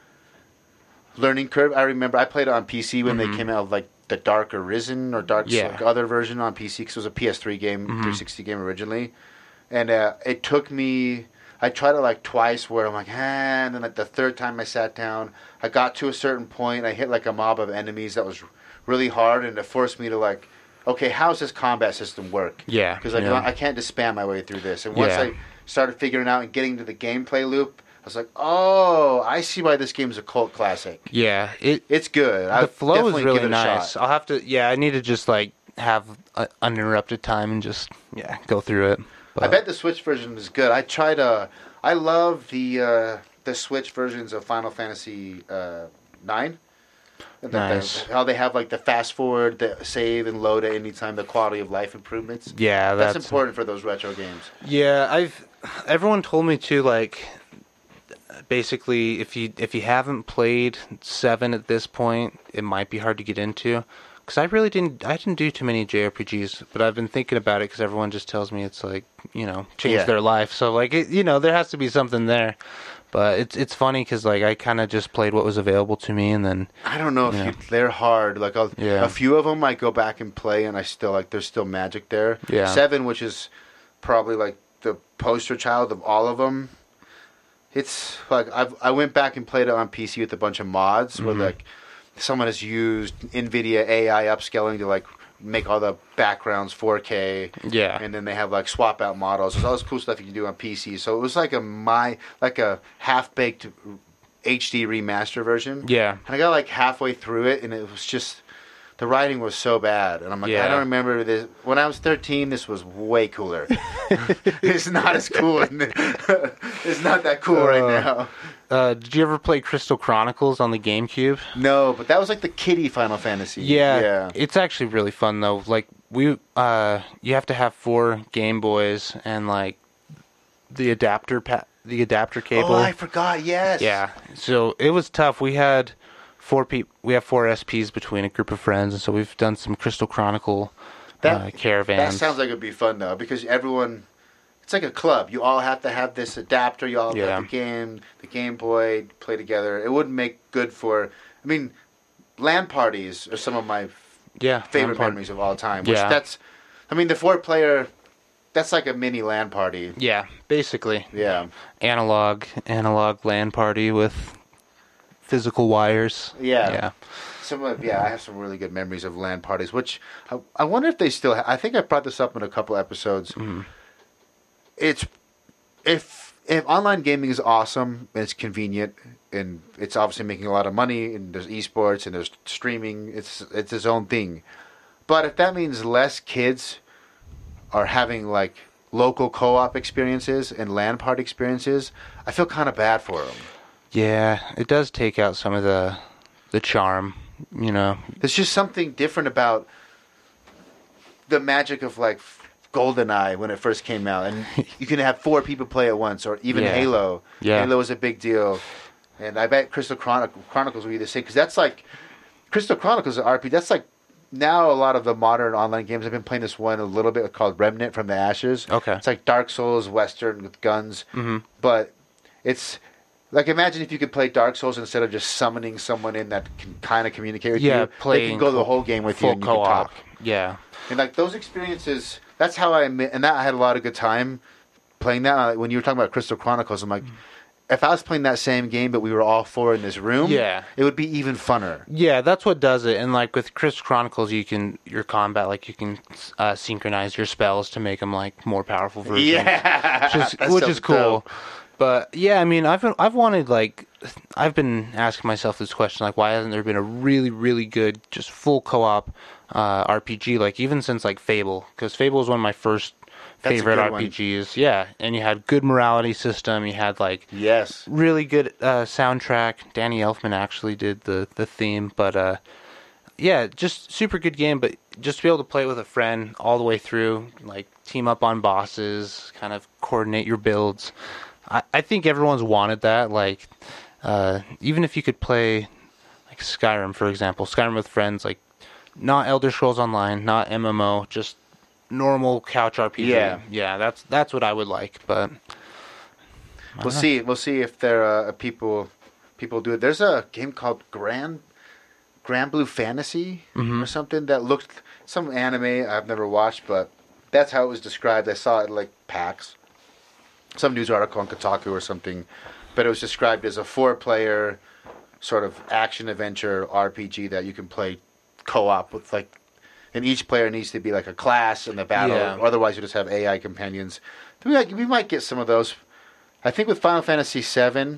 [SPEAKER 1] learning curve. I remember I played it on PC when they came out, with, like the Dark Arisen or Dark
[SPEAKER 2] Mm-hmm. Yeah. Mm-hmm.
[SPEAKER 1] like, other version on PC because it was a PS3 game, 360 game originally, and uh, it took me. I tried it like twice where I'm like, ah, and then like the third time I sat down, I got to a certain point, I hit like a mob of enemies that was really hard, and it forced me to like, okay, how's this combat system work?
[SPEAKER 2] Yeah,
[SPEAKER 1] because like
[SPEAKER 2] yeah.
[SPEAKER 1] I can't just spam my way through this. And once
[SPEAKER 2] Yeah.
[SPEAKER 1] I started figuring out and getting to the gameplay loop, I was like, oh, I see why this game's a cult classic.
[SPEAKER 2] yeah. It
[SPEAKER 1] It's good.
[SPEAKER 2] the
[SPEAKER 1] I'd
[SPEAKER 2] flow
[SPEAKER 1] definitely
[SPEAKER 2] is
[SPEAKER 1] give
[SPEAKER 2] really
[SPEAKER 1] it a
[SPEAKER 2] nice.
[SPEAKER 1] shot.
[SPEAKER 2] I'll have to yeah. I need to just like have uh, uninterrupted time and just yeah go through it. But,
[SPEAKER 1] I bet the Switch version is good. I tried. Uh, I love the uh, the Switch versions of Final Fantasy uh, Nine. And the- the-
[SPEAKER 2] Nice.
[SPEAKER 1] how they have like the fast forward, the save and load at any time, the quality of life improvements.
[SPEAKER 2] yeah,
[SPEAKER 1] that's,
[SPEAKER 2] that's,
[SPEAKER 1] important for those retro games.
[SPEAKER 2] Yeah, I've everyone told me to like basically if you if you haven't played 7 at this point, it might be hard to get into cuz I really didn't I didn't do too many JRPGs, but I've been thinking about it cuz everyone just tells me it's like, you know, changed
[SPEAKER 1] Yeah.
[SPEAKER 2] their life. So like it, you know, there has to be something there. But it's it's funny cuz like I kind of just played what was available to me and then
[SPEAKER 1] I don't know if
[SPEAKER 2] Yeah.
[SPEAKER 1] you, they're hard. Like I'll,
[SPEAKER 2] Yeah.
[SPEAKER 1] a few of them, I go back and play, and I still like there's still magic there.
[SPEAKER 2] Yeah.
[SPEAKER 1] Seven, which is probably like the poster child of all of them. It's like I've, I went back and played it on PC
[SPEAKER 2] Mm-hmm.
[SPEAKER 1] with a bunch of mods where like someone has used NVIDIA AI upscaling to like make all the backgrounds 4K.
[SPEAKER 2] Yeah.
[SPEAKER 1] And then they have like swap out models. There's all this cool stuff you can do on PC. So it was like a my like a half baked HD remaster version.
[SPEAKER 2] Yeah.
[SPEAKER 1] And I got like halfway through it, and it was just the writing was so bad. And I'm like,
[SPEAKER 2] Yeah.
[SPEAKER 1] I don't remember this. When I was 13, this was way cooler. it's not as cool. In the, it's not that cool right now.
[SPEAKER 2] Uh, did you ever play Crystal Chronicles on the GameCube?
[SPEAKER 1] No, but that was like the kiddie Final Fantasy.
[SPEAKER 2] Yeah,
[SPEAKER 1] Yeah.
[SPEAKER 2] It's actually really fun though. Like we, uh, you have to have four Game Boys and like the adapter, pa- the adapter cable.
[SPEAKER 1] Oh, I forgot. Yes.
[SPEAKER 2] Yeah. So it was tough. We had four people. We have four SPs between a group of friends, and so we've done some Crystal Chronicle
[SPEAKER 1] That-
[SPEAKER 2] uh, caravans.
[SPEAKER 1] That sounds like it'd be fun though, because everyone, it's like a club. You all have to have this adapter. You all
[SPEAKER 2] Yeah.
[SPEAKER 1] have the game, the Game Boy, play together. It would make good for. I mean, LAN parties are some of my f-
[SPEAKER 2] yeah
[SPEAKER 1] favorite
[SPEAKER 2] fun part.
[SPEAKER 1] memories of all time. Which
[SPEAKER 2] Yeah.
[SPEAKER 1] that's, I mean, the four player, that's like a mini LAN party.
[SPEAKER 2] Yeah, basically
[SPEAKER 1] Yeah,
[SPEAKER 2] analog analog LAN party with physical wires.
[SPEAKER 1] Yeah.
[SPEAKER 2] Yeah.
[SPEAKER 1] some of yeah. I have some really good memories of LAN parties. Which I, I wonder if they still. Ha- I think I brought this up in a couple episodes. it's if if online gaming is awesome and it's convenient and it's obviously making a lot of money and there's esports and there's streaming it's it's its own thing but if that means less kids are having like local co-op experiences and land party experiences i feel kind of bad for them
[SPEAKER 2] Yeah, it does take out some of the the charm, you know.
[SPEAKER 1] there's just something different about the magic of like goldeneye when it first came out and you can have four people play at once or even
[SPEAKER 2] Yeah.
[SPEAKER 1] halo
[SPEAKER 2] Yeah.
[SPEAKER 1] halo was a big deal and i bet crystal Chronic- chronicles will be the same because that's like crystal chronicles is rp that's like now a lot of the modern online games i've been playing this one a little bit called remnant from the ashes
[SPEAKER 2] Okay. Mm-hmm.
[SPEAKER 1] it's like dark souls western with guns but it's like imagine if you could play dark souls instead of just summoning someone in that can kind of communicate with
[SPEAKER 2] Yeah,
[SPEAKER 1] you they
[SPEAKER 2] playing
[SPEAKER 1] can go
[SPEAKER 2] co-
[SPEAKER 1] the whole game with you
[SPEAKER 2] Full
[SPEAKER 1] and you can
[SPEAKER 2] co-op.
[SPEAKER 1] talk
[SPEAKER 2] Yeah.
[SPEAKER 1] and like those experiences, that's how I admit, and that I had a lot of good time playing that. Like, when you were talking about Crystal Chronicles, I'm like,
[SPEAKER 2] Mm.
[SPEAKER 1] if I was playing that same game, but we were all four in this room,
[SPEAKER 2] Yeah.
[SPEAKER 1] it would be even funner.
[SPEAKER 2] Yeah, that's what does it. And like with Chris Chronicles, you can your combat like you can uh, synchronize your spells to make them like more powerful versions.
[SPEAKER 1] Yeah,
[SPEAKER 2] which is, which is cool. But yeah, I mean, I've been, I've wanted like I've been asking myself this question like why hasn't there been a really really good just full co-op uh, RPG like even since like Fable because Fable was one of my first
[SPEAKER 1] That's a
[SPEAKER 2] favorite
[SPEAKER 1] good one.
[SPEAKER 2] RPGs. Yeah, and you had good morality system. You had like
[SPEAKER 1] Yes,
[SPEAKER 2] really good uh, soundtrack. Danny Elfman actually did the the theme, but uh, yeah, just super good game. But just to be able to play it with a friend all the way through, like team up on bosses, kind of coordinate your builds. I, I think everyone's wanted that. Like uh, even if you could play like Skyrim, for example, Skyrim with friends, like not Elder Scrolls Online, not MMO, just normal couch RPG.
[SPEAKER 1] Yeah.
[SPEAKER 2] yeah, that's that's what I would like, but.
[SPEAKER 1] we'll see. We'll see if there uh, people people do it. There's a game called Grand Grand Blue Fantasy or something that looked some anime I've never watched, but that's how it was described. I saw it at, like PAX, some news article on Kotaku or something, but it was described as a four player sort of action adventure RPG that you can play co op with like. And each player needs to be like a class in the battle,
[SPEAKER 2] Yeah.
[SPEAKER 1] otherwise you just have AI companions. We might, we might get some of those. I think with Final Fantasy VII,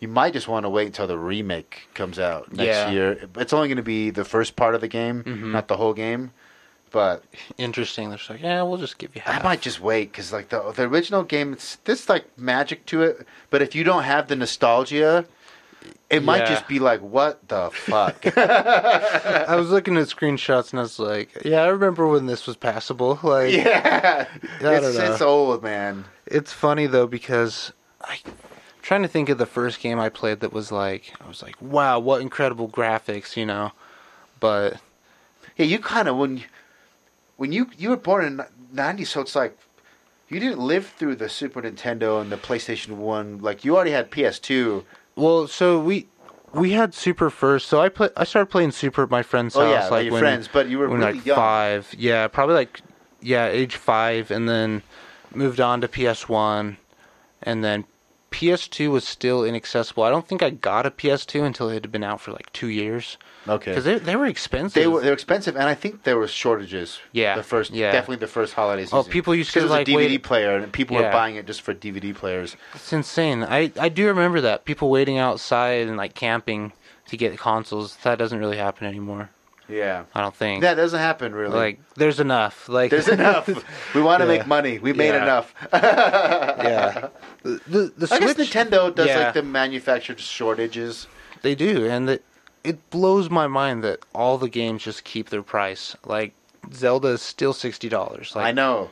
[SPEAKER 1] you might just want to wait until the remake comes out next
[SPEAKER 2] Yeah. Mm-hmm.
[SPEAKER 1] year. It's only going to be the first part of the game, not the whole game. But
[SPEAKER 2] interesting. They're just like, yeah, we'll just give you half.
[SPEAKER 1] I might just wait because like the the original game, it's this like magic to it. But if you don't have the nostalgia, it might
[SPEAKER 2] Yeah.
[SPEAKER 1] just be like, what the fuck?
[SPEAKER 2] I was looking at screenshots and I was like, yeah, I remember when this was passable. Like,
[SPEAKER 1] yeah,
[SPEAKER 2] don't
[SPEAKER 1] it's,
[SPEAKER 2] know.
[SPEAKER 1] it's old man.
[SPEAKER 2] it's funny though because I, am trying to think of the first game I played that was like, I was like, wow, what incredible graphics, you know. But
[SPEAKER 1] Yeah, you kind of when you- when you you were born in '90s, so it's like you didn't live through the Super Nintendo and the PlayStation One. Like you already had PS2.
[SPEAKER 2] well, so we we had Super first, so I play, I started playing Super at my friend's
[SPEAKER 1] Oh, yeah,
[SPEAKER 2] house,
[SPEAKER 1] by
[SPEAKER 2] like
[SPEAKER 1] your
[SPEAKER 2] when,
[SPEAKER 1] friends, but you were
[SPEAKER 2] when
[SPEAKER 1] really
[SPEAKER 2] like
[SPEAKER 1] young.
[SPEAKER 2] five, yeah, probably like yeah, age five, and then moved on to PS One, and then PS2 was still inaccessible. I don't think I got a PS2 until it had been out for like two years.
[SPEAKER 1] Okay.
[SPEAKER 2] Because they, they were expensive.
[SPEAKER 1] They were they're expensive, and I think there were shortages.
[SPEAKER 2] Yeah,
[SPEAKER 1] the first
[SPEAKER 2] yeah.
[SPEAKER 1] definitely the first holiday season.
[SPEAKER 2] Oh, people used to,
[SPEAKER 1] 'Cause it was
[SPEAKER 2] like,
[SPEAKER 1] a DVD
[SPEAKER 2] wait-
[SPEAKER 1] player, and people were
[SPEAKER 2] Yeah.
[SPEAKER 1] buying it just for DVD players.
[SPEAKER 2] It's insane. I, I do remember that. People waiting outside and like camping to get consoles. That doesn't really happen anymore.
[SPEAKER 1] Yeah,
[SPEAKER 2] I don't think.
[SPEAKER 1] that doesn't happen really.
[SPEAKER 2] like there's enough. Like
[SPEAKER 1] there's enough. We want to
[SPEAKER 2] Yeah.
[SPEAKER 1] make money. We made
[SPEAKER 2] Yeah.
[SPEAKER 1] enough.
[SPEAKER 2] yeah. The the, the
[SPEAKER 1] I
[SPEAKER 2] Switch
[SPEAKER 1] guess Nintendo does
[SPEAKER 2] yeah.
[SPEAKER 1] like the manufactured shortages.
[SPEAKER 2] They do, and it, it blows my mind that all the games just keep their price. Like Zelda is still sixty dollars. Like
[SPEAKER 1] I know.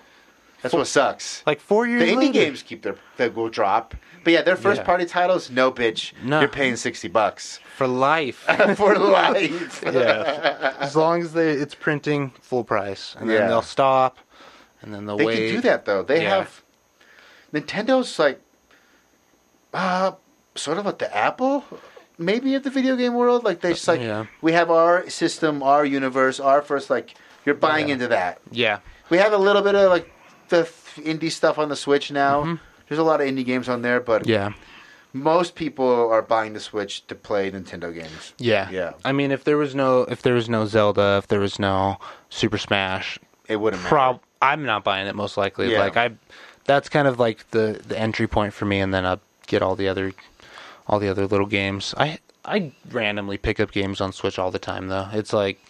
[SPEAKER 1] That's what sucks.
[SPEAKER 2] Like four years.
[SPEAKER 1] The indie
[SPEAKER 2] later.
[SPEAKER 1] games keep their they will drop, but yeah, their first
[SPEAKER 2] Yeah.
[SPEAKER 1] party titles, no bitch,
[SPEAKER 2] No.
[SPEAKER 1] you're paying sixty bucks
[SPEAKER 2] for life.
[SPEAKER 1] for life.
[SPEAKER 2] yeah. As long as they it's printing full price, and
[SPEAKER 1] Yeah.
[SPEAKER 2] then they'll stop, and then they'll
[SPEAKER 1] They
[SPEAKER 2] wait.
[SPEAKER 1] can do that though. They
[SPEAKER 2] Yeah.
[SPEAKER 1] have Nintendo's like uh sort of like the Apple maybe of the video game world. Like they just like
[SPEAKER 2] Yeah.
[SPEAKER 1] we have our system, our universe, our first like you're buying
[SPEAKER 2] Yeah.
[SPEAKER 1] into that.
[SPEAKER 2] Yeah.
[SPEAKER 1] We have a little bit of like the th- indie stuff on the Switch now.
[SPEAKER 2] Mm-hmm.
[SPEAKER 1] There's a lot of indie games on there, but
[SPEAKER 2] Yeah.
[SPEAKER 1] most people are buying the Switch to play Nintendo games.
[SPEAKER 2] Yeah.
[SPEAKER 1] Yeah.
[SPEAKER 2] I mean, if there was no, if there was no Zelda, if there was no Super Smash,
[SPEAKER 1] It wouldn't matter.
[SPEAKER 2] prob I'm not buying it most likely.
[SPEAKER 1] Yeah.
[SPEAKER 2] Like I, that's kind of like the the entry point for me, and then I get all the other, all the other little games. I I randomly pick up games on Switch all the time though. It's like,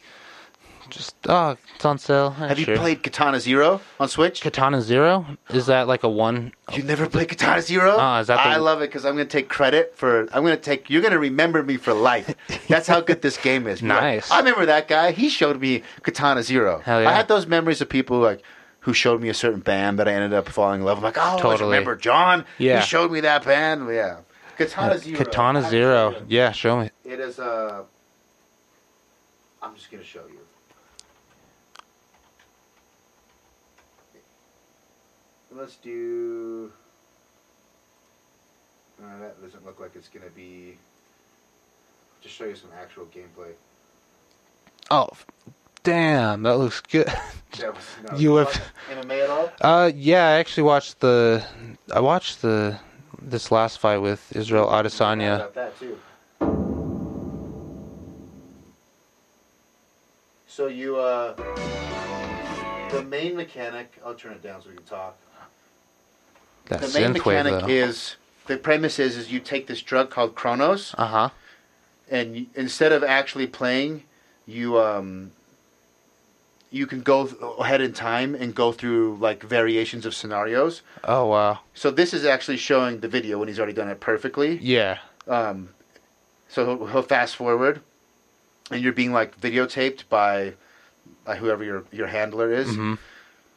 [SPEAKER 2] just oh, it's on sale. Eh,
[SPEAKER 1] Have you
[SPEAKER 2] sure.
[SPEAKER 1] played Katana Zero on Switch?
[SPEAKER 2] Katana Zero? Is that like a one?
[SPEAKER 1] You never played Katana Zero?
[SPEAKER 2] Ah, is that the-
[SPEAKER 1] I love it because I'm going to take credit for. I'm going to take. You're going to remember me for life. That's how good this game is. You're like,
[SPEAKER 2] Nice.
[SPEAKER 1] I remember that guy. He showed me Katana Zero.
[SPEAKER 2] Hell yeah.
[SPEAKER 1] I had those memories of people like who showed me a certain band that I ended up falling in love. I'm like, oh, I
[SPEAKER 2] Totally.
[SPEAKER 1] remember John.
[SPEAKER 2] Yeah. Uh,
[SPEAKER 1] He showed me that band. Yeah. Katana Zero.
[SPEAKER 2] Katana
[SPEAKER 1] I
[SPEAKER 2] Zero.
[SPEAKER 1] played it.
[SPEAKER 2] Yeah, show me.
[SPEAKER 1] It is Uh, I'm just going to show you. Let's do. Uh, that doesn't look like it's going to be. Just show you some actual gameplay.
[SPEAKER 2] Oh, f- damn, that looks good.
[SPEAKER 1] That was, no,
[SPEAKER 2] You have-
[SPEAKER 1] fuck MMA at all?
[SPEAKER 2] Uh, yeah, I actually watched the, I watched the, this last fight with Israel
[SPEAKER 1] How
[SPEAKER 2] Adesanya.
[SPEAKER 1] About that too. So you, uh, the main mechanic. I'll turn it down so we can talk.
[SPEAKER 2] That
[SPEAKER 1] the main
[SPEAKER 2] synthwave
[SPEAKER 1] mechanic
[SPEAKER 2] though.
[SPEAKER 1] is the premise is is you take this drug called Chronos,
[SPEAKER 2] uh huh.
[SPEAKER 1] and you, instead of actually playing, you um, you can go th- ahead in time and go through like variations of scenarios.
[SPEAKER 2] Oh wow.
[SPEAKER 1] So this is actually showing the video when he's already done it perfectly.
[SPEAKER 2] Yeah.
[SPEAKER 1] Um, so he'll, he'll fast forward, and you're being like videotaped by by whoever your your handler is.
[SPEAKER 2] Mhm.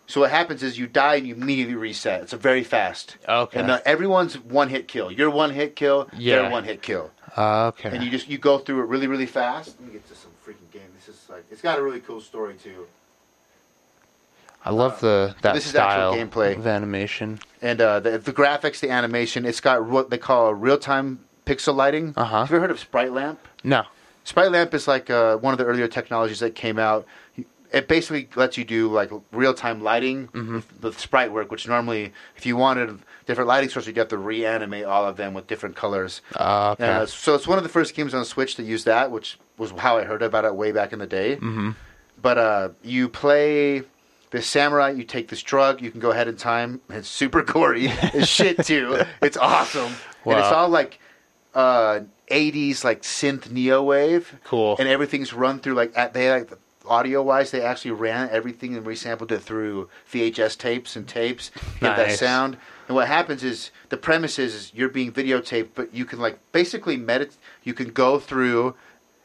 [SPEAKER 1] So what happens is you die and you immediately reset. It's a very fast.
[SPEAKER 2] Okay.
[SPEAKER 1] And uh, everyone's one hit kill. Your one hit kill.
[SPEAKER 2] Yeah.
[SPEAKER 1] Their one hit kill.
[SPEAKER 2] Uh, okay.
[SPEAKER 1] And you just you go through it really really fast. Let me get to some freaking game. This is like it's got a really cool story too.
[SPEAKER 2] I love the that
[SPEAKER 1] uh, this is
[SPEAKER 2] style
[SPEAKER 1] actual gameplay.
[SPEAKER 2] of animation.
[SPEAKER 1] And uh, the the graphics, the animation, it's got what they call real time pixel lighting.
[SPEAKER 2] Uh-huh.
[SPEAKER 1] Have you ever heard of sprite lamp?
[SPEAKER 2] No.
[SPEAKER 1] Sprite lamp is like uh, one of the earlier technologies that came out. It basically lets you do like real time lighting with, with sprite work, which normally, if you wanted different lighting sources, you'd have to reanimate all of them with different colors.
[SPEAKER 2] Uh, okay.
[SPEAKER 1] Uh, so it's one of the first games on Switch to use that, which was how I heard about it way back in the day. Mm-hmm. But uh, you play this samurai, you take this drug, you can go ahead in time. It's super gory as shit too. It's awesome, and it's
[SPEAKER 2] Wow.
[SPEAKER 1] all like uh, '80s like synth neo wave.
[SPEAKER 2] Cool.
[SPEAKER 1] and everything's run through like at, they like audio wise they actually ran everything and resampled it through VHS tapes and tapes. Get that
[SPEAKER 2] Nice.
[SPEAKER 1] sound sound. And what happens is the premise is, is you're being videotaped, but you can like basically medit. You can go through,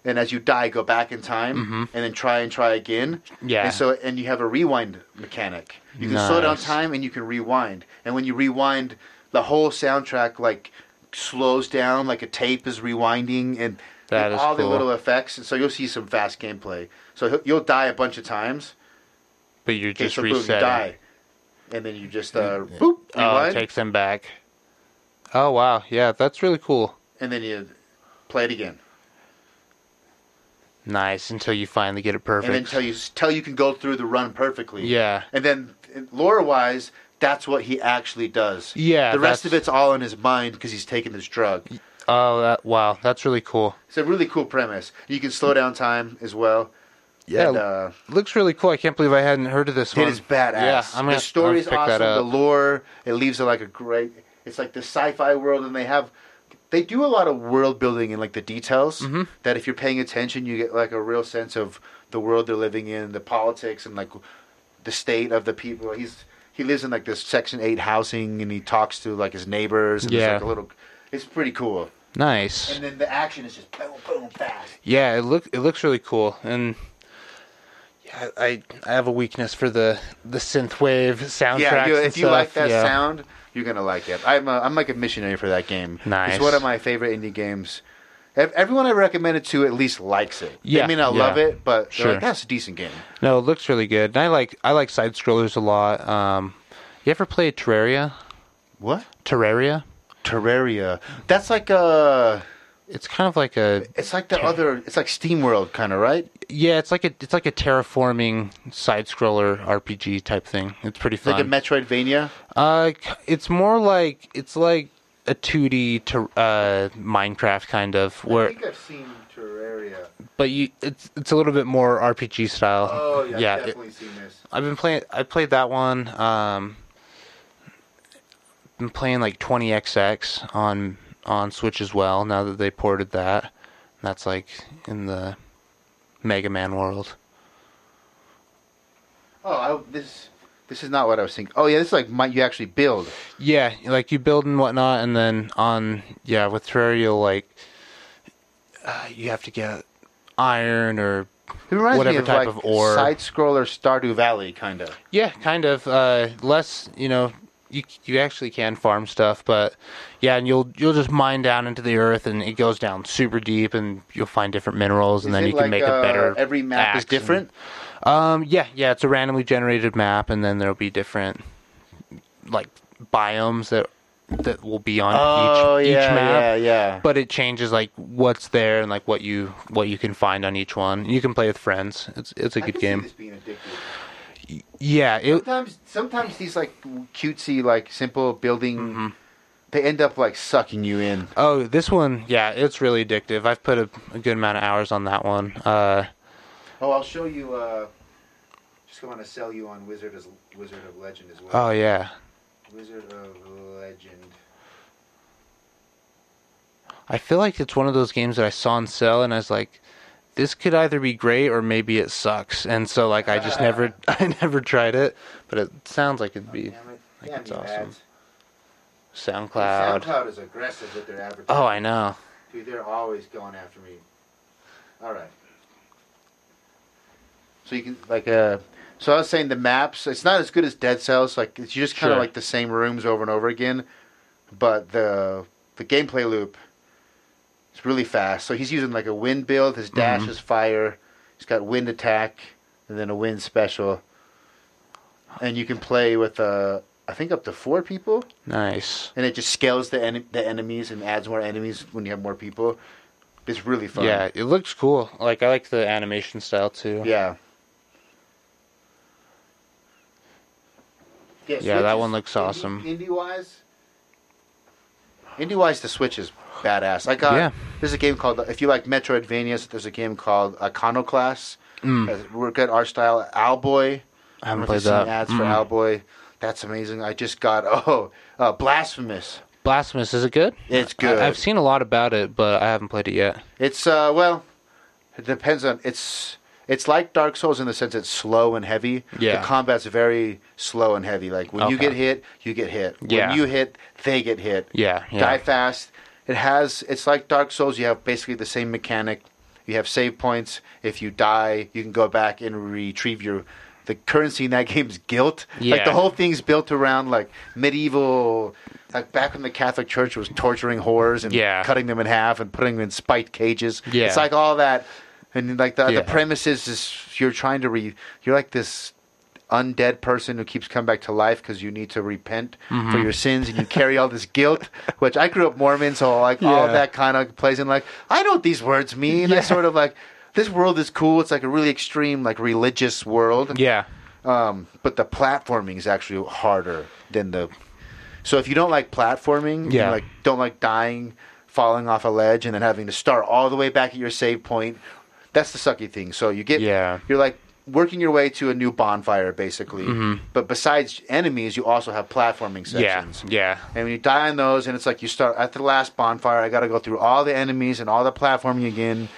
[SPEAKER 1] and as you die, go back in time, and then try and try again.
[SPEAKER 2] Mm-hmm. Yeah.
[SPEAKER 1] And so and you have a rewind mechanic. You can slow down
[SPEAKER 2] Nice.
[SPEAKER 1] time and you can rewind. And when you rewind, the whole soundtrack like slows down, like a tape is rewinding, and
[SPEAKER 2] That
[SPEAKER 1] and
[SPEAKER 2] is
[SPEAKER 1] all the
[SPEAKER 2] cool.
[SPEAKER 1] little effects. And so you'll see some fast gameplay. So he'll- you'll die a bunch of times.
[SPEAKER 2] but you're
[SPEAKER 1] Okay,
[SPEAKER 2] just
[SPEAKER 1] so boom, you
[SPEAKER 2] resetting.
[SPEAKER 1] die. And then you just uh, boop,
[SPEAKER 2] Oh,
[SPEAKER 1] rewind.
[SPEAKER 2] it takes them back. Oh wow. Yeah, that's really cool.
[SPEAKER 1] and then you play it again,
[SPEAKER 2] Nice until you finally get it perfect.
[SPEAKER 1] and then tell you tell you can go through the run perfectly.
[SPEAKER 2] Yeah.
[SPEAKER 1] and then lore wise, that's what he actually does.
[SPEAKER 2] Yeah,
[SPEAKER 1] the rest
[SPEAKER 2] that's-
[SPEAKER 1] of it's all in his mind because he's taking this drug.
[SPEAKER 2] Oh, that, wow, that's really cool.
[SPEAKER 1] It's a really cool premise. You can slow down time as well.
[SPEAKER 2] Yeah,
[SPEAKER 1] and, uh,
[SPEAKER 2] looks really cool. I can't believe I hadn't heard of this
[SPEAKER 1] It
[SPEAKER 2] one.
[SPEAKER 1] is badass.
[SPEAKER 2] Yeah, I'm gonna
[SPEAKER 1] the story's
[SPEAKER 2] I'm gonna pick
[SPEAKER 1] awesome.
[SPEAKER 2] that
[SPEAKER 1] The
[SPEAKER 2] up.
[SPEAKER 1] lore it leaves it like a great. It's like the sci-fi world, and they have they do a lot of world building and like the details
[SPEAKER 2] Mm-hmm.
[SPEAKER 1] that if you're paying attention, you get like a real sense of the world they're living in, the politics, and like the state of the people. He's he lives in like this section eight housing, and he talks to like his neighbors. And
[SPEAKER 2] Yeah.
[SPEAKER 1] yeah, like a little. It's pretty cool.
[SPEAKER 2] nice.
[SPEAKER 1] And then the action is just boom, boom, fast.
[SPEAKER 2] Yeah, it look it looks really cool, and yeah, I I have a weakness for the the synthwave soundtracks.
[SPEAKER 1] Yeah, you,
[SPEAKER 2] and
[SPEAKER 1] if you
[SPEAKER 2] stuff,
[SPEAKER 1] like that
[SPEAKER 2] yeah.
[SPEAKER 1] sound, you're gonna like it. I'm a, I'm like a missionary for that game.
[SPEAKER 2] Nice.
[SPEAKER 1] It's one of my favorite indie games. Ev- Everyone I recommend it to at least likes it.
[SPEAKER 2] Yeah,
[SPEAKER 1] They may not
[SPEAKER 2] yeah.
[SPEAKER 1] love it, but
[SPEAKER 2] Sure.
[SPEAKER 1] they're like, that's a decent game.
[SPEAKER 2] no, it looks really good. And I like I like side scrollers a lot. Um, you ever play Terraria?
[SPEAKER 1] What?
[SPEAKER 2] Terraria?
[SPEAKER 1] Terraria. That's like a.
[SPEAKER 2] It's kind of like a
[SPEAKER 1] It's like the other. It's like SteamWorld kind of right.
[SPEAKER 2] yeah, it's like a it's like a terraforming side scroller RPG type thing. It's pretty
[SPEAKER 1] It's like
[SPEAKER 2] fun.
[SPEAKER 1] a Metroidvania.
[SPEAKER 2] Uh, c- it's more like it's like a 2D to uh Minecraft kind of where,
[SPEAKER 1] I've seen Terraria.
[SPEAKER 2] but you it's it's a little bit more RPG style.
[SPEAKER 1] Oh,
[SPEAKER 2] it-
[SPEAKER 1] seen this.
[SPEAKER 2] I've been playing. I played that one. Um, been playing like 20XX on on Switch as well. Now that they ported that, that's like in the Mega Man world.
[SPEAKER 1] Oh, I, this this is not what I was thinking. Oh yeah, this is like my, you actually build.
[SPEAKER 2] Yeah, like you build and whatnot, and then on yeah with Terraria, you'll, like uh, you have to get iron or
[SPEAKER 1] It reminds
[SPEAKER 2] Whatever
[SPEAKER 1] me of
[SPEAKER 2] type
[SPEAKER 1] like
[SPEAKER 2] of ore.
[SPEAKER 1] side scroller Stardew Valley kind of.
[SPEAKER 2] yeah, kind of uh, less. You know, you you actually can farm stuff, but yeah, and you'll you'll just mine down into the earth, and it goes down super deep, and you'll find different minerals, and
[SPEAKER 1] Is
[SPEAKER 2] then
[SPEAKER 1] it
[SPEAKER 2] you
[SPEAKER 1] like,
[SPEAKER 2] can make a
[SPEAKER 1] uh,
[SPEAKER 2] better.
[SPEAKER 1] Every map
[SPEAKER 2] axe
[SPEAKER 1] is
[SPEAKER 2] and-
[SPEAKER 1] different.
[SPEAKER 2] um, yeah, yeah, it's a randomly generated map, and then there'll be different like biomes that that will be on each each map.
[SPEAKER 1] Oh, yeah.
[SPEAKER 2] but it changes like what's there and like what you what you can find on each one. You can play with friends. It's it's a good game. Yeah, it
[SPEAKER 1] Sometimes, sometimes these like cutesy, like simple building,
[SPEAKER 2] Mm-hmm.
[SPEAKER 1] they end up like sucking you in.
[SPEAKER 2] oh this one yeah it's really addictive. I've put a, a good amount of hours on that one. Uh,
[SPEAKER 1] Oh, I'll show you. uh Just want to sell you on Wizard as Wizard of Legend as well.
[SPEAKER 2] oh yeah,
[SPEAKER 1] Wizard of Legend.
[SPEAKER 2] I feel like it's one of those games that I saw on sale and I was like, this could either be great or maybe it sucks. And so like I just never I never tried it, but it sounds like it'd be
[SPEAKER 1] Damn it!
[SPEAKER 2] think
[SPEAKER 1] Damn
[SPEAKER 2] it's
[SPEAKER 1] you,
[SPEAKER 2] awesome.
[SPEAKER 1] ads.
[SPEAKER 2] SoundCloud.
[SPEAKER 1] SoundCloud is aggressive with their advertising.
[SPEAKER 2] Oh, I know.
[SPEAKER 1] Dude, they're always going after me. All right. So you can like uh so I was saying the maps, it's not as good as Dead Cells, like it's just kind of
[SPEAKER 2] Sure.
[SPEAKER 1] like the same rooms over and over again, but the the gameplay loop is really fast. So he's using like a wind build, his dash is fire, he's got wind attack and then a wind special. And you can play with uh I think up to 4 people
[SPEAKER 2] Nice.
[SPEAKER 1] and it just scales the en- the enemies and adds more enemies when you have more people. It's really fun.
[SPEAKER 2] Yeah, it looks cool. Like I like the animation style too.
[SPEAKER 1] yeah. Yeah,
[SPEAKER 2] Yeah, that
[SPEAKER 1] Switch
[SPEAKER 2] one
[SPEAKER 1] is-
[SPEAKER 2] looks
[SPEAKER 1] indie-
[SPEAKER 2] awesome.
[SPEAKER 1] Indie wise, indie wise, the Switch is badass. I got
[SPEAKER 2] Yeah.
[SPEAKER 1] there's a game called if you like Metroidvanias, there's a game called Iconoclast. Mm. Work at art style Owlboy.
[SPEAKER 2] I
[SPEAKER 1] don't
[SPEAKER 2] haven't
[SPEAKER 1] know if
[SPEAKER 2] played
[SPEAKER 1] you've
[SPEAKER 2] that. Mm.
[SPEAKER 1] seen ads for Owlboy. That's amazing. I just got oh, uh, Blasphemous.
[SPEAKER 2] Blasphemous, is it good?
[SPEAKER 1] It's good.
[SPEAKER 2] I, have seen a lot about it, but I haven't played it yet.
[SPEAKER 1] It's uh well, it depends on it's it's like Dark Souls in the sense it's slow and heavy.
[SPEAKER 2] Yeah.
[SPEAKER 1] The combat's very slow and heavy. Like when you
[SPEAKER 2] Okay.
[SPEAKER 1] get hit, you get hit.
[SPEAKER 2] Yeah.
[SPEAKER 1] When you hit, they get hit.
[SPEAKER 2] Yeah, yeah.
[SPEAKER 1] Die fast. It has it's like Dark Souls, you have basically the same mechanic. You have save points. If you die, you can go back and retrieve your the currency in that game is guilt. Like
[SPEAKER 2] Yeah.
[SPEAKER 1] the whole thing's built around like medieval like back when the Catholic Church was torturing whores and
[SPEAKER 2] Yeah.
[SPEAKER 1] cutting them in half and putting them in spiked cages.
[SPEAKER 2] Yeah.
[SPEAKER 1] It's like all that. And like the,
[SPEAKER 2] Yeah.
[SPEAKER 1] the premise is, is you're trying to re, you're like this undead person who keeps coming back to life because you need to repent
[SPEAKER 2] Mm-hmm.
[SPEAKER 1] for your sins and you carry all this guilt. Which I grew up Mormon, so like all
[SPEAKER 2] Yeah.
[SPEAKER 1] that kind of plays in. Like I know what these words mean. I sort of like this world is cool. It's like a really extreme, like religious world.
[SPEAKER 2] Yeah.
[SPEAKER 1] Um, but the platforming is actually harder than the. So if you don't like platforming, yeah,
[SPEAKER 2] Yeah.
[SPEAKER 1] like don't like dying, falling off a ledge, and then having to start all the way back at your save point. That's the sucky thing. So you get
[SPEAKER 2] Yeah.
[SPEAKER 1] you're like working your way to a new bonfire basically. But besides enemies, you also have platforming sections.
[SPEAKER 2] Mm-hmm. Yeah.
[SPEAKER 1] And when you die on those, and it's like you start at the last bonfire, I got to go through all the enemies and all the platforming again.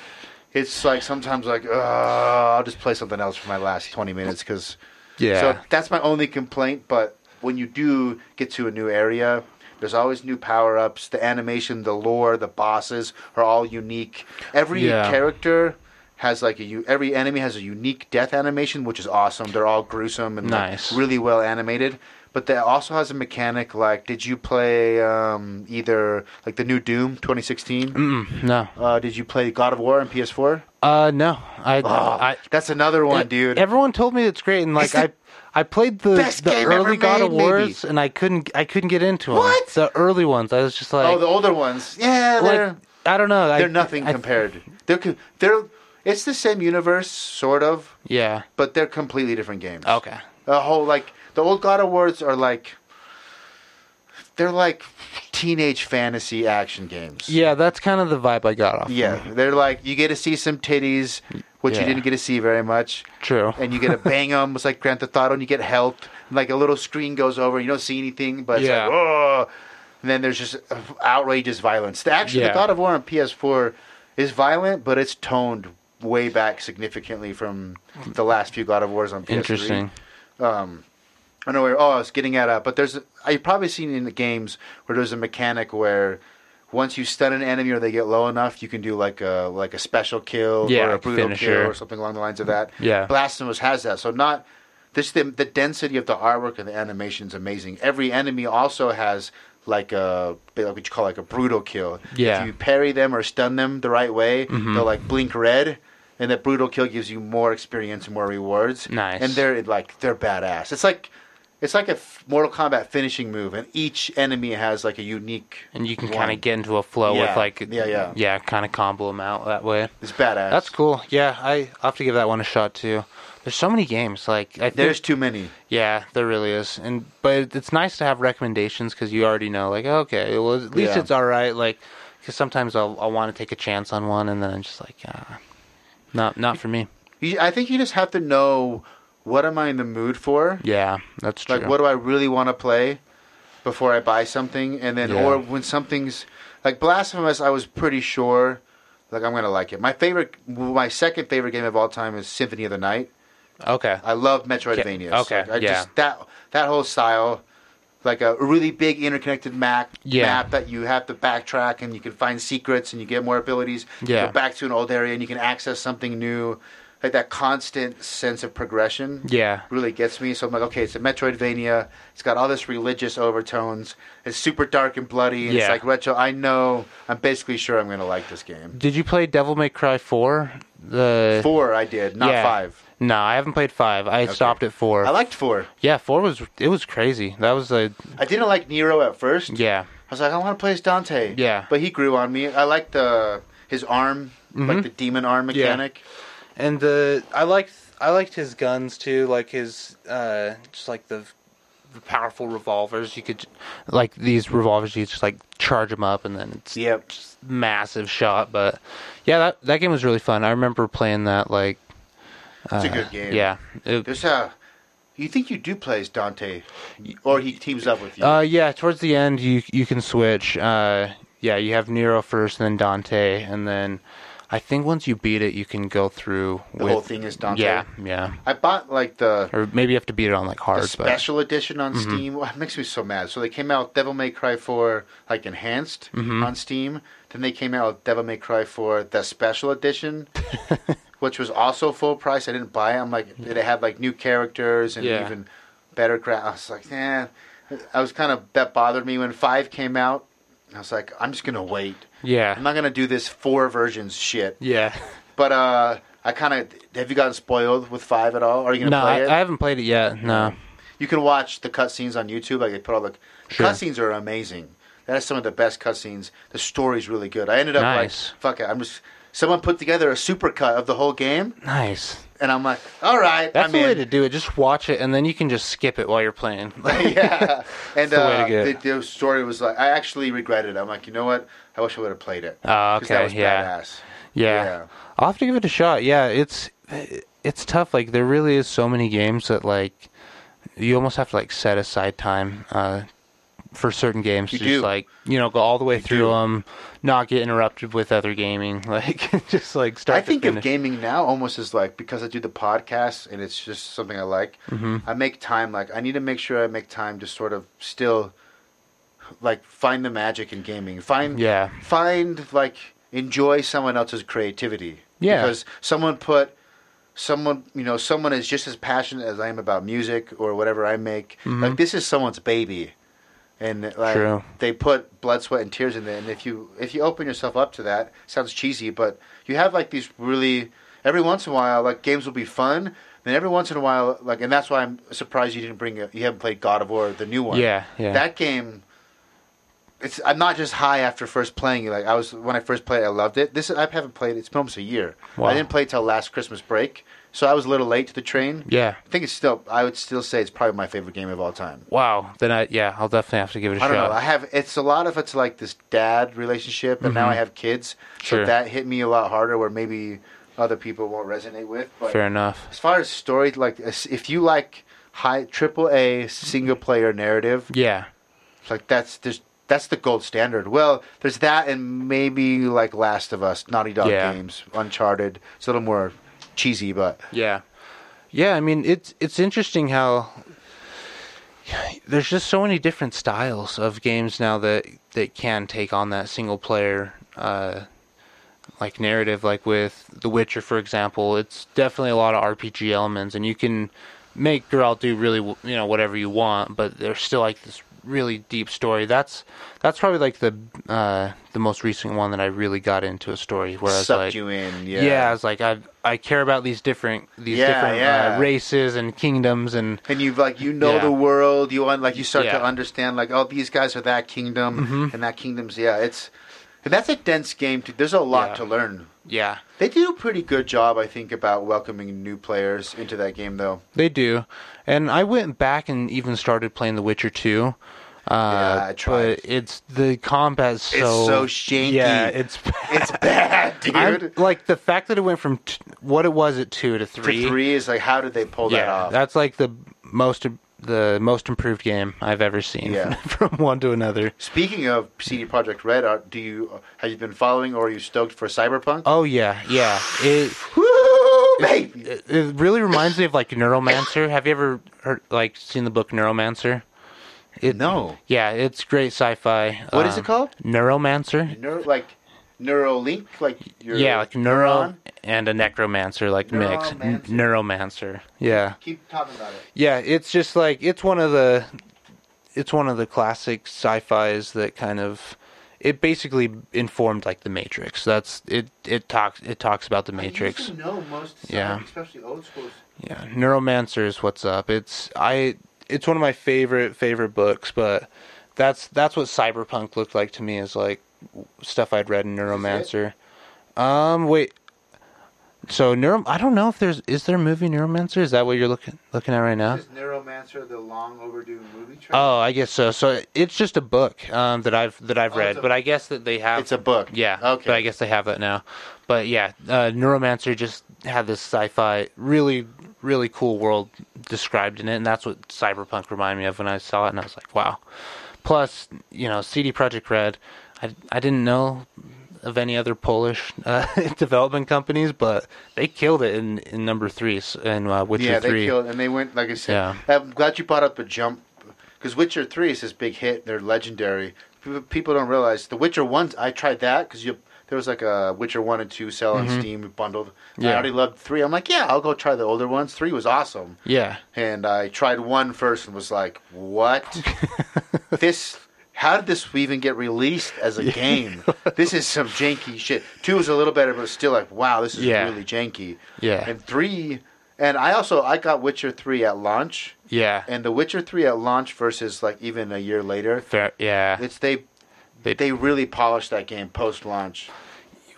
[SPEAKER 1] It's like sometimes like, uh, I'll just play something else for my last 20 minutes because.
[SPEAKER 2] Yeah.
[SPEAKER 1] So that's my only complaint. But when you do get to a new area, there's always new power ups. The animation, the lore, the bosses are all unique. Every
[SPEAKER 2] Yeah.
[SPEAKER 1] character has like a u- every enemy has a unique death animation, which is awesome. They're all gruesome and like,
[SPEAKER 2] Nice.
[SPEAKER 1] really well animated. But that also has a mechanic like, did you play um, either like the new Doom 2016?
[SPEAKER 2] Mm, no.
[SPEAKER 1] Uh, did you play God of War on PS4?
[SPEAKER 2] Uh, no. I.
[SPEAKER 1] Oh,
[SPEAKER 2] Uh, I e,
[SPEAKER 1] that's another one, dude.
[SPEAKER 2] Everyone told me it's great, and
[SPEAKER 1] It's
[SPEAKER 2] like
[SPEAKER 1] the
[SPEAKER 2] I, I played the
[SPEAKER 1] best
[SPEAKER 2] the
[SPEAKER 1] game
[SPEAKER 2] early
[SPEAKER 1] ever
[SPEAKER 2] God of
[SPEAKER 1] made, maybe.
[SPEAKER 2] Wars, and I couldn't I couldn't get into 'em.
[SPEAKER 1] What?
[SPEAKER 2] The early ones, I was just like,
[SPEAKER 1] oh, the older ones. Yeah, they're
[SPEAKER 2] like I don't know.
[SPEAKER 1] they're nothing compared. they're co- they're it's the same universe, sort of,
[SPEAKER 2] yeah.
[SPEAKER 1] but they're completely different games.
[SPEAKER 2] Okay.
[SPEAKER 1] The whole like the old God of Wars are like they're like teenage fantasy action games.
[SPEAKER 2] Yeah, that's kind of the vibe I got off.
[SPEAKER 1] Yeah, they're like you get to see some titties, which you
[SPEAKER 2] Yeah.
[SPEAKER 1] didn't get to see very much,
[SPEAKER 2] True.
[SPEAKER 1] and you get to bang them. It's like Grand Theft Auto, and you get helped. And like a little screen goes over, and you don't see anything, but it's
[SPEAKER 2] Yeah.
[SPEAKER 1] like oh. And then there's just uh, outrageous violence. The actually, the
[SPEAKER 2] Yeah.
[SPEAKER 1] God of War on PS4 is violent, but it's toned way back significantly from the last few God of Wars on PS3.
[SPEAKER 2] Interesting.
[SPEAKER 1] I know where. Oh, I was getting at. Uh, but there's. I've probably seen in the games where there's a mechanic where once you stun an enemy or they get low enough, you can do like a like a special kill
[SPEAKER 2] Yeah,
[SPEAKER 1] or a
[SPEAKER 2] like
[SPEAKER 1] brutal
[SPEAKER 2] finisher.
[SPEAKER 1] kill or something along the lines of that.
[SPEAKER 2] Yeah.
[SPEAKER 1] Blasphemous has that. So not. This the the density of the artwork and the animation is amazing. Every enemy also has like a what you call like a brutal kill.
[SPEAKER 2] Yeah. Mm-hmm.
[SPEAKER 1] If you parry them or stun them the right way, they'll like blink red, and that brutal kill gives you more experience and more rewards.
[SPEAKER 2] Nice.
[SPEAKER 1] And they're like they're badass. It's like it's like a f- Mortal Kombat finishing move, and each enemy has like a unique.
[SPEAKER 2] And you can
[SPEAKER 1] one.
[SPEAKER 2] kind of get into a flow
[SPEAKER 1] Yeah.
[SPEAKER 2] with like
[SPEAKER 1] Yeah, yeah.
[SPEAKER 2] yeah, kind of combo them out that way.
[SPEAKER 1] It's badass.
[SPEAKER 2] That's cool. Yeah, I I'll have to give that one a shot too. There's so many games. Like I think,
[SPEAKER 1] There's too many.
[SPEAKER 2] yeah, there really is. And but it's nice to have recommendations because you already know. Like okay, well at least
[SPEAKER 1] Yeah.
[SPEAKER 2] it's all right. Like because sometimes I'll I'll want to take a chance on one and then I'm just like, ah, not not for me.
[SPEAKER 1] You, I think you just have to know what am I in the mood for.
[SPEAKER 2] Yeah, that's true.
[SPEAKER 1] Like, what do I really want to play before I buy something? And then,
[SPEAKER 2] Yeah.
[SPEAKER 1] or when something's like Blasphemous, I was pretty sure, like, I'm going to like it. My favorite, my second favorite game of all time is Symphony of the Night.
[SPEAKER 2] okay.
[SPEAKER 1] I love Metroidvanias.
[SPEAKER 2] Okay,
[SPEAKER 1] Like, I
[SPEAKER 2] yeah.
[SPEAKER 1] just, that, that whole style, like a really big interconnected map,
[SPEAKER 2] Yeah.
[SPEAKER 1] map that you have to backtrack and you can find secrets and you get more abilities. You
[SPEAKER 2] Yeah.
[SPEAKER 1] go back to an old area and you can access something new. Like that constant sense of progression
[SPEAKER 2] yeah.
[SPEAKER 1] really gets me. So I'm like, okay, it's a Metroidvania. It's got all this religious overtones. It's super dark and bloody. And It's
[SPEAKER 2] Yeah.
[SPEAKER 1] like retro. I know. I'm basically sure I'm going to like this game.
[SPEAKER 2] Did you play Devil May Cry four? The
[SPEAKER 1] Four, I did, not
[SPEAKER 2] Yeah.
[SPEAKER 1] five.
[SPEAKER 2] No, I haven't played five. I stopped at four.
[SPEAKER 1] I liked four.
[SPEAKER 2] yeah, four was it was crazy. That was a
[SPEAKER 1] I didn't like Nero at first.
[SPEAKER 2] yeah.
[SPEAKER 1] I was like, I want to play as Dante.
[SPEAKER 2] Yeah.
[SPEAKER 1] But he grew on me. I liked the his arm, like the demon arm
[SPEAKER 2] Mm-hmm. Yeah.
[SPEAKER 1] mechanic.
[SPEAKER 2] And the I liked I liked his guns too, like his uh just like the the powerful revolvers. You could like these revolvers. You just like charge them up, and then it's
[SPEAKER 1] Yep.
[SPEAKER 2] just massive shot. But yeah, that that game was really fun. I remember playing that. Like
[SPEAKER 1] It's a good game.
[SPEAKER 2] Uh, yeah, It-
[SPEAKER 1] There's a. You think you do play as Dante, or he teams up with you?
[SPEAKER 2] Uh, yeah, towards the end you you can switch. Uh, yeah, you have Nero first, then Dante, and then I think once you beat it, you can go through
[SPEAKER 1] the
[SPEAKER 2] with,
[SPEAKER 1] whole thing is Dante.
[SPEAKER 2] Yeah, yeah,
[SPEAKER 1] I bought like the
[SPEAKER 2] or maybe you have to beat it on like hard. Mm-hmm.
[SPEAKER 1] the special edition on Steam. Well, it makes me so mad. So they came out with Devil May Cry 4 like enhanced
[SPEAKER 2] Mm-hmm.
[SPEAKER 1] on Steam. Then they came out with Devil May Cry 4 the special edition, which was also full price. I didn't buy it. I'm like, it had like new characters and
[SPEAKER 2] Yeah.
[SPEAKER 1] even better graphics. I was like, nah. I was kind of that bothered me when five came out. I was like, I'm just gonna wait.
[SPEAKER 2] But, yeah,
[SPEAKER 1] I'm not gonna do this four versions shit.
[SPEAKER 2] yeah.
[SPEAKER 1] But uh, I kind of have you gotten spoiled with five at all? Are you gonna
[SPEAKER 2] No,
[SPEAKER 1] play
[SPEAKER 2] I,
[SPEAKER 1] it?
[SPEAKER 2] I haven't played it yet. No,
[SPEAKER 1] You can watch the cutscenes on YouTube. Like they put all the
[SPEAKER 2] Sure.
[SPEAKER 1] cutscenes are amazing. That is some of the best cutscenes. The story's really good. I ended up
[SPEAKER 2] Nice.
[SPEAKER 1] like, fuck it. I'm just someone put together a supercut of the whole game,
[SPEAKER 2] nice.
[SPEAKER 1] and I'm like, all right,
[SPEAKER 2] That's
[SPEAKER 1] I'm
[SPEAKER 2] the way
[SPEAKER 1] in.
[SPEAKER 2] to do it. Just watch it, and then you can just skip it while you're playing. Like,
[SPEAKER 1] yeah. And
[SPEAKER 2] the way to
[SPEAKER 1] uh,
[SPEAKER 2] get
[SPEAKER 1] the,
[SPEAKER 2] it.
[SPEAKER 1] the story was like, I actually regretted it. I'm like, you know what? I wish I would have played it.
[SPEAKER 2] Ah,
[SPEAKER 1] 'Cause that
[SPEAKER 2] okay,
[SPEAKER 1] was
[SPEAKER 2] yeah.
[SPEAKER 1] badass.
[SPEAKER 2] yeah.
[SPEAKER 1] Yeah.
[SPEAKER 2] I'll have to give it a shot. Yeah, it's it's tough. Like there really is so many games that like you almost have to like set aside time uh, for certain games
[SPEAKER 1] You
[SPEAKER 2] to
[SPEAKER 1] do.
[SPEAKER 2] just like you know go all the way through
[SPEAKER 1] do.
[SPEAKER 2] them, not get interrupted with other gaming. Like just like start.
[SPEAKER 1] I think
[SPEAKER 2] to
[SPEAKER 1] of
[SPEAKER 2] finish.
[SPEAKER 1] gaming now almost as like because I do the podcast and it's just something I like.
[SPEAKER 2] Mm-hmm.
[SPEAKER 1] I make time like I need to make sure I make time to sort of still like find the magic in gaming. Find
[SPEAKER 2] Yeah.
[SPEAKER 1] Find like enjoy someone else's creativity.
[SPEAKER 2] Yeah.
[SPEAKER 1] Because someone put someone you know someone is just as passionate as I am about music or whatever I make. Like this is someone's baby. And like
[SPEAKER 2] Mm-hmm. True.
[SPEAKER 1] they put blood, sweat, and tears in it. And if you if you open yourself up to that, sounds cheesy, but you have like these really every once in a while, like games will be fun. Then every once in a while, like, and that's why I'm surprised you didn't bring. A, you haven't played God of War, the new one.
[SPEAKER 2] Yeah, yeah.
[SPEAKER 1] That game, it's. I'm not just high after first playing it. Like I was when I first played, it, I loved it. This I haven't played. It's been almost a year.
[SPEAKER 2] Wow.
[SPEAKER 1] I didn't play till last Christmas break, so I was a little late to the train.
[SPEAKER 2] Yeah.
[SPEAKER 1] I think it's still. I would still say it's probably my favorite game of all time.
[SPEAKER 2] Wow. Then I yeah I'll definitely have to give it a
[SPEAKER 1] I
[SPEAKER 2] shot.
[SPEAKER 1] don't know. I have it's a lot of it's like this dad relationship, and now I have kids, so
[SPEAKER 2] Mm-hmm. Sure.
[SPEAKER 1] that hit me a lot harder. Where maybe other people won't resonate with. But
[SPEAKER 2] Fair enough.
[SPEAKER 1] as far as story, like as- if you like high triple A single player narrative,
[SPEAKER 2] Yeah.
[SPEAKER 1] it's like that's there's that's the gold standard. Well, there's that, and maybe like Last of Us, Naughty Dog
[SPEAKER 2] Yeah.
[SPEAKER 1] games, Uncharted. It's a little more cheesy, but
[SPEAKER 2] Yeah, yeah. I mean, it's it's interesting how there's just so many different styles of games now that that can take on that single player uh, like narrative. Like with The Witcher, for example, it's definitely a lot of RPG elements, and you can make Geralt do really w- you know whatever you want, but there's still like this really deep story. That's that's probably like the uh, the most recent one that I really got into a story where I was
[SPEAKER 1] sucked
[SPEAKER 2] like
[SPEAKER 1] you in.
[SPEAKER 2] yeah.
[SPEAKER 1] Yeah,
[SPEAKER 2] I was like, I I care about these different these
[SPEAKER 1] Yeah,
[SPEAKER 2] different
[SPEAKER 1] yeah.
[SPEAKER 2] Uh, races and kingdoms and
[SPEAKER 1] and you've like you know
[SPEAKER 2] Yeah.
[SPEAKER 1] the world you want like you start to
[SPEAKER 2] Yeah. Mm-hmm.
[SPEAKER 1] understand like oh these guys are that kingdom and that kingdom's yeah it's and that's a dense game too there's a lot
[SPEAKER 2] Yeah.
[SPEAKER 1] to learn
[SPEAKER 2] yeah,
[SPEAKER 1] they do a pretty good job i think about welcoming new players into that game though
[SPEAKER 2] they do. And I went back and even started playing The Witcher two. Uh,
[SPEAKER 1] Yeah, I tried.
[SPEAKER 2] But it's the combat's so
[SPEAKER 1] It's so shanky.
[SPEAKER 2] Yeah, it's
[SPEAKER 1] it's bad dude
[SPEAKER 2] I'm- like the fact that it went from t- what it was at two to three.
[SPEAKER 1] to three is like how did they pull that
[SPEAKER 2] yeah,
[SPEAKER 1] off
[SPEAKER 2] that's like the most the most improved game I've ever seen.
[SPEAKER 1] Yeah.
[SPEAKER 2] from one to another.
[SPEAKER 1] speaking of cd project red are, do you have you been following or are you stoked for cyberpunk
[SPEAKER 2] Oh yeah, yeah. It
[SPEAKER 1] Woo, baby.
[SPEAKER 2] it, it really reminds me of like Neuromancer. Have you ever heard, like seen the book Neuromancer? It,
[SPEAKER 1] No.
[SPEAKER 2] Yeah, it's great sci-fi. Um,
[SPEAKER 1] What is it called?
[SPEAKER 2] Neuromancer.
[SPEAKER 1] Neuro, like neuralink like your
[SPEAKER 2] yeah, like neuro
[SPEAKER 1] neuron?
[SPEAKER 2] and a necromancer, like mix. N-
[SPEAKER 1] Neuromancer.
[SPEAKER 2] Neuromancer. Yeah.
[SPEAKER 1] keep talking about it
[SPEAKER 2] Yeah, it's just like it's one of the it's one of the classic sci-fi's that kind of it basically informed like the Matrix. That's it. It talks. It talks about the Matrix.
[SPEAKER 1] You know most, sci-
[SPEAKER 2] Yeah.
[SPEAKER 1] especially old schools.
[SPEAKER 2] Yeah, Neuromancer is what's up. It's I it's one of my favorite favorite books, but that's that's what cyberpunk looked like to me is like stuff I'd read in Neuromancer. Um wait. So neuro I don't know if there's is there a movie Neuromancer? Is that what you're looking looking at right now?
[SPEAKER 1] Is Neuromancer the long overdue movie trend?
[SPEAKER 2] Oh, I guess so. So it's just a book um that I've that I've
[SPEAKER 1] Oh,
[SPEAKER 2] read,
[SPEAKER 1] it's a-
[SPEAKER 2] but I guess that they have
[SPEAKER 1] it's a book.
[SPEAKER 2] yeah.
[SPEAKER 1] Okay.
[SPEAKER 2] But I guess they have that now. But yeah, uh, Neuromancer just had this sci-fi, really, really cool world described in it, and that's what Cyberpunk reminded me of when I saw it, and I was like, wow. Plus, you know, CD Projekt Red. I, I didn't know of any other Polish uh, development companies, but they killed it in, in number three s- in uh, Witcher
[SPEAKER 1] yeah,
[SPEAKER 2] three.
[SPEAKER 1] they killed, and they went like I said.
[SPEAKER 2] Yeah.
[SPEAKER 1] I'm glad you brought up a jump because Witcher Three is this big hit. They're legendary. Pe- People don't realize the Witcher One. I tried that because you. There was like a Witcher One and Two sell on Steam bundled. I
[SPEAKER 2] Mm-hmm. Yeah.
[SPEAKER 1] already loved three. I'm like, yeah, I'll go try the older ones. Three was awesome.
[SPEAKER 2] yeah,
[SPEAKER 1] and I tried one first and was like, "What? this? How did this even get released as a game? This is some janky shit." Two was a little better, but still like, "Wow, this is
[SPEAKER 2] Yeah.
[SPEAKER 1] really janky."
[SPEAKER 2] Yeah.
[SPEAKER 1] And three, and I also I got Witcher three at launch,
[SPEAKER 2] yeah,
[SPEAKER 1] and the Witcher three at launch versus like even a year later,
[SPEAKER 2] Fair, yeah.
[SPEAKER 1] it's they.
[SPEAKER 2] They-
[SPEAKER 1] They really polished that game post launch.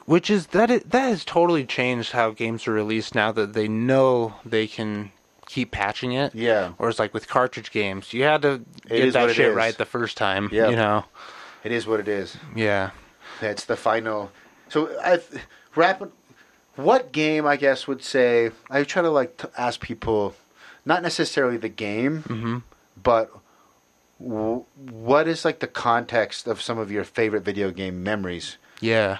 [SPEAKER 2] Which is that it, that has totally changed how games are released now that they know they can keep patching it.
[SPEAKER 1] Yeah.
[SPEAKER 2] Or it's like with cartridge games, you had to
[SPEAKER 1] is
[SPEAKER 2] get
[SPEAKER 1] what
[SPEAKER 2] that
[SPEAKER 1] it
[SPEAKER 2] shit
[SPEAKER 1] is.
[SPEAKER 2] right the first time.
[SPEAKER 1] Yep.
[SPEAKER 2] You know.
[SPEAKER 1] It is what it is.
[SPEAKER 2] Yeah.
[SPEAKER 1] That's the final. So I rapid. What game I guess would say I try to like to ask people, not necessarily the game, but w- what is like the context of some of your favorite video game memories?
[SPEAKER 2] Yeah.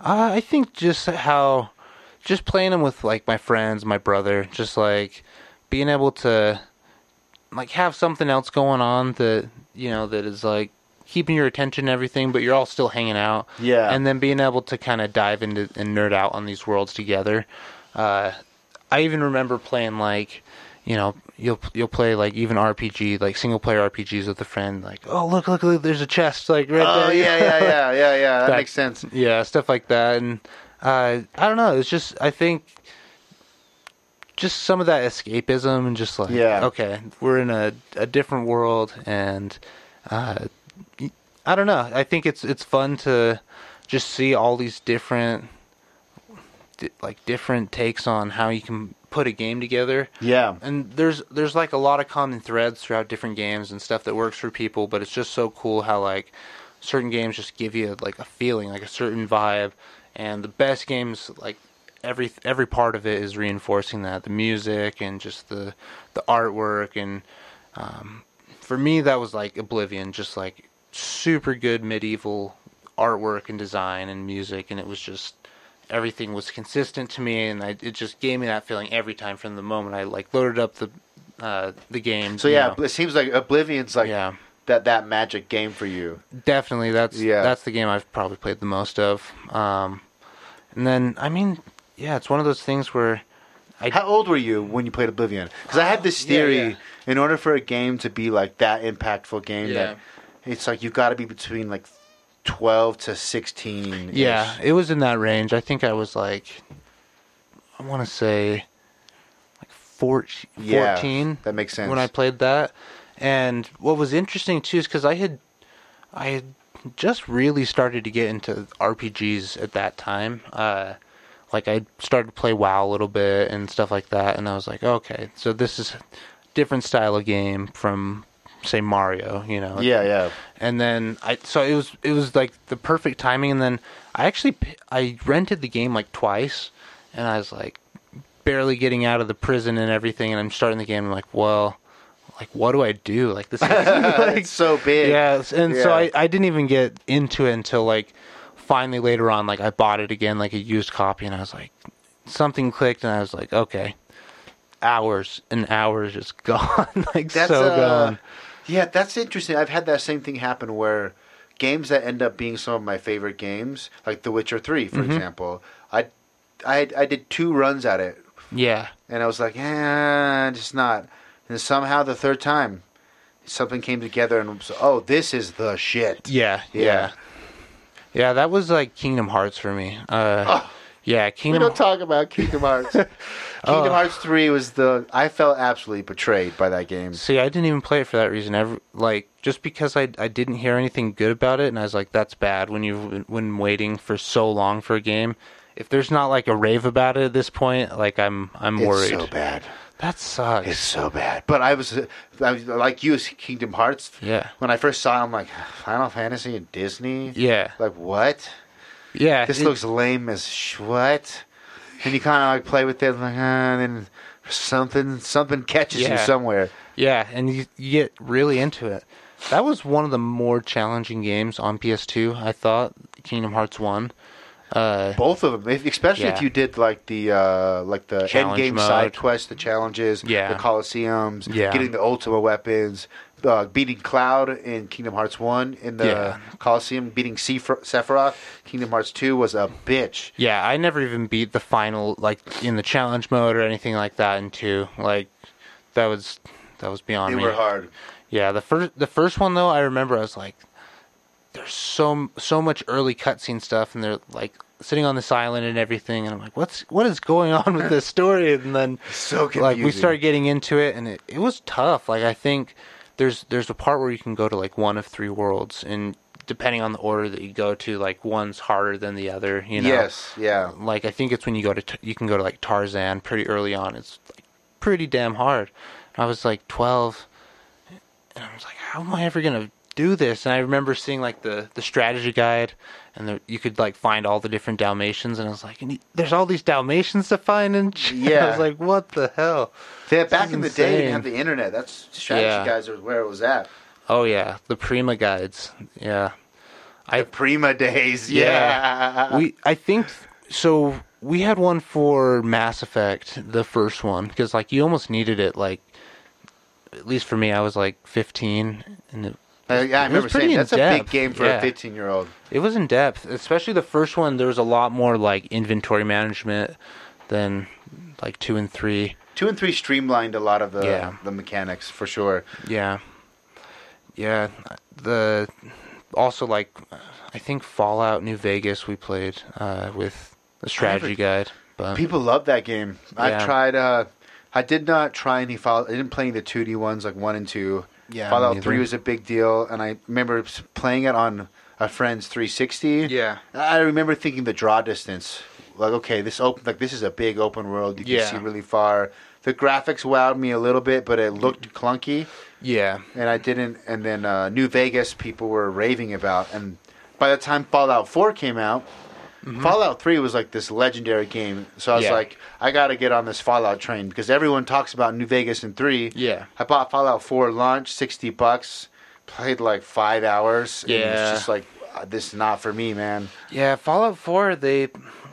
[SPEAKER 2] Uh, I think just how, just playing them with like my friends, my brother, just like being able to, like have something else going on that you know that is like keeping your attention and everything, but you're all still hanging out.
[SPEAKER 1] Yeah.
[SPEAKER 2] And then being able to kind of dive into and nerd out on these worlds together. Uh, I even remember playing like. You know, you'll you'll play like even RPG, like single player RPGs with a friend. Like, oh look, look, look, there's a chest like right there.
[SPEAKER 1] Oh yeah, yeah, yeah, yeah, yeah. That
[SPEAKER 2] Back-
[SPEAKER 1] makes sense.
[SPEAKER 2] Yeah, stuff like that, and uh, I don't know. It's just I think just some of that escapism and just like
[SPEAKER 1] Yeah.
[SPEAKER 2] okay, we're in a a different world, and uh, y- I don't know. I think it's it's fun to just see all these different di- like different takes on how you can put a game together
[SPEAKER 1] Yeah,
[SPEAKER 2] and there's there's like a lot of common threads throughout different games and stuff that works for people but it's just so cool how like certain games just give you like a feeling like a certain vibe and the best games like every every part of it is reinforcing that the music and just the the artwork and um, for me that was like oblivion just like super good medieval artwork and design and music and it was just everything was consistent to me and I, it just gave me that feeling every time from the moment i like loaded up the uh, the game
[SPEAKER 1] So
[SPEAKER 2] you
[SPEAKER 1] yeah,
[SPEAKER 2] know.
[SPEAKER 1] it seems like Oblivion's like
[SPEAKER 2] Yeah.
[SPEAKER 1] that that magic game for you.
[SPEAKER 2] Definitely, that's
[SPEAKER 1] Yeah.
[SPEAKER 2] that's the game I've probably played the most of. Um, and then, I mean, yeah, it's one of those things where
[SPEAKER 1] How old were you when you played Oblivion? Because I had this
[SPEAKER 2] Oh, Yeah,
[SPEAKER 1] theory:
[SPEAKER 2] yeah.
[SPEAKER 1] in order for a game to be like that impactful game,
[SPEAKER 2] Yeah.
[SPEAKER 1] that it's like you've got to be between like twelve to sixteen. -ish.
[SPEAKER 2] yeah, it was in that range. I think I was like, I want to say, like 14,
[SPEAKER 1] Yeah,
[SPEAKER 2] 14
[SPEAKER 1] that makes sense.
[SPEAKER 2] when I played that. And what was interesting too is because I had, I had just really started to get into RPGs at that time. Uh, like I started to play WoW a little bit and stuff like that, and I was like, okay, so this is different style of game from say Mario, you know?
[SPEAKER 1] yeah, yeah.
[SPEAKER 2] and then I so it was it was like the perfect timing. And then I actually p- I rented the game like twice, and I was like barely getting out of the prison and everything, and I'm starting the game. I'm like, well, like what do I do? Like this, is, like,
[SPEAKER 1] it's so big.
[SPEAKER 2] yeah, and so
[SPEAKER 1] Yeah.
[SPEAKER 2] I I didn't even get into it until like finally later on. Like I bought it again, like a used copy, and I was like something clicked, and I was like, okay. Hours and hours just gone, like so
[SPEAKER 1] uh,
[SPEAKER 2] gone.
[SPEAKER 1] Yeah, that's interesting. I've had that same thing happen where games that end up being some of my favorite games, like The Witcher Three, for
[SPEAKER 2] Mm-hmm.
[SPEAKER 1] example, I, I, I did two runs at it
[SPEAKER 2] Yeah,
[SPEAKER 1] and I was like, eh, just not. And somehow the third time, something came together, and was, oh, this is the shit.
[SPEAKER 2] Yeah,
[SPEAKER 1] Yeah.
[SPEAKER 2] yeah, yeah. that was like Kingdom Hearts for me. Uh, yeah,
[SPEAKER 1] We
[SPEAKER 2] Kingdom.
[SPEAKER 1] don't talk about Kingdom Hearts. Kingdom
[SPEAKER 2] Oh.
[SPEAKER 1] Hearts three was the I felt absolutely betrayed by that game.
[SPEAKER 2] See, I didn't even play it for that reason. Every, like, just because I I didn't hear anything good about it, and I was like, that's bad. When you when waiting for so long for a game, if there's not like a rave about it at this point, like I'm I'm
[SPEAKER 1] It's
[SPEAKER 2] worried.
[SPEAKER 1] so bad.
[SPEAKER 2] That sucks.
[SPEAKER 1] It's so bad. But I was, I was like you, it's Kingdom Hearts.
[SPEAKER 2] Yeah.
[SPEAKER 1] When I first saw, it, I'm like Final Fantasy and Disney.
[SPEAKER 2] yeah,
[SPEAKER 1] Like what?
[SPEAKER 2] yeah.
[SPEAKER 1] This
[SPEAKER 2] it-
[SPEAKER 1] looks lame as sh- what? And you kind of like play with it, like, uh, and then something something catches you
[SPEAKER 2] Yeah.
[SPEAKER 1] somewhere.
[SPEAKER 2] Yeah, and you, you get really into it. That was one of the more challenging games on PS2. I thought Kingdom Hearts One. Uh,
[SPEAKER 1] both of them if, especially if
[SPEAKER 2] Yeah.
[SPEAKER 1] you did like the uh like the
[SPEAKER 2] Challenge
[SPEAKER 1] end game
[SPEAKER 2] mode.
[SPEAKER 1] side quests the challenges
[SPEAKER 2] Yeah.
[SPEAKER 1] the colosseums
[SPEAKER 2] Yeah.
[SPEAKER 1] getting the ultima weapons uh, beating cloud in kingdom hearts 1 in the
[SPEAKER 2] Yeah.
[SPEAKER 1] colosseum beating Seph- sephiroth kingdom hearts 2 was a bitch
[SPEAKER 2] Yeah, I never even beat the final like in the challenge mode or anything like that in two. Like that was that was beyond
[SPEAKER 1] they
[SPEAKER 2] me.
[SPEAKER 1] were hard
[SPEAKER 2] Yeah, the first the first one though, I remember I was like, there's so so much early cutscene stuff, and they're like sitting on this island and everything, and I'm like, what's what is going on with this story? And then
[SPEAKER 1] So
[SPEAKER 2] like we
[SPEAKER 1] confusing.
[SPEAKER 2] started getting into it, and it, it was tough. Like I think there's there's a part where you can go to like one of three worlds, and depending on the order that you go to, like one's harder than the other. You know.
[SPEAKER 1] Yes, yeah.
[SPEAKER 2] Like I think it's when you go to t- you can go to like Tarzan pretty early on. It's like, pretty damn hard. And I was like twelve, and I was like, how am I ever gonna do this? And I remember seeing like the the strategy guide, and the, you could like find all the different Dalmatians, and I was like, and there's all these Dalmatians to find, and shit. I
[SPEAKER 1] Yeah.
[SPEAKER 2] was like, what the hell?
[SPEAKER 1] Yeah, back
[SPEAKER 2] is
[SPEAKER 1] in the day, you
[SPEAKER 2] insane.
[SPEAKER 1] didn't have the internet. That's strategy
[SPEAKER 2] Yeah.
[SPEAKER 1] guys was where it was at.
[SPEAKER 2] Oh yeah, the Prima guides. Yeah, I
[SPEAKER 1] Prima days,
[SPEAKER 2] Yeah.
[SPEAKER 1] yeah. Uh,
[SPEAKER 2] we I think so. We had one for Mass Effect, the first one, because like you almost needed it. Like at least for me, I was like 15, and it,
[SPEAKER 1] Uh, yeah, I
[SPEAKER 2] It was
[SPEAKER 1] remember
[SPEAKER 2] pretty
[SPEAKER 1] saying that's a
[SPEAKER 2] in-depth,
[SPEAKER 1] big game for
[SPEAKER 2] yeah.
[SPEAKER 1] a 15 year old.
[SPEAKER 2] it was in depth. Especially the first one, there was a lot more like inventory management than like two and three.
[SPEAKER 1] Two and three streamlined a lot of the
[SPEAKER 2] Yeah.
[SPEAKER 1] the mechanics for sure.
[SPEAKER 2] Yeah, yeah. The also like I think Fallout New Vegas we played uh, with the strategy guide, but
[SPEAKER 1] People love that game.
[SPEAKER 2] Yeah.
[SPEAKER 1] I tried. Uh, I did not try any Fallout. I didn't play any of the 2D ones like one and two.
[SPEAKER 2] Yeah, me
[SPEAKER 1] Fallout
[SPEAKER 2] neither.
[SPEAKER 1] Three was a big deal, and I remember s- playing it on a friend's 360.
[SPEAKER 2] Yeah.
[SPEAKER 1] I remember thinking the draw distance. Like, okay, this open like this is a big open world. You can
[SPEAKER 2] Yeah.
[SPEAKER 1] see really far. The graphics wowed me a little bit, but it looked clunky.
[SPEAKER 2] yeah,
[SPEAKER 1] and I didn't. And then uh, New Vegas people were raving about. And by the time Fallout 4 came out, Fallout 3 was like this legendary game. So I was
[SPEAKER 2] Mm-hmm. Yeah.
[SPEAKER 1] like, I got to get on this Fallout train because everyone talks about New Vegas in 3.
[SPEAKER 2] Yeah.
[SPEAKER 1] I bought Fallout 4 launch, 60 bucks, played like five hours. And it
[SPEAKER 2] Yeah.
[SPEAKER 1] was just like, uh, this is not for me, man.
[SPEAKER 2] Yeah, Fallout Four. They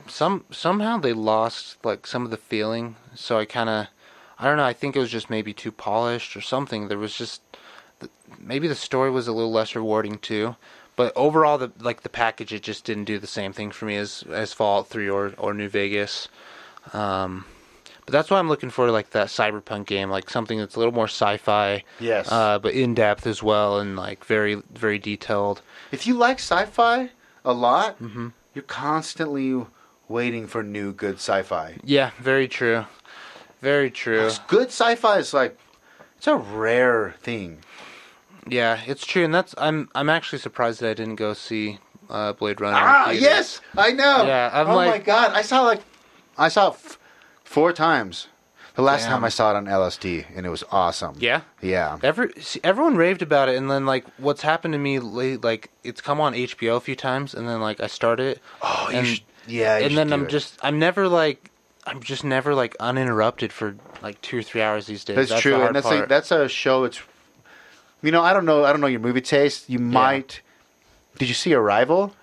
[SPEAKER 2] some somehow they lost like some of the feeling. So I kind of, I don't know. I think it was just maybe too polished or something. There was just th- maybe the story was a little less rewarding too. But overall, the like the package, it just didn't do the same thing for me as as Fallout Three or or New Vegas. Um, but that's why I'm looking for like that cyberpunk game, like something that's a little more sci-fi.
[SPEAKER 1] Yes.
[SPEAKER 2] Uh, but in depth as well, and like very very detailed.
[SPEAKER 1] If you like sci fi a lot,
[SPEAKER 2] Mm-hmm.
[SPEAKER 1] you're constantly waiting for new good sci fi.
[SPEAKER 2] Yeah, very true. Very true.
[SPEAKER 1] Good sci fi is like, it's a rare thing.
[SPEAKER 2] Yeah, it's true, and that's I'm I'm actually surprised that I didn't go see uh, Blade Runner. in
[SPEAKER 1] Ah,
[SPEAKER 2] theaters.
[SPEAKER 1] yes, I know.
[SPEAKER 2] Yeah, I'm
[SPEAKER 1] oh my
[SPEAKER 2] like-
[SPEAKER 1] god, I saw like, I saw it f- four times. The last
[SPEAKER 2] Damn.
[SPEAKER 1] time I saw it on LSD, and it was awesome.
[SPEAKER 2] Yeah.
[SPEAKER 1] yeah.
[SPEAKER 2] Every see, everyone raved about it, and then like what's happened to me late, like it's come on HBO a few times, and then like I start it.
[SPEAKER 1] Oh, you
[SPEAKER 2] and,
[SPEAKER 1] should- yeah, you
[SPEAKER 2] and
[SPEAKER 1] should
[SPEAKER 2] then
[SPEAKER 1] do
[SPEAKER 2] I'm
[SPEAKER 1] it.
[SPEAKER 2] just I'm never like I'm just never like uninterrupted for like two or three hours these days.
[SPEAKER 1] That's,
[SPEAKER 2] the
[SPEAKER 1] true,
[SPEAKER 2] hard
[SPEAKER 1] and that's a,
[SPEAKER 2] part.
[SPEAKER 1] that's a show. It's, you know, I don't know, I don't know your movie taste. You might. Did you see Arrival?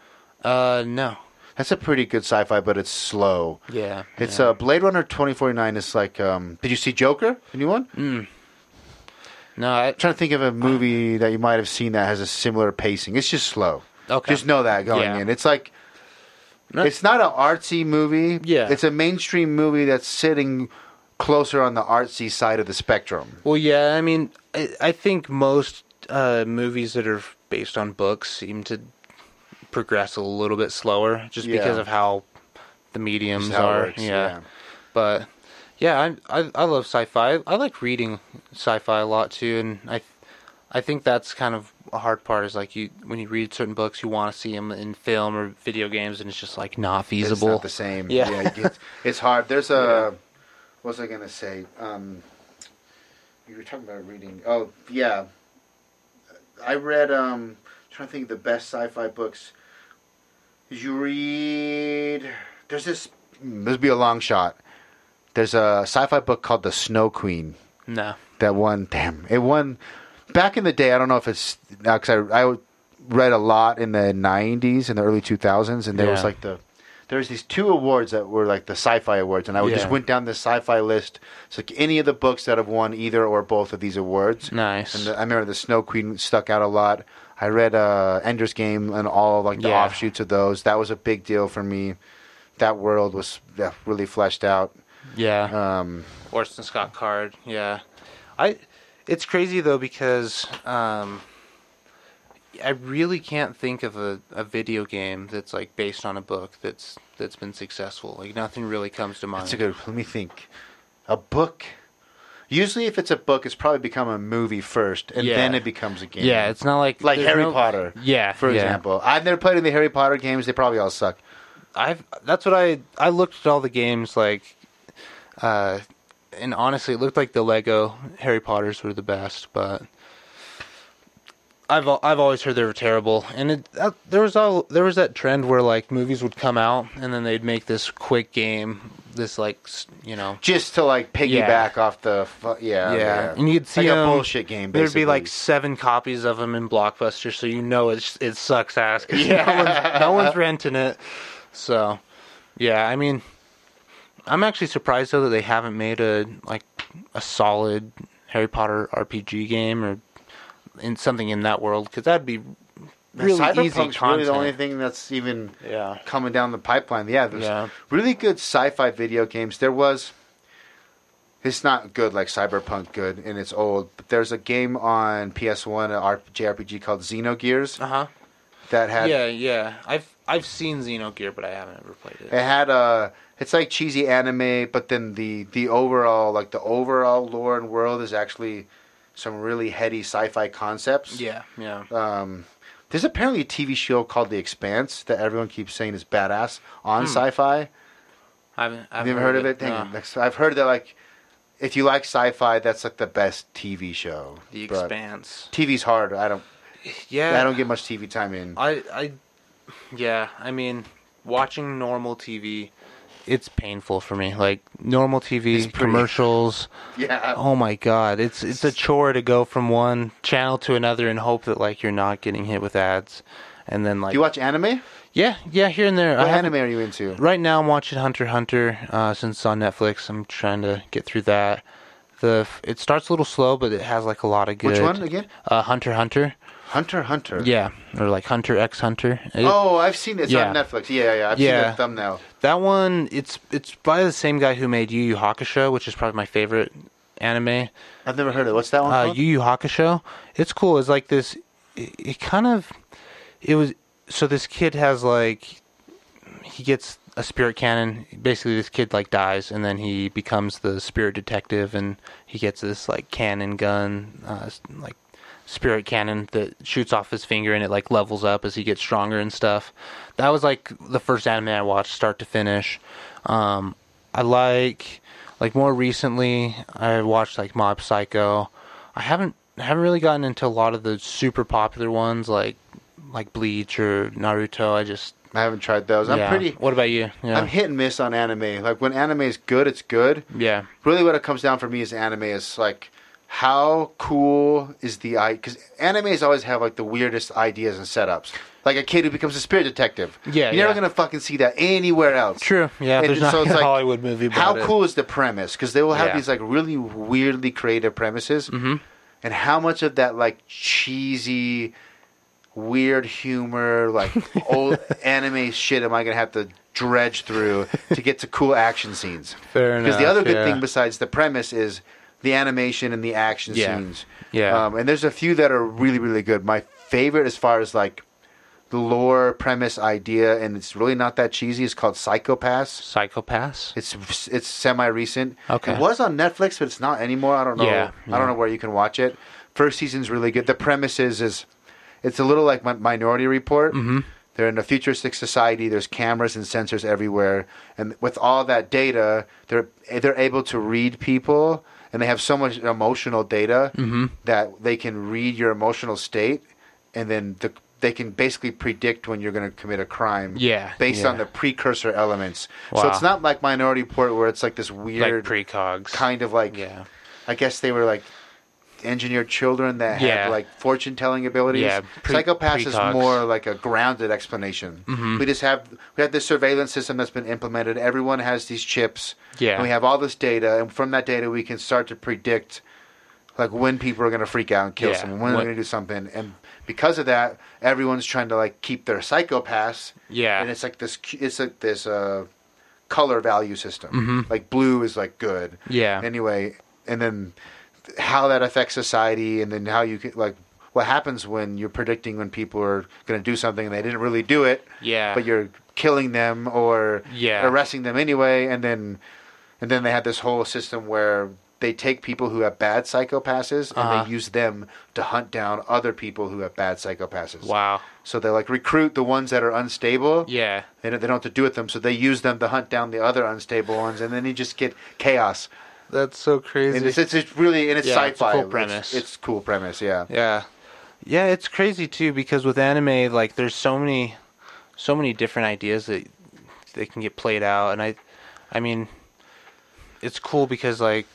[SPEAKER 2] uh no.
[SPEAKER 1] That's a pretty good sci-fi, but it's slow.
[SPEAKER 2] Yeah,
[SPEAKER 1] It's
[SPEAKER 2] yeah.
[SPEAKER 1] uh, Blade Runner twenty forty nine. Is like, um, did you see Joker? The new one?
[SPEAKER 2] No, I,
[SPEAKER 1] trying to think of a movie that you might have seen that has a similar pacing. It's just slow.
[SPEAKER 2] Okay.
[SPEAKER 1] Just know that going
[SPEAKER 2] Yeah.
[SPEAKER 1] in. It's like
[SPEAKER 2] No.
[SPEAKER 1] it's not an artsy movie.
[SPEAKER 2] Yeah.
[SPEAKER 1] It's a mainstream movie that's sitting closer on the artsy side of the spectrum.
[SPEAKER 2] Well, yeah, I mean, I, I think most uh, movies that are based on books seem to progress a little bit slower, just
[SPEAKER 1] Yeah.
[SPEAKER 2] because of how the mediums
[SPEAKER 1] how it
[SPEAKER 2] are.
[SPEAKER 1] works,
[SPEAKER 2] yeah.
[SPEAKER 1] yeah.
[SPEAKER 2] but yeah, I, I I love sci-fi. I like reading sci-fi a lot too, and I I think that's kind of a hard part is like you when you read certain books, you want to see them in film or video games, and it's just like not feasible.
[SPEAKER 1] It's not the same.
[SPEAKER 2] Yeah.
[SPEAKER 1] it's, it's hard. There's a what was I gonna say? Um, you were talking about reading. Oh yeah, I read. Um, trying to think of the best sci-fi books. Did you read? There's this. This would be a long shot. There's a sci-fi book called The Snow Queen
[SPEAKER 2] no.
[SPEAKER 1] that won. Damn, it won. Back in the day, I don't know if it's because I I read a lot in the '90s and the early 2000s, and there was
[SPEAKER 2] Yeah.
[SPEAKER 1] like the there was these two awards that were like the sci-fi awards, and I would just
[SPEAKER 2] Yeah.
[SPEAKER 1] went down this sci-fi list. It's like any of the books that have won either or both of these awards.
[SPEAKER 2] Nice.
[SPEAKER 1] And uh, the, I remember the Snow Queen stuck out a lot. I read uh, Ender's Game and all like the
[SPEAKER 2] Yeah.
[SPEAKER 1] offshoots of those. That was a big deal for me. That world was yeah, really fleshed out.
[SPEAKER 2] yeah.
[SPEAKER 1] Um,
[SPEAKER 2] Orson Scott Card. Yeah, I. It's crazy though because um, I really can't think of a, a video game that's like based on a book that's that's been successful. Like nothing really comes to mind.
[SPEAKER 1] That's a good. Let me think. A book. Usually, if it's a book, it's probably become a movie first, and
[SPEAKER 2] Yeah.
[SPEAKER 1] then it becomes a game.
[SPEAKER 2] Yeah, it's not like
[SPEAKER 1] like
[SPEAKER 2] there's
[SPEAKER 1] Harry
[SPEAKER 2] no-
[SPEAKER 1] Potter.
[SPEAKER 2] Yeah,
[SPEAKER 1] for
[SPEAKER 2] yeah.
[SPEAKER 1] example. I've never played any Harry Potter games. They probably all suck.
[SPEAKER 2] I've that's what I I looked at all the games like, uh, and honestly, it looked like the Lego Harry Potters were the best, but I've al- I've always heard they were terrible. And it that, there was all there was that trend where like movies would come out and then they'd make this quick game, this like s- you know.
[SPEAKER 1] Just to like piggyback off the fu- yeah,
[SPEAKER 2] Yeah. and you'd see
[SPEAKER 1] like a
[SPEAKER 2] 'em-
[SPEAKER 1] bullshit game.
[SPEAKER 2] There'd
[SPEAKER 1] Basically.
[SPEAKER 2] be like seven copies of them in Blockbuster, so you know it's it sucks ass. 'cause no, one's, no one's renting it. So, yeah, I mean, I'm actually surprised though that they haven't made a like a solid Harry Potter RPG game or in something in that world because that'd be really easy
[SPEAKER 1] Cyberpunk's
[SPEAKER 2] content.
[SPEAKER 1] really the only thing that's even
[SPEAKER 2] yeah,
[SPEAKER 1] coming down the pipeline. Yeah, there's
[SPEAKER 2] Yeah.
[SPEAKER 1] really good sci-fi video games. There was. It's not good like Cyberpunk good, and it's old. But there's a game on PS1, an R- JRPG called Xenogears
[SPEAKER 2] uh huh.
[SPEAKER 1] that had
[SPEAKER 2] Yeah, yeah. I've I've seen Xenogear, but I haven't ever played it.
[SPEAKER 1] It had a. It's like cheesy anime, but then the the overall like the overall lore and world is actually some really heady sci-fi concepts.
[SPEAKER 2] Yeah, yeah.
[SPEAKER 1] Um, there's apparently a TV show called The Expanse that everyone keeps saying is badass on
[SPEAKER 2] Hmm.
[SPEAKER 1] sci-fi.
[SPEAKER 2] I haven't. I
[SPEAKER 1] Have
[SPEAKER 2] haven't
[SPEAKER 1] you ever heard of it?
[SPEAKER 2] No.
[SPEAKER 1] Dang, that's- I've heard that like if you like sci-fi, that's like the best TV show.
[SPEAKER 2] The
[SPEAKER 1] But
[SPEAKER 2] Expanse.
[SPEAKER 1] TV's hard. I don't.
[SPEAKER 2] Yeah,
[SPEAKER 1] I don't get much TV time in.
[SPEAKER 2] I, I, yeah, I mean, watching normal TV, it's painful for me. Like normal TV
[SPEAKER 1] pretty-
[SPEAKER 2] commercials.
[SPEAKER 1] Yeah.
[SPEAKER 2] Oh my god, it's it's a chore to go from one channel to another and hope that like you're not getting hit with ads, and then like
[SPEAKER 1] Do you watch anime?
[SPEAKER 2] yeah, yeah, here and there. I
[SPEAKER 1] What
[SPEAKER 2] haven't-
[SPEAKER 1] anime are you into?
[SPEAKER 2] Right now, I'm watching Hunter x Hunter. Uh, since it's on Netflix, I'm trying to get through that. The it starts a little slow, but it has like a lot of good.
[SPEAKER 1] Which one again?
[SPEAKER 2] Uh, Hunter x Hunter.
[SPEAKER 1] Hunter x Hunter.
[SPEAKER 2] Yeah, or like Hunter X Hunter. It-
[SPEAKER 1] Oh, I've seen it. It's on
[SPEAKER 2] Yeah.
[SPEAKER 1] Netflix. Yeah, yeah, yeah. I've seen
[SPEAKER 2] Yeah.
[SPEAKER 1] the thumbnail.
[SPEAKER 2] That one, it's it's by the same guy who made Yu Yu Hakusho, which is probably my favorite anime.
[SPEAKER 1] I've never heard of it. What's that one
[SPEAKER 2] Uh,
[SPEAKER 1] called?
[SPEAKER 2] Yu Yu Hakusho, it's cool. It's like this. It, it kind of, it was so this kid has like, he gets a spirit cannon. Basically, this kid like dies, and then he becomes the spirit detective, and he gets this like cannon gun, uh, s- like spirit cannon that shoots off his finger and it like levels up as he gets stronger and stuff. That was like the first anime I watched start to finish. Um I like like more recently I watched like Mob Psycho. I haven't haven't really gotten into a lot of the super popular ones like like Bleach or Naruto. I just
[SPEAKER 1] I haven't tried those. I'm
[SPEAKER 2] yeah.
[SPEAKER 1] pretty.
[SPEAKER 2] What about you? Yeah.
[SPEAKER 1] I'm hit and miss on anime. Like when anime is good, it's good.
[SPEAKER 2] yeah.
[SPEAKER 1] Really, what it comes down for me is anime is like how cool is the i because animes always have like the weirdest ideas and setups. Like a kid who becomes a spirit detective.
[SPEAKER 2] Yeah,
[SPEAKER 1] you're never
[SPEAKER 2] yeah.
[SPEAKER 1] gonna fucking see that anywhere else.
[SPEAKER 2] True. Yeah,
[SPEAKER 1] And
[SPEAKER 2] there's not
[SPEAKER 1] so it's
[SPEAKER 2] a
[SPEAKER 1] like,
[SPEAKER 2] Hollywood movie about
[SPEAKER 1] How
[SPEAKER 2] it.
[SPEAKER 1] cool is the premise? Because they will have
[SPEAKER 2] Yeah. Mm-hmm.
[SPEAKER 1] these like really weirdly creative premises, and how much of that like cheesy, weird humor, like old anime shit, am I gonna have to dredge through to get to cool action scenes?
[SPEAKER 2] Fair
[SPEAKER 1] Because the
[SPEAKER 2] enough,
[SPEAKER 1] other good
[SPEAKER 2] yeah.
[SPEAKER 1] thing besides the premise is the animation and the action
[SPEAKER 2] Yeah.
[SPEAKER 1] scenes.
[SPEAKER 2] Yeah.
[SPEAKER 1] Um, and there's a few that are really really good. My favorite, as far as like. The lore, premise, idea, and it's really not that cheesy. It's called Psychopaths.
[SPEAKER 2] Psychopaths?
[SPEAKER 1] It's it's semi recent.
[SPEAKER 2] Okay.
[SPEAKER 1] It was on Netflix, but it's not anymore. I don't know.
[SPEAKER 2] Yeah,
[SPEAKER 1] I
[SPEAKER 2] yeah.
[SPEAKER 1] don't know where you can watch it. First season's really good. The premise is is it's a little like Min- Minority Report. Mm-hmm. They're in a futuristic society. There's cameras and sensors everywhere, and with all that data, they're they're able to read people, and they have so much emotional data
[SPEAKER 2] Mm-hmm.
[SPEAKER 1] that they can read your emotional state, and then the, they can basically predict when you're going to commit a crime.
[SPEAKER 2] Yeah,
[SPEAKER 1] based
[SPEAKER 2] yeah.
[SPEAKER 1] on the precursor elements. So
[SPEAKER 2] Wow.
[SPEAKER 1] it's not like Minority Report where it's like this
[SPEAKER 2] Like
[SPEAKER 1] weird
[SPEAKER 2] precogs.
[SPEAKER 1] kind of like
[SPEAKER 2] yeah.
[SPEAKER 1] I guess they were like engineered children that have
[SPEAKER 2] Yeah.
[SPEAKER 1] like fortune telling abilities.
[SPEAKER 2] Yeah, pre-
[SPEAKER 1] Psychopaths
[SPEAKER 2] precogs.
[SPEAKER 1] is more like a grounded explanation.
[SPEAKER 2] Mm-hmm.
[SPEAKER 1] We just have we have this surveillance system that's been implemented. Everyone has these chips.
[SPEAKER 2] Yeah.
[SPEAKER 1] And we have all this data and from that data we can start to predict like when people are going to freak out and kill
[SPEAKER 2] Yeah.
[SPEAKER 1] someone, when
[SPEAKER 2] What-
[SPEAKER 1] they're going to do something, and because of that, everyone's trying to like keep their psychopaths
[SPEAKER 2] Yeah.
[SPEAKER 1] and it's like this cu- it's like this uh color value system like blue is like good
[SPEAKER 2] Mm-hmm. Yeah.
[SPEAKER 1] anyway and then th- how that affects society and then how you can like what happens when you're predicting when people are going to do something and they didn't really do it
[SPEAKER 2] Yeah.
[SPEAKER 1] but you're killing them or
[SPEAKER 2] Yeah.
[SPEAKER 1] arresting them anyway and then and then they had this whole system where they take people who have bad psychopasses and
[SPEAKER 2] Uh-huh.
[SPEAKER 1] they use them to hunt down other people who have bad psychopasses.
[SPEAKER 2] Wow.
[SPEAKER 1] So they like recruit the ones that are unstable.
[SPEAKER 2] Yeah.
[SPEAKER 1] They don't, they don't have to do with them, so they use them to hunt down the other unstable ones, and then you just get chaos.
[SPEAKER 2] That's so crazy.
[SPEAKER 1] And it's, it's, it's really and it's
[SPEAKER 2] Yeah,
[SPEAKER 1] sci-fi.
[SPEAKER 2] it's a cool premise.
[SPEAKER 1] It's, cool premise. Yeah.
[SPEAKER 2] Yeah. Yeah, it's crazy too because with anime like there's so many so many different ideas that they can get played out and I I mean it's cool because like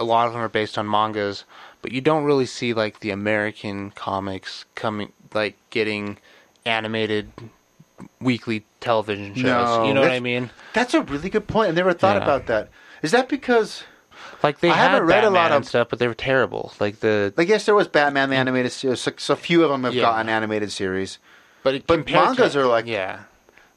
[SPEAKER 2] a lot of them are based on mangas, but you don't really see like the American comics coming like getting animated weekly television shows.
[SPEAKER 1] No.
[SPEAKER 2] you know what I
[SPEAKER 1] That's-
[SPEAKER 2] mean?
[SPEAKER 1] That's a really good point. I never thought
[SPEAKER 2] Yeah.
[SPEAKER 1] about that. Is that because
[SPEAKER 2] Like they
[SPEAKER 1] I
[SPEAKER 2] had
[SPEAKER 1] haven't read a
[SPEAKER 2] Batman
[SPEAKER 1] lot
[SPEAKER 2] and
[SPEAKER 1] of-
[SPEAKER 2] stuff, but they were terrible. Like the
[SPEAKER 1] I guess there was Batman the animated series. So, so few of them have
[SPEAKER 2] Yeah.
[SPEAKER 1] gotten animated series.
[SPEAKER 2] but it,
[SPEAKER 1] but
[SPEAKER 2] compared to-
[SPEAKER 1] mangas are like-
[SPEAKER 2] yeah.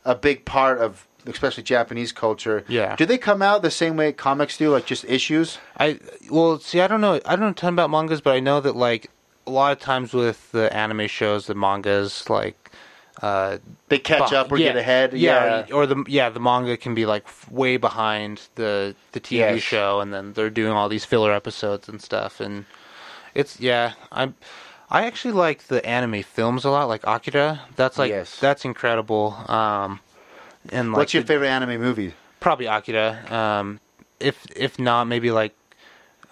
[SPEAKER 1] A big part of especially Japanese culture.
[SPEAKER 2] Yeah.
[SPEAKER 1] Do they come out the same way comics do, like just issues?
[SPEAKER 2] I well, see, I don't know, I don't know a ton about mangas, but I know that like a lot of times with the anime shows, the mangas like uh,
[SPEAKER 1] They catch
[SPEAKER 2] beh-
[SPEAKER 1] up or
[SPEAKER 2] yeah,
[SPEAKER 1] get ahead.
[SPEAKER 2] yeah, or the yeah, the manga can be like f- way behind the the TV
[SPEAKER 1] Yes.
[SPEAKER 2] show, and then they're doing all these filler episodes and stuff, and it's yeah, I'm. I actually like the anime films a lot, like Akira. That's like
[SPEAKER 1] Yes.
[SPEAKER 2] that's incredible. Um, and like
[SPEAKER 1] What's your
[SPEAKER 2] the-
[SPEAKER 1] favorite anime movie?
[SPEAKER 2] probably Akira. Um, if if not, maybe like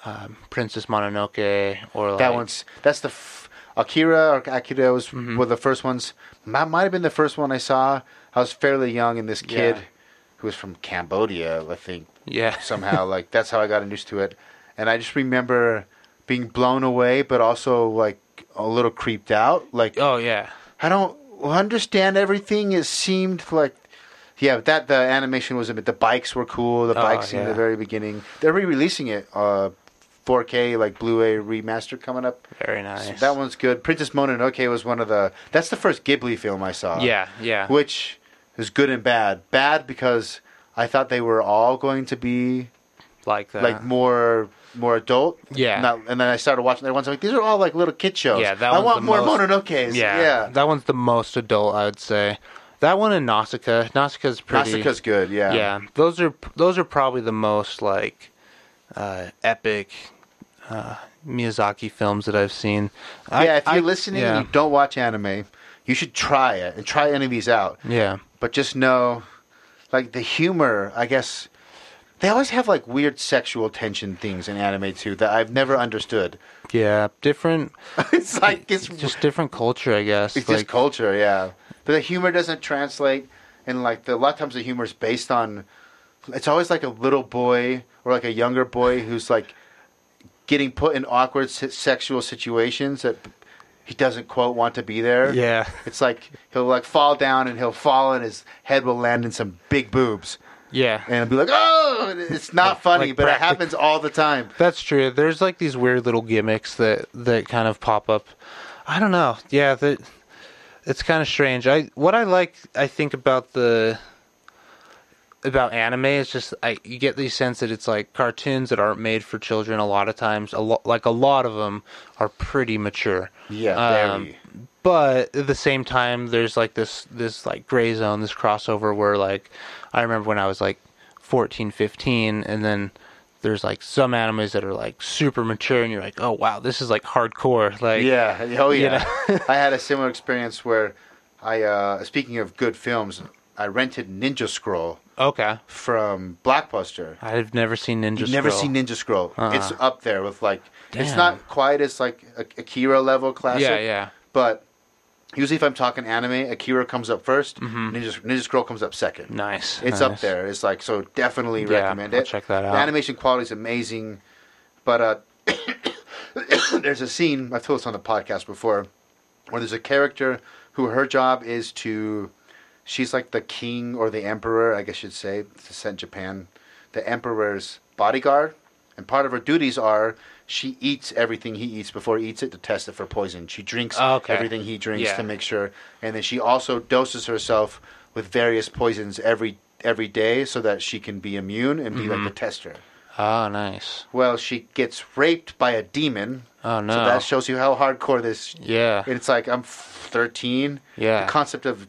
[SPEAKER 2] um, Princess Mononoke or like,
[SPEAKER 1] That one's that's the f- Akira or Akira was
[SPEAKER 2] Mm-hmm.
[SPEAKER 1] one of the first ones. That might have been the first one I saw. I was fairly young, and this kid
[SPEAKER 2] Yeah.
[SPEAKER 1] who was from Cambodia, I think,
[SPEAKER 2] yeah
[SPEAKER 1] somehow like that's how I got introduced to it. And I just remember being blown away, but also like a little creeped out. Like
[SPEAKER 2] oh yeah
[SPEAKER 1] I don't understand everything. It seemed like. Yeah, but that the animation was a bit. The bikes were cool. The
[SPEAKER 2] Oh,
[SPEAKER 1] bikes in
[SPEAKER 2] yeah.
[SPEAKER 1] the very beginning. They're re-releasing it, uh, 4K like Blu-ray remaster coming up.
[SPEAKER 2] very
[SPEAKER 1] So
[SPEAKER 2] nice
[SPEAKER 1] that one's good. Princess Mononoke was one of the. That's the first Ghibli film I saw.
[SPEAKER 2] yeah yeah
[SPEAKER 1] Which is good and bad. Bad because I thought they were all going to be
[SPEAKER 2] like uh, that
[SPEAKER 1] like more more adult.
[SPEAKER 2] Yeah.
[SPEAKER 1] Not, and then I started watching the other ones. I'm like, these are all like little kid shows.
[SPEAKER 2] Yeah, that
[SPEAKER 1] I
[SPEAKER 2] one's
[SPEAKER 1] want
[SPEAKER 2] the
[SPEAKER 1] more
[SPEAKER 2] most-
[SPEAKER 1] Mononokes.
[SPEAKER 2] yeah
[SPEAKER 1] Yeah.
[SPEAKER 2] that one's the most adult I would say that one and Nausicaa Nausicaa's pretty
[SPEAKER 1] Nausicaa's good. Yeah.
[SPEAKER 2] yeah those are those are probably the most like uh, epic uh, Miyazaki films that I've seen
[SPEAKER 1] yeah, if you're listening
[SPEAKER 2] yeah.
[SPEAKER 1] and you don't watch anime, you should try it and try any of these out.
[SPEAKER 2] yeah
[SPEAKER 1] But just know, like the humor, I guess they always have like weird sexual tension things in anime too that I've never understood.
[SPEAKER 2] yeah different
[SPEAKER 1] it's like it's it's just,
[SPEAKER 2] just different culture I guess like
[SPEAKER 1] culture, yeah. But the humor doesn't translate, and like the, a lot of times the humor is based on. It's always like a little boy or like a younger boy who's like getting put in awkward se- sexual situations that he doesn't quote want to be there.
[SPEAKER 2] yeah
[SPEAKER 1] It's like he'll like fall down and he'll fall and his head will land in some big boobs
[SPEAKER 2] Yeah.
[SPEAKER 1] and it'll be like, oh, it's not funny,
[SPEAKER 2] like
[SPEAKER 1] but
[SPEAKER 2] practic-
[SPEAKER 1] it happens all the time.
[SPEAKER 2] that's true. There's like these weird little gimmicks that that kind of pop up. I don't know. Yeah, that it's kind of strange. I what I like I think about the about anime is just I you get the sense that it's like cartoons that aren't made for children a lot of times. A lot like a lot of them are pretty mature.
[SPEAKER 1] Yeah,
[SPEAKER 2] Um,
[SPEAKER 1] very.
[SPEAKER 2] but at the same time there's like this this like gray zone this crossover where like i remember when i was like 14 15 and then there's like some animes that are like super mature and you're like oh wow this is like hardcore like
[SPEAKER 1] yeah, oh yeah. I had a similar experience where I, uh, speaking of good films, I rented Ninja Scroll
[SPEAKER 2] okay
[SPEAKER 1] from Blockbuster.
[SPEAKER 2] i've never seen ninja
[SPEAKER 1] You've never
[SPEAKER 2] Scroll. Uh-huh.
[SPEAKER 1] seen Ninja Scroll. It's up there with like it's
[SPEAKER 2] Damn.
[SPEAKER 1] not quite as like a Akira level classic.
[SPEAKER 2] yeah yeah
[SPEAKER 1] But usually, if I'm talking anime, Akira comes up 1st
[SPEAKER 2] Mm-hmm.
[SPEAKER 1] Ninja Ninja Scroll comes up second.
[SPEAKER 2] nice
[SPEAKER 1] It's up
[SPEAKER 2] nice.
[SPEAKER 1] there. It's like so. Definitely
[SPEAKER 2] Yeah,
[SPEAKER 1] recommend
[SPEAKER 2] I'll
[SPEAKER 1] it.
[SPEAKER 2] check that out.
[SPEAKER 1] The animation quality is amazing, but uh, there's a scene I've told this on the podcast before, where there's a character who her job is to, she's like the king or the emperor, I guess you'd say, to send Japan, the emperor's bodyguard, and part of her duties are. She eats everything he eats before he eats it to test it for poison. She drinks
[SPEAKER 2] Oh, Okay.
[SPEAKER 1] everything he drinks
[SPEAKER 2] Yeah.
[SPEAKER 1] to make sure, and then she also doses herself with various poisons every every day so that she can be immune and be
[SPEAKER 2] Mm-hmm.
[SPEAKER 1] like the tester.
[SPEAKER 2] oh nice
[SPEAKER 1] Well, she gets raped by a demon.
[SPEAKER 2] Oh, no.
[SPEAKER 1] So that shows you how hardcore this.
[SPEAKER 2] yeah
[SPEAKER 1] And it's like I'm 13.
[SPEAKER 2] Yeah.
[SPEAKER 1] The concept of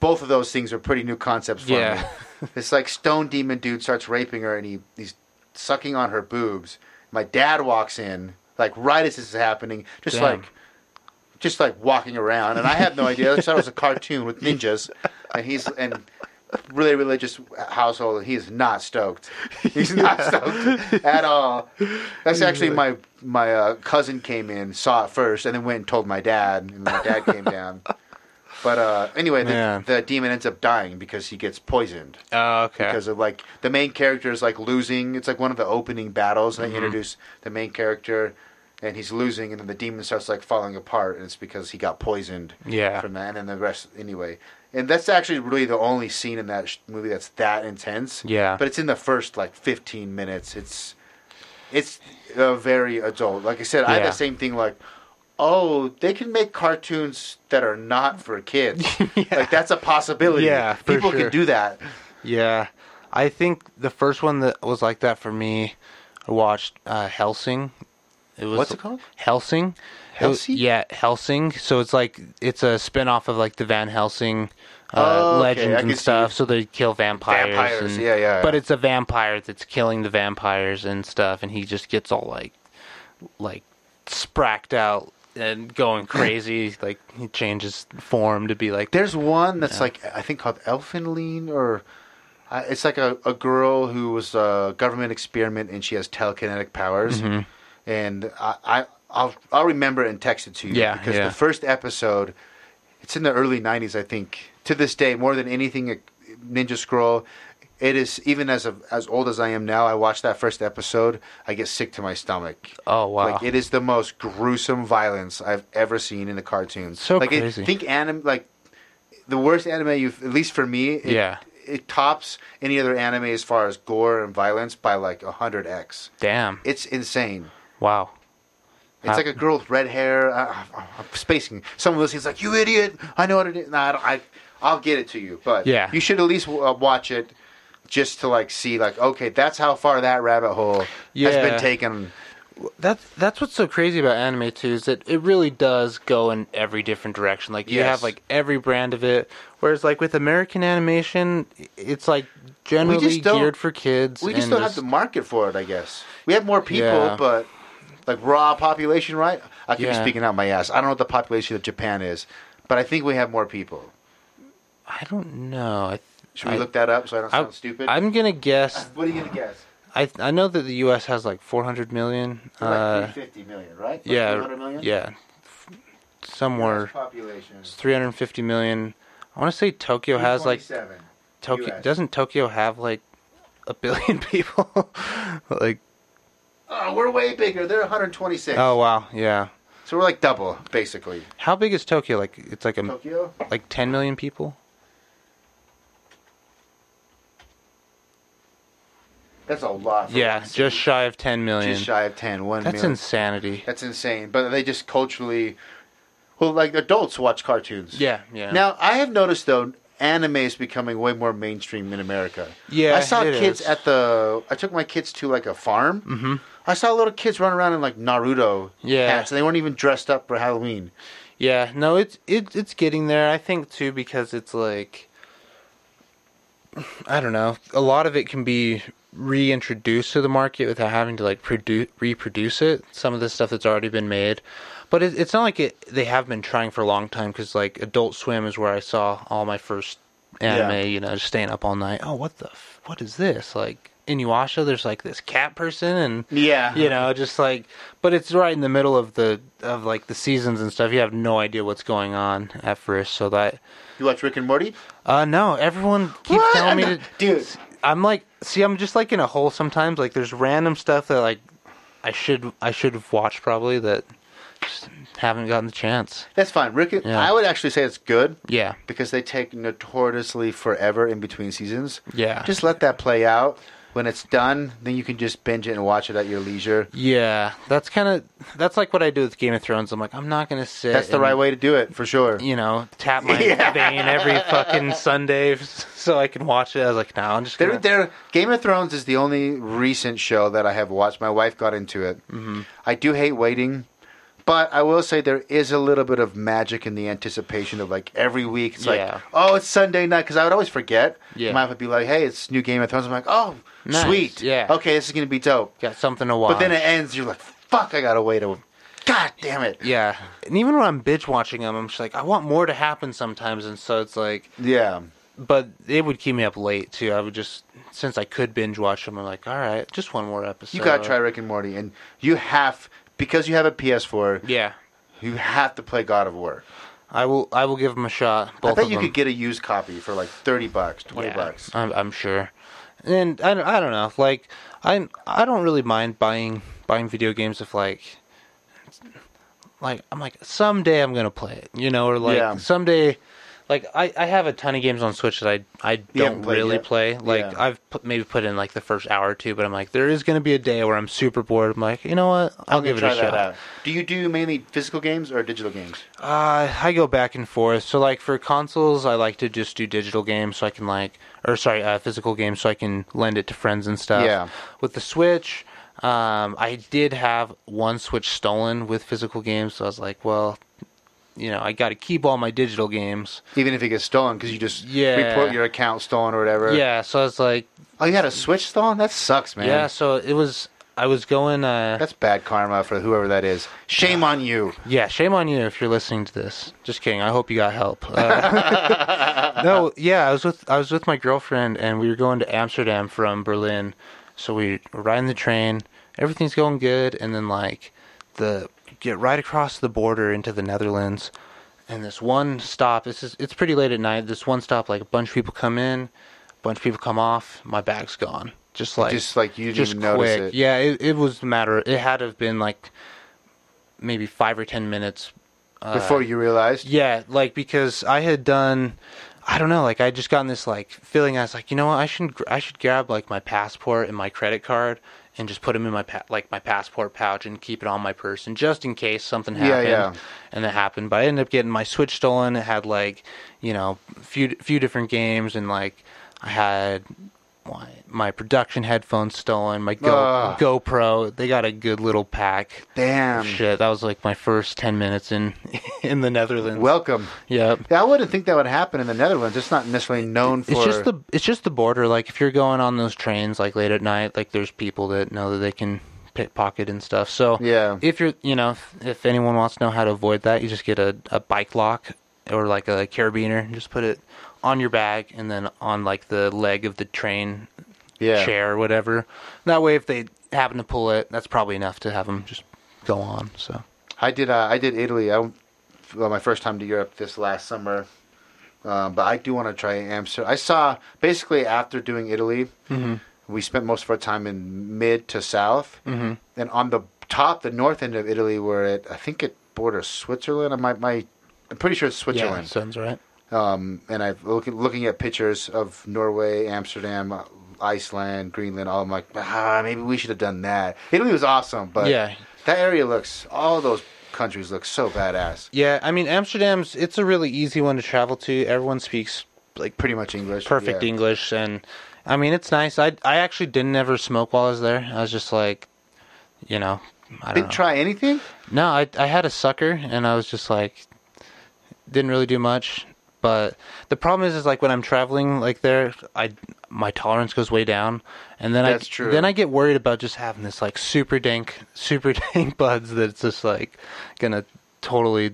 [SPEAKER 1] both of those things are pretty new concepts for
[SPEAKER 2] Yeah.
[SPEAKER 1] me. It's like stone demon dude starts raping her and he he's sucking on her boobs. My dad walks in, like right as this is happening, just
[SPEAKER 2] Damn.
[SPEAKER 1] like just like walking around, and I have no idea. I just thought it was a cartoon with ninjas, and he's and really religious household, and he's not stoked. He's not stoked at all. That's actually my my uh, cousin came in, saw it first, and then went and told my dad, and my dad came down. But uh, anyway, the,
[SPEAKER 2] Man.
[SPEAKER 1] the demon ends up dying because he gets poisoned
[SPEAKER 2] Oh, okay.
[SPEAKER 1] because of like the main character is like losing. It's like one of the opening battles, and they
[SPEAKER 2] Mm-hmm.
[SPEAKER 1] introduce the main character, and he's losing, and then the demon starts like falling apart, and it's because he got poisoned.
[SPEAKER 2] Yeah.
[SPEAKER 1] from that, and then the rest anyway. And that's actually really the only scene in that sh- movie that's that intense.
[SPEAKER 2] Yeah.
[SPEAKER 1] but it's in the first like 15 minutes. It's it's uh, very adult. Like I said, I had
[SPEAKER 2] Yeah.
[SPEAKER 1] the same thing. Like. Oh, they can make cartoons that are not for kids. Like that's a possibility.
[SPEAKER 2] Yeah, for
[SPEAKER 1] people
[SPEAKER 2] sure.
[SPEAKER 1] can do that.
[SPEAKER 2] yeah, I think the first one that was like that for me, I watched uh, Helsing. It was
[SPEAKER 1] What's it called?
[SPEAKER 2] Helsing. It was-
[SPEAKER 1] Helsing?
[SPEAKER 2] yeah, Helsing. So it's like it's a spin off of like the Van Helsing uh,
[SPEAKER 1] Oh, okay,
[SPEAKER 2] legend
[SPEAKER 1] I
[SPEAKER 2] and
[SPEAKER 1] can see.
[SPEAKER 2] stuff. So they kill vampires.
[SPEAKER 1] Vampires,
[SPEAKER 2] and-
[SPEAKER 1] yeah, yeah,
[SPEAKER 2] But
[SPEAKER 1] yeah.
[SPEAKER 2] it's a vampire that's killing the vampires and stuff, and he just gets all like, like, spracked out and going crazy. like he changes form to be like
[SPEAKER 1] There's one that's like I think called Elfenlein, or uh, it's like a, a girl who was a government experiment and she has telekinetic powers.
[SPEAKER 2] Mm-hmm.
[SPEAKER 1] And I, I I'll I'll remember it and text it to you.
[SPEAKER 2] Yeah,
[SPEAKER 1] because
[SPEAKER 2] yeah.
[SPEAKER 1] the first episode, it's in the early '90s, I think. To this day, more than anything, uh, Ninja Scroll. It is even as of, as old as I am now. I watched that first episode. I get sick to my stomach.
[SPEAKER 2] Oh, wow.
[SPEAKER 1] Like it is the most gruesome violence I've ever seen in the cartoons.
[SPEAKER 2] So
[SPEAKER 1] like it-
[SPEAKER 2] crazy.
[SPEAKER 1] think anime like the worst anime you've at least for me it,
[SPEAKER 2] Yeah.
[SPEAKER 1] it tops any other anime as far as gore and violence by like 100x
[SPEAKER 2] Damn.
[SPEAKER 1] it's insane
[SPEAKER 2] Wow.
[SPEAKER 1] it's
[SPEAKER 2] Uh,
[SPEAKER 1] like a girl with red hair I, I, i'm spacing someone listening's like you idiot i know what it is no, I, don't- I, i'll get it to you but
[SPEAKER 2] Yeah.
[SPEAKER 1] you should at least uh, watch it just to like see like okay that's how far that rabbit hole has
[SPEAKER 2] Yeah.
[SPEAKER 1] been taken
[SPEAKER 2] That's that's what's so crazy about anime too is that it really does go in every different direction. Like you
[SPEAKER 1] Yes.
[SPEAKER 2] have like every brand of it, whereas like with American animation, it's like generally
[SPEAKER 1] just don't-
[SPEAKER 2] geared for kids.
[SPEAKER 1] we just
[SPEAKER 2] and
[SPEAKER 1] don't have the market for it, I guess. We have more people,
[SPEAKER 2] Yeah.
[SPEAKER 1] but like raw population, right? I could
[SPEAKER 2] Yeah.
[SPEAKER 1] be speaking out my ass. I don't know what the population of Japan is, but I think we have more people.
[SPEAKER 2] I don't know. I,
[SPEAKER 1] Should we
[SPEAKER 2] I-
[SPEAKER 1] look that up so I don't
[SPEAKER 2] I,
[SPEAKER 1] sound stupid?
[SPEAKER 2] I'm gonna guess.
[SPEAKER 1] what are you gonna guess?
[SPEAKER 2] I I know that the U.S. has like 400 million.
[SPEAKER 1] Like
[SPEAKER 2] Uh,
[SPEAKER 1] 350 million, right? Like
[SPEAKER 2] yeah,
[SPEAKER 1] 300 million?
[SPEAKER 2] yeah,
[SPEAKER 1] That's
[SPEAKER 2] somewhere
[SPEAKER 1] population.
[SPEAKER 2] 350 million. I want to say Tokyo has like
[SPEAKER 1] 227.
[SPEAKER 2] Tokyo
[SPEAKER 1] US.
[SPEAKER 2] doesn't Tokyo have like a billion people? like
[SPEAKER 1] Oh, we're way bigger. They're 126.
[SPEAKER 2] oh wow, yeah.
[SPEAKER 1] So we're like double, basically.
[SPEAKER 2] How big is Tokyo? Like it's like a
[SPEAKER 1] Tokyo?
[SPEAKER 2] like 10 million people?
[SPEAKER 1] That's a lot. for
[SPEAKER 2] Yeah,
[SPEAKER 1] one city.
[SPEAKER 2] just shy of 10 million.
[SPEAKER 1] just shy of 10. 1
[SPEAKER 2] That's
[SPEAKER 1] million.
[SPEAKER 2] insanity.
[SPEAKER 1] That's insane. But they just culturally, well, like adults watch cartoons.
[SPEAKER 2] Yeah, yeah.
[SPEAKER 1] Now I have noticed though, anime is becoming way more mainstream in America.
[SPEAKER 2] Yeah,
[SPEAKER 1] I saw
[SPEAKER 2] it
[SPEAKER 1] kids
[SPEAKER 2] is.
[SPEAKER 1] at the. I took my kids to like a farm. Mm-hmm. I saw little kids running around in like Naruto
[SPEAKER 2] Yeah.
[SPEAKER 1] hats, and they weren't even dressed up for Halloween.
[SPEAKER 2] Yeah, no, it's it, it's getting there. I think too because it's like I don't know. A lot of it can be reintroduced to the market without having to like produ- reproduce it. Some of the stuff that's already been made, but it, it's not like it. They have been trying for a long time because like Adult Swim is where I saw all my first anime.
[SPEAKER 1] Yeah.
[SPEAKER 2] You know, just staying up all night. Oh, what the f- what is this like? Inuyasha, there's like this cat person and
[SPEAKER 1] Yeah.
[SPEAKER 2] you know just like but it's right in the middle of the of like the seasons and stuff you have no idea what's going on at first so that
[SPEAKER 1] You watch Rick and Morty?
[SPEAKER 2] uh no everyone keeps
[SPEAKER 1] What?
[SPEAKER 2] telling me
[SPEAKER 1] I'm
[SPEAKER 2] to
[SPEAKER 1] not- dude.
[SPEAKER 2] i'm like see i'm just like in a hole sometimes like there's random stuff that like i should i should have watched probably that just haven't gotten the chance
[SPEAKER 1] That's fine. Rick. And,
[SPEAKER 2] Yeah.
[SPEAKER 1] I would actually say it's good.
[SPEAKER 2] yeah
[SPEAKER 1] Because they take notoriously forever in between seasons.
[SPEAKER 2] Yeah.
[SPEAKER 1] Just let that play out. When it's done, then you can just binge it and watch it at your leisure.
[SPEAKER 2] yeah that's kind of that's like what i do with game of thrones i'm like i'm not gonna sit
[SPEAKER 1] That's the
[SPEAKER 2] and-
[SPEAKER 1] right way to do it for sure.
[SPEAKER 2] you know, tap my vein every fucking Sunday so I can watch it. I was like, no, I'm just
[SPEAKER 1] There,
[SPEAKER 2] gonna.
[SPEAKER 1] there. Game of Thrones is the
[SPEAKER 2] Mm-hmm.
[SPEAKER 1] only recent show that I have watched. My wife got into it. I do hate waiting, But I will say there is a little bit of magic in the anticipation of like every week. It's
[SPEAKER 2] Yeah.
[SPEAKER 1] like, oh, it's Sunday night because I would always forget.
[SPEAKER 2] Yeah.
[SPEAKER 1] My wife would be like, hey, it's new Game of Thrones. I'm like, oh,
[SPEAKER 2] Nice,
[SPEAKER 1] sweet.
[SPEAKER 2] yeah.
[SPEAKER 1] Okay, this is gonna be dope.
[SPEAKER 2] Got something to watch.
[SPEAKER 1] But then it ends. You're like, fuck, I gotta wait a. God damn it.
[SPEAKER 2] yeah, and even when I'm binge watching them, I'm just like, I want more to happen sometimes, and so it's like,
[SPEAKER 1] Yeah.
[SPEAKER 2] but it would keep me up late too. I would just since I could binge watch them, I'm like, all right, just one more episode.
[SPEAKER 1] You gotta try Rick and Morty, and you have because you have a PS4.
[SPEAKER 2] Yeah,
[SPEAKER 1] You have to play God of War.
[SPEAKER 2] I will. I will give them a shot. Both
[SPEAKER 1] I bet
[SPEAKER 2] of
[SPEAKER 1] you
[SPEAKER 2] them.
[SPEAKER 1] could get a used copy for like thirty bucks, twenty
[SPEAKER 2] Yeah,
[SPEAKER 1] bucks.
[SPEAKER 2] I'm, I'm sure. And I, don't- I don't know. Like I I don't really mind buying buying video games if like like I'm like someday I'm gonna play it, you know, or like
[SPEAKER 1] Yeah.
[SPEAKER 2] someday. Like I, I have a ton of games on Switch that I I
[SPEAKER 1] haven't
[SPEAKER 2] don't
[SPEAKER 1] played
[SPEAKER 2] really
[SPEAKER 1] yet.
[SPEAKER 2] play. Like
[SPEAKER 1] Yeah.
[SPEAKER 2] I've put, maybe put in like the first hour or two, but I'm like there is gonna be a day where I'm super bored. I'm like you know what
[SPEAKER 1] I'm
[SPEAKER 2] I'll
[SPEAKER 1] gonna
[SPEAKER 2] give it
[SPEAKER 1] try
[SPEAKER 2] a
[SPEAKER 1] that
[SPEAKER 2] shot.
[SPEAKER 1] out. Do you do mainly physical games or digital games?
[SPEAKER 2] Uh, I go back and forth. So like for consoles, I like to just do digital games so I can like, or sorry, uh, physical games so I can lend it to friends and stuff.
[SPEAKER 1] Yeah.
[SPEAKER 2] With the Switch, um, I did have one Switch stolen with physical games, so I was like, well, you know, I got to keep all my digital games.
[SPEAKER 1] Even if it gets stolen, because you just
[SPEAKER 2] Yeah.
[SPEAKER 1] report your account stolen or whatever.
[SPEAKER 2] Yeah. So I was like,
[SPEAKER 1] Oh, you had a Switch stolen? That sucks, man.
[SPEAKER 2] yeah. So it was. I was going. Uh,
[SPEAKER 1] That's bad karma for whoever that is. Shame on you.
[SPEAKER 2] Yeah, shame on you if you're listening to this. Just kidding. I hope you got help. Uh, no, yeah, I was with I was with my girlfriend and we were going to Amsterdam from Berlin. So we were riding the train. Everything's going good, and then like the get right across the border into the Netherlands, and this one stop. This is it's pretty late at night. This one stop, like a bunch of people come in, a bunch of people come off. My bag's gone. Just like
[SPEAKER 1] Just like you didn't
[SPEAKER 2] just
[SPEAKER 1] even notice
[SPEAKER 2] quick.
[SPEAKER 1] it.
[SPEAKER 2] Yeah, it, it was a matter. It had to have been like maybe five or ten minutes. Uh,
[SPEAKER 1] Before you realized.
[SPEAKER 2] yeah, like because I had done, I don't know, like I just gotten this like feeling. I was like, you know what, I should gr- I should grab like my passport and my credit card and just put them in my pa- like my passport pouch and keep it on my person just in case something happened.
[SPEAKER 1] yeah.
[SPEAKER 2] And that happened, but I ended up getting my Switch stolen. It had like you know few few different games and like I had. My, my production headphones stolen. My Go,
[SPEAKER 1] Ugh.
[SPEAKER 2] GoPro. They got a good little pack.
[SPEAKER 1] Damn.
[SPEAKER 2] Shit, that was like my first ten minutes in in the Netherlands.
[SPEAKER 1] Welcome.
[SPEAKER 2] yep.
[SPEAKER 1] Yeah, I wouldn't think that would happen in the Netherlands. It's not necessarily known for.
[SPEAKER 2] It's just the it's just the border. Like if you're going on those trains like late at night, like there's people that know that they can pickpocket and stuff. So
[SPEAKER 1] Yeah.
[SPEAKER 2] if you're you know if, if anyone wants to know how to avoid that, you just get a, a bike lock or like a carabiner and just put it on your bag and then on like the leg of the train
[SPEAKER 1] Yeah.
[SPEAKER 2] chair or whatever. That way, if they happen to pull it, that's probably enough to have them just go on. So
[SPEAKER 1] I did. Uh, I did Italy. I, well, my first time to Europe this last summer, um, but I do want to try Amsterdam. I saw basically after doing Italy, we spent most of our time in mid to south, mm-hmm. and on the top, the north end of Italy, where it I think it borders Switzerland. I might, my, I'm pretty sure it's
[SPEAKER 2] yeah,
[SPEAKER 1] Switzerland.
[SPEAKER 2] sounds right.
[SPEAKER 1] Um, and I look looking at pictures of Norway, Amsterdam, Iceland, Greenland. All I'm like, ah, maybe we should have done that. Italy was awesome, but
[SPEAKER 2] Yeah.
[SPEAKER 1] that area looks. All those countries look so badass.
[SPEAKER 2] Yeah, I mean Amsterdam's it's a really easy one to travel to. Everyone speaks like
[SPEAKER 1] Pretty much English.
[SPEAKER 2] perfect
[SPEAKER 1] yeah.
[SPEAKER 2] English, and I mean it's nice. I I actually didn't ever smoke while I was there. I was just like, you know, I don't
[SPEAKER 1] Didn't
[SPEAKER 2] know.
[SPEAKER 1] try anything.
[SPEAKER 2] no, I I had a sucker, and I was just like, didn't really do much. But the problem is, is like when I'm traveling like there, I my tolerance goes way down, and then
[SPEAKER 1] That's
[SPEAKER 2] I
[SPEAKER 1] true.
[SPEAKER 2] then I get worried about just having this like super dank, super dank buds that's just like gonna totally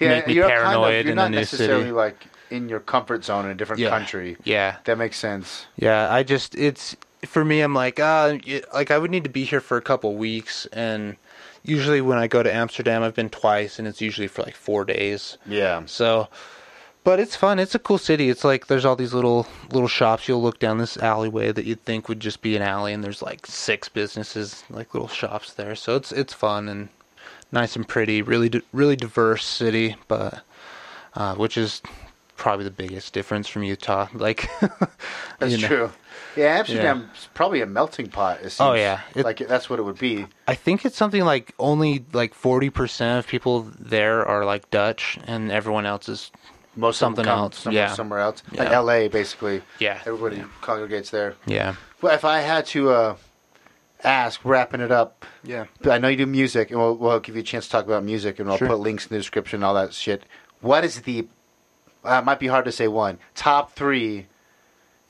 [SPEAKER 2] make me
[SPEAKER 1] kind of-
[SPEAKER 2] paranoid
[SPEAKER 1] you're
[SPEAKER 2] in a
[SPEAKER 1] not
[SPEAKER 2] new
[SPEAKER 1] necessarily
[SPEAKER 2] city.
[SPEAKER 1] like in your comfort zone in a different
[SPEAKER 2] Yeah.
[SPEAKER 1] country.
[SPEAKER 2] Yeah,
[SPEAKER 1] That makes sense.
[SPEAKER 2] yeah. I just it's for me. I'm like, uh, y- like I would need to be here for a couple weeks, and usually when I go to Amsterdam, I've been twice, and it's usually for like four days.
[SPEAKER 1] Yeah.
[SPEAKER 2] So, but it's fun. It's a cool city. It's like there's all these little little shops. You'll look down this alleyway that you'd think would just be an alley, and there's like six businesses, like little shops there. So it's it's fun and nice and pretty. Really di- really diverse city, but uh, which is probably the biggest difference from Utah. Like
[SPEAKER 1] That's
[SPEAKER 2] you know.
[SPEAKER 1] true. Yeah, Amsterdam's probably a melting pot. It seems.
[SPEAKER 2] Oh, yeah. It-
[SPEAKER 1] like that's what it would be.
[SPEAKER 2] I think it's something like only like forty percent of people there are like Dutch, and everyone else is
[SPEAKER 1] Most of them
[SPEAKER 2] Something
[SPEAKER 1] come
[SPEAKER 2] else,
[SPEAKER 1] somewhere,
[SPEAKER 2] yeah.
[SPEAKER 1] somewhere else, like
[SPEAKER 2] Yeah.
[SPEAKER 1] L.A. Basically,
[SPEAKER 2] Yeah.
[SPEAKER 1] everybody congregates there.
[SPEAKER 2] yeah.
[SPEAKER 1] Well, if I had to uh, ask, wrapping it up,
[SPEAKER 2] Yeah.
[SPEAKER 1] But I know you do music, and we'll, we'll give you a chance to talk about music, and we'll
[SPEAKER 2] Sure.
[SPEAKER 1] put links in the description and all that shit. What is the? Uh, it might be hard to say one top three,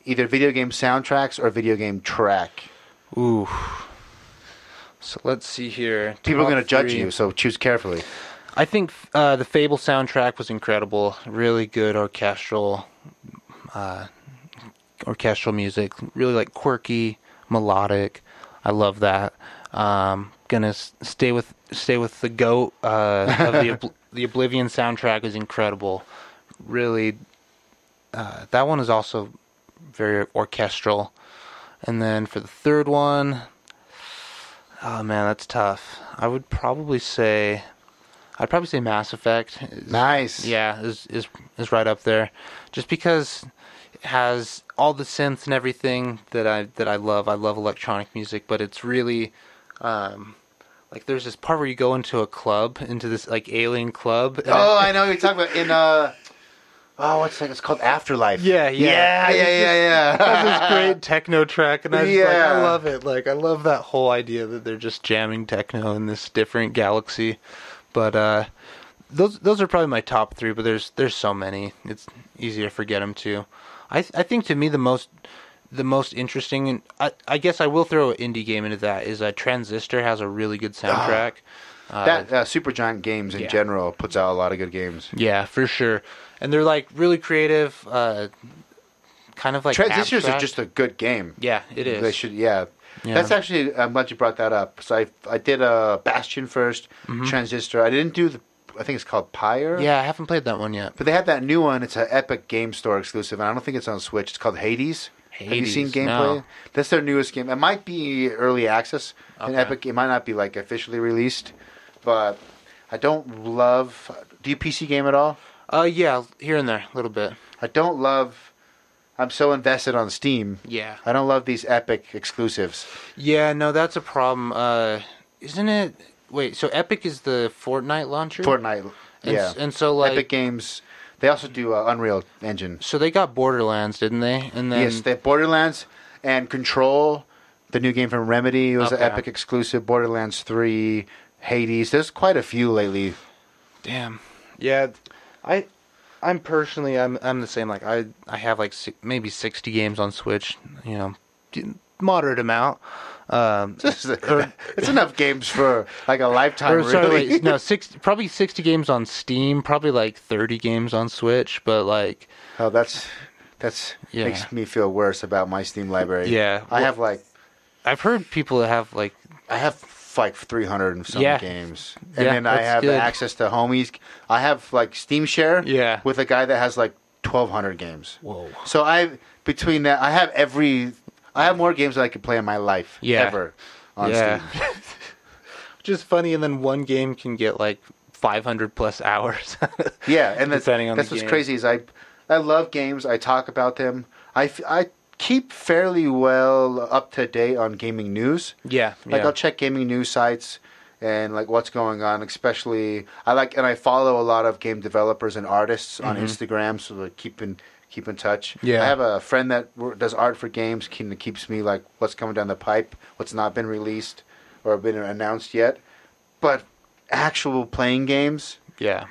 [SPEAKER 1] either video game soundtracks or video game track.
[SPEAKER 2] Ooh. So let's see here.
[SPEAKER 1] People
[SPEAKER 2] Top
[SPEAKER 1] are going to judge
[SPEAKER 2] three.
[SPEAKER 1] you, so choose carefully.
[SPEAKER 2] I think uh, the Fable soundtrack was incredible. Really good orchestral, uh, orchestral music. Really like quirky, melodic. I love that. Um, gonna s- stay with stay with the goat uh, of the Obl- the Oblivion soundtrack is incredible. Really, uh, that one is also very orchestral. And then for the third one, oh man, that's tough. I would probably say. I'd probably say Mass Effect. is-
[SPEAKER 1] Nice.
[SPEAKER 2] Yeah, is is is right up there, just because it has all the synths and everything that I that I love. I love electronic music, but it's really, um, like there's this part where you go into a club, into this like alien club. and
[SPEAKER 1] Oh, I know what you're talking about in uh. Oh, what's that? It's called Afterlife.
[SPEAKER 2] Yeah,
[SPEAKER 1] yeah,
[SPEAKER 2] yeah.
[SPEAKER 1] yeah, yeah,
[SPEAKER 2] it
[SPEAKER 1] yeah.
[SPEAKER 2] has this great techno track, and I just, like, I
[SPEAKER 1] Yeah.
[SPEAKER 2] love it. Like I love that whole idea that they're just jamming techno in this different galaxy. But uh, those those are probably my top three. But there's there's so many. It's easy to forget them too. I I think to me the most the most interesting, and I, I guess I will throw an indie game into that. Is uh, Transistor has a really good soundtrack. Uh,
[SPEAKER 1] Ah. That uh, Supergiant Games in
[SPEAKER 2] yeah.
[SPEAKER 1] general puts out a lot of good games.
[SPEAKER 2] yeah, for sure. And they're like really creative, uh, kind of like
[SPEAKER 1] Transistors
[SPEAKER 2] abstract.
[SPEAKER 1] are just a good game.
[SPEAKER 2] yeah, it is.
[SPEAKER 1] They should, yeah.
[SPEAKER 2] Yeah.
[SPEAKER 1] That's actually. I'm glad you brought that up. So I, I did a Bastion 1st Transistor. I didn't do the. I think it's called Pyre.
[SPEAKER 2] Mm-hmm. Yeah, I haven't played that one yet.
[SPEAKER 1] But they have that new one. It's an Epic Game Store exclusive, and I don't think it's on Switch. It's called Hades. Have you
[SPEAKER 2] Hades,
[SPEAKER 1] seen gameplay?
[SPEAKER 2] no.
[SPEAKER 1] That's their newest game. It might be early access in
[SPEAKER 2] Okay.
[SPEAKER 1] Epic. It might not be like officially released, but I don't love. Do you PC game at all?
[SPEAKER 2] Uh, yeah, here and there, a little bit.
[SPEAKER 1] I don't love. I'm so invested on Steam.
[SPEAKER 2] Yeah.
[SPEAKER 1] I don't love these Epic exclusives.
[SPEAKER 2] Yeah, no, that's a problem. Uh, isn't it? Wait, so Epic is the Fortnite launcher.
[SPEAKER 1] Fortnite.
[SPEAKER 2] And,
[SPEAKER 1] yeah.
[SPEAKER 2] s- and so like,
[SPEAKER 1] Epic Games. They also do uh, Unreal Engine.
[SPEAKER 2] so they got Borderlands, didn't they? And then
[SPEAKER 1] yes, they have Borderlands and Control, the new game from Remedy. It was
[SPEAKER 2] Okay.
[SPEAKER 1] an Epic exclusive. Borderlands Three, Hades. There's quite a few lately.
[SPEAKER 2] damn. Yeah, I, I'm personally, I'm I'm the same. Like I, I have like si- maybe sixty games on Switch. You know, d- moderate amount. Um,
[SPEAKER 1] it's enough games for like a lifetime.
[SPEAKER 2] Or, sorry,
[SPEAKER 1] really.
[SPEAKER 2] wait, no, six, probably sixty games on Steam, probably like thirty games on Switch, but like
[SPEAKER 1] oh, that's that's
[SPEAKER 2] Yeah.
[SPEAKER 1] makes me feel worse about my Steam library.
[SPEAKER 2] Yeah.
[SPEAKER 1] I have like
[SPEAKER 2] I've heard people that have like
[SPEAKER 1] I have like 300 and some
[SPEAKER 2] Yeah.
[SPEAKER 1] games. And
[SPEAKER 2] Yeah,
[SPEAKER 1] then I
[SPEAKER 2] that's
[SPEAKER 1] have
[SPEAKER 2] good.
[SPEAKER 1] access to homies. I have like Steam Share
[SPEAKER 2] Yeah.
[SPEAKER 1] with a guy that has like 1,200 games.
[SPEAKER 2] Whoa.
[SPEAKER 1] So I, between that, I have every, I have more games than I could play in my life
[SPEAKER 2] Yeah.
[SPEAKER 1] ever on Steam.
[SPEAKER 2] Which is funny, and then one game can get like 500 plus hours.
[SPEAKER 1] Yeah. And that's,
[SPEAKER 2] Depending on
[SPEAKER 1] that's
[SPEAKER 2] the
[SPEAKER 1] what's
[SPEAKER 2] game.
[SPEAKER 1] crazy is I, I love games. I talk about them. I, f- I keep fairly well up to date on gaming news.
[SPEAKER 2] yeah,
[SPEAKER 1] Like I'll check gaming news sites and like what's going on, especially I like and I follow a lot of game developers and artists on Instagram, so like keep in keep in touch.
[SPEAKER 2] Mm-hmm. Yeah.
[SPEAKER 1] I have a friend that wor- does art for games, kind of keeps me like what's coming down the pipe, what's not been released or been announced yet, but actual playing games
[SPEAKER 2] yeah,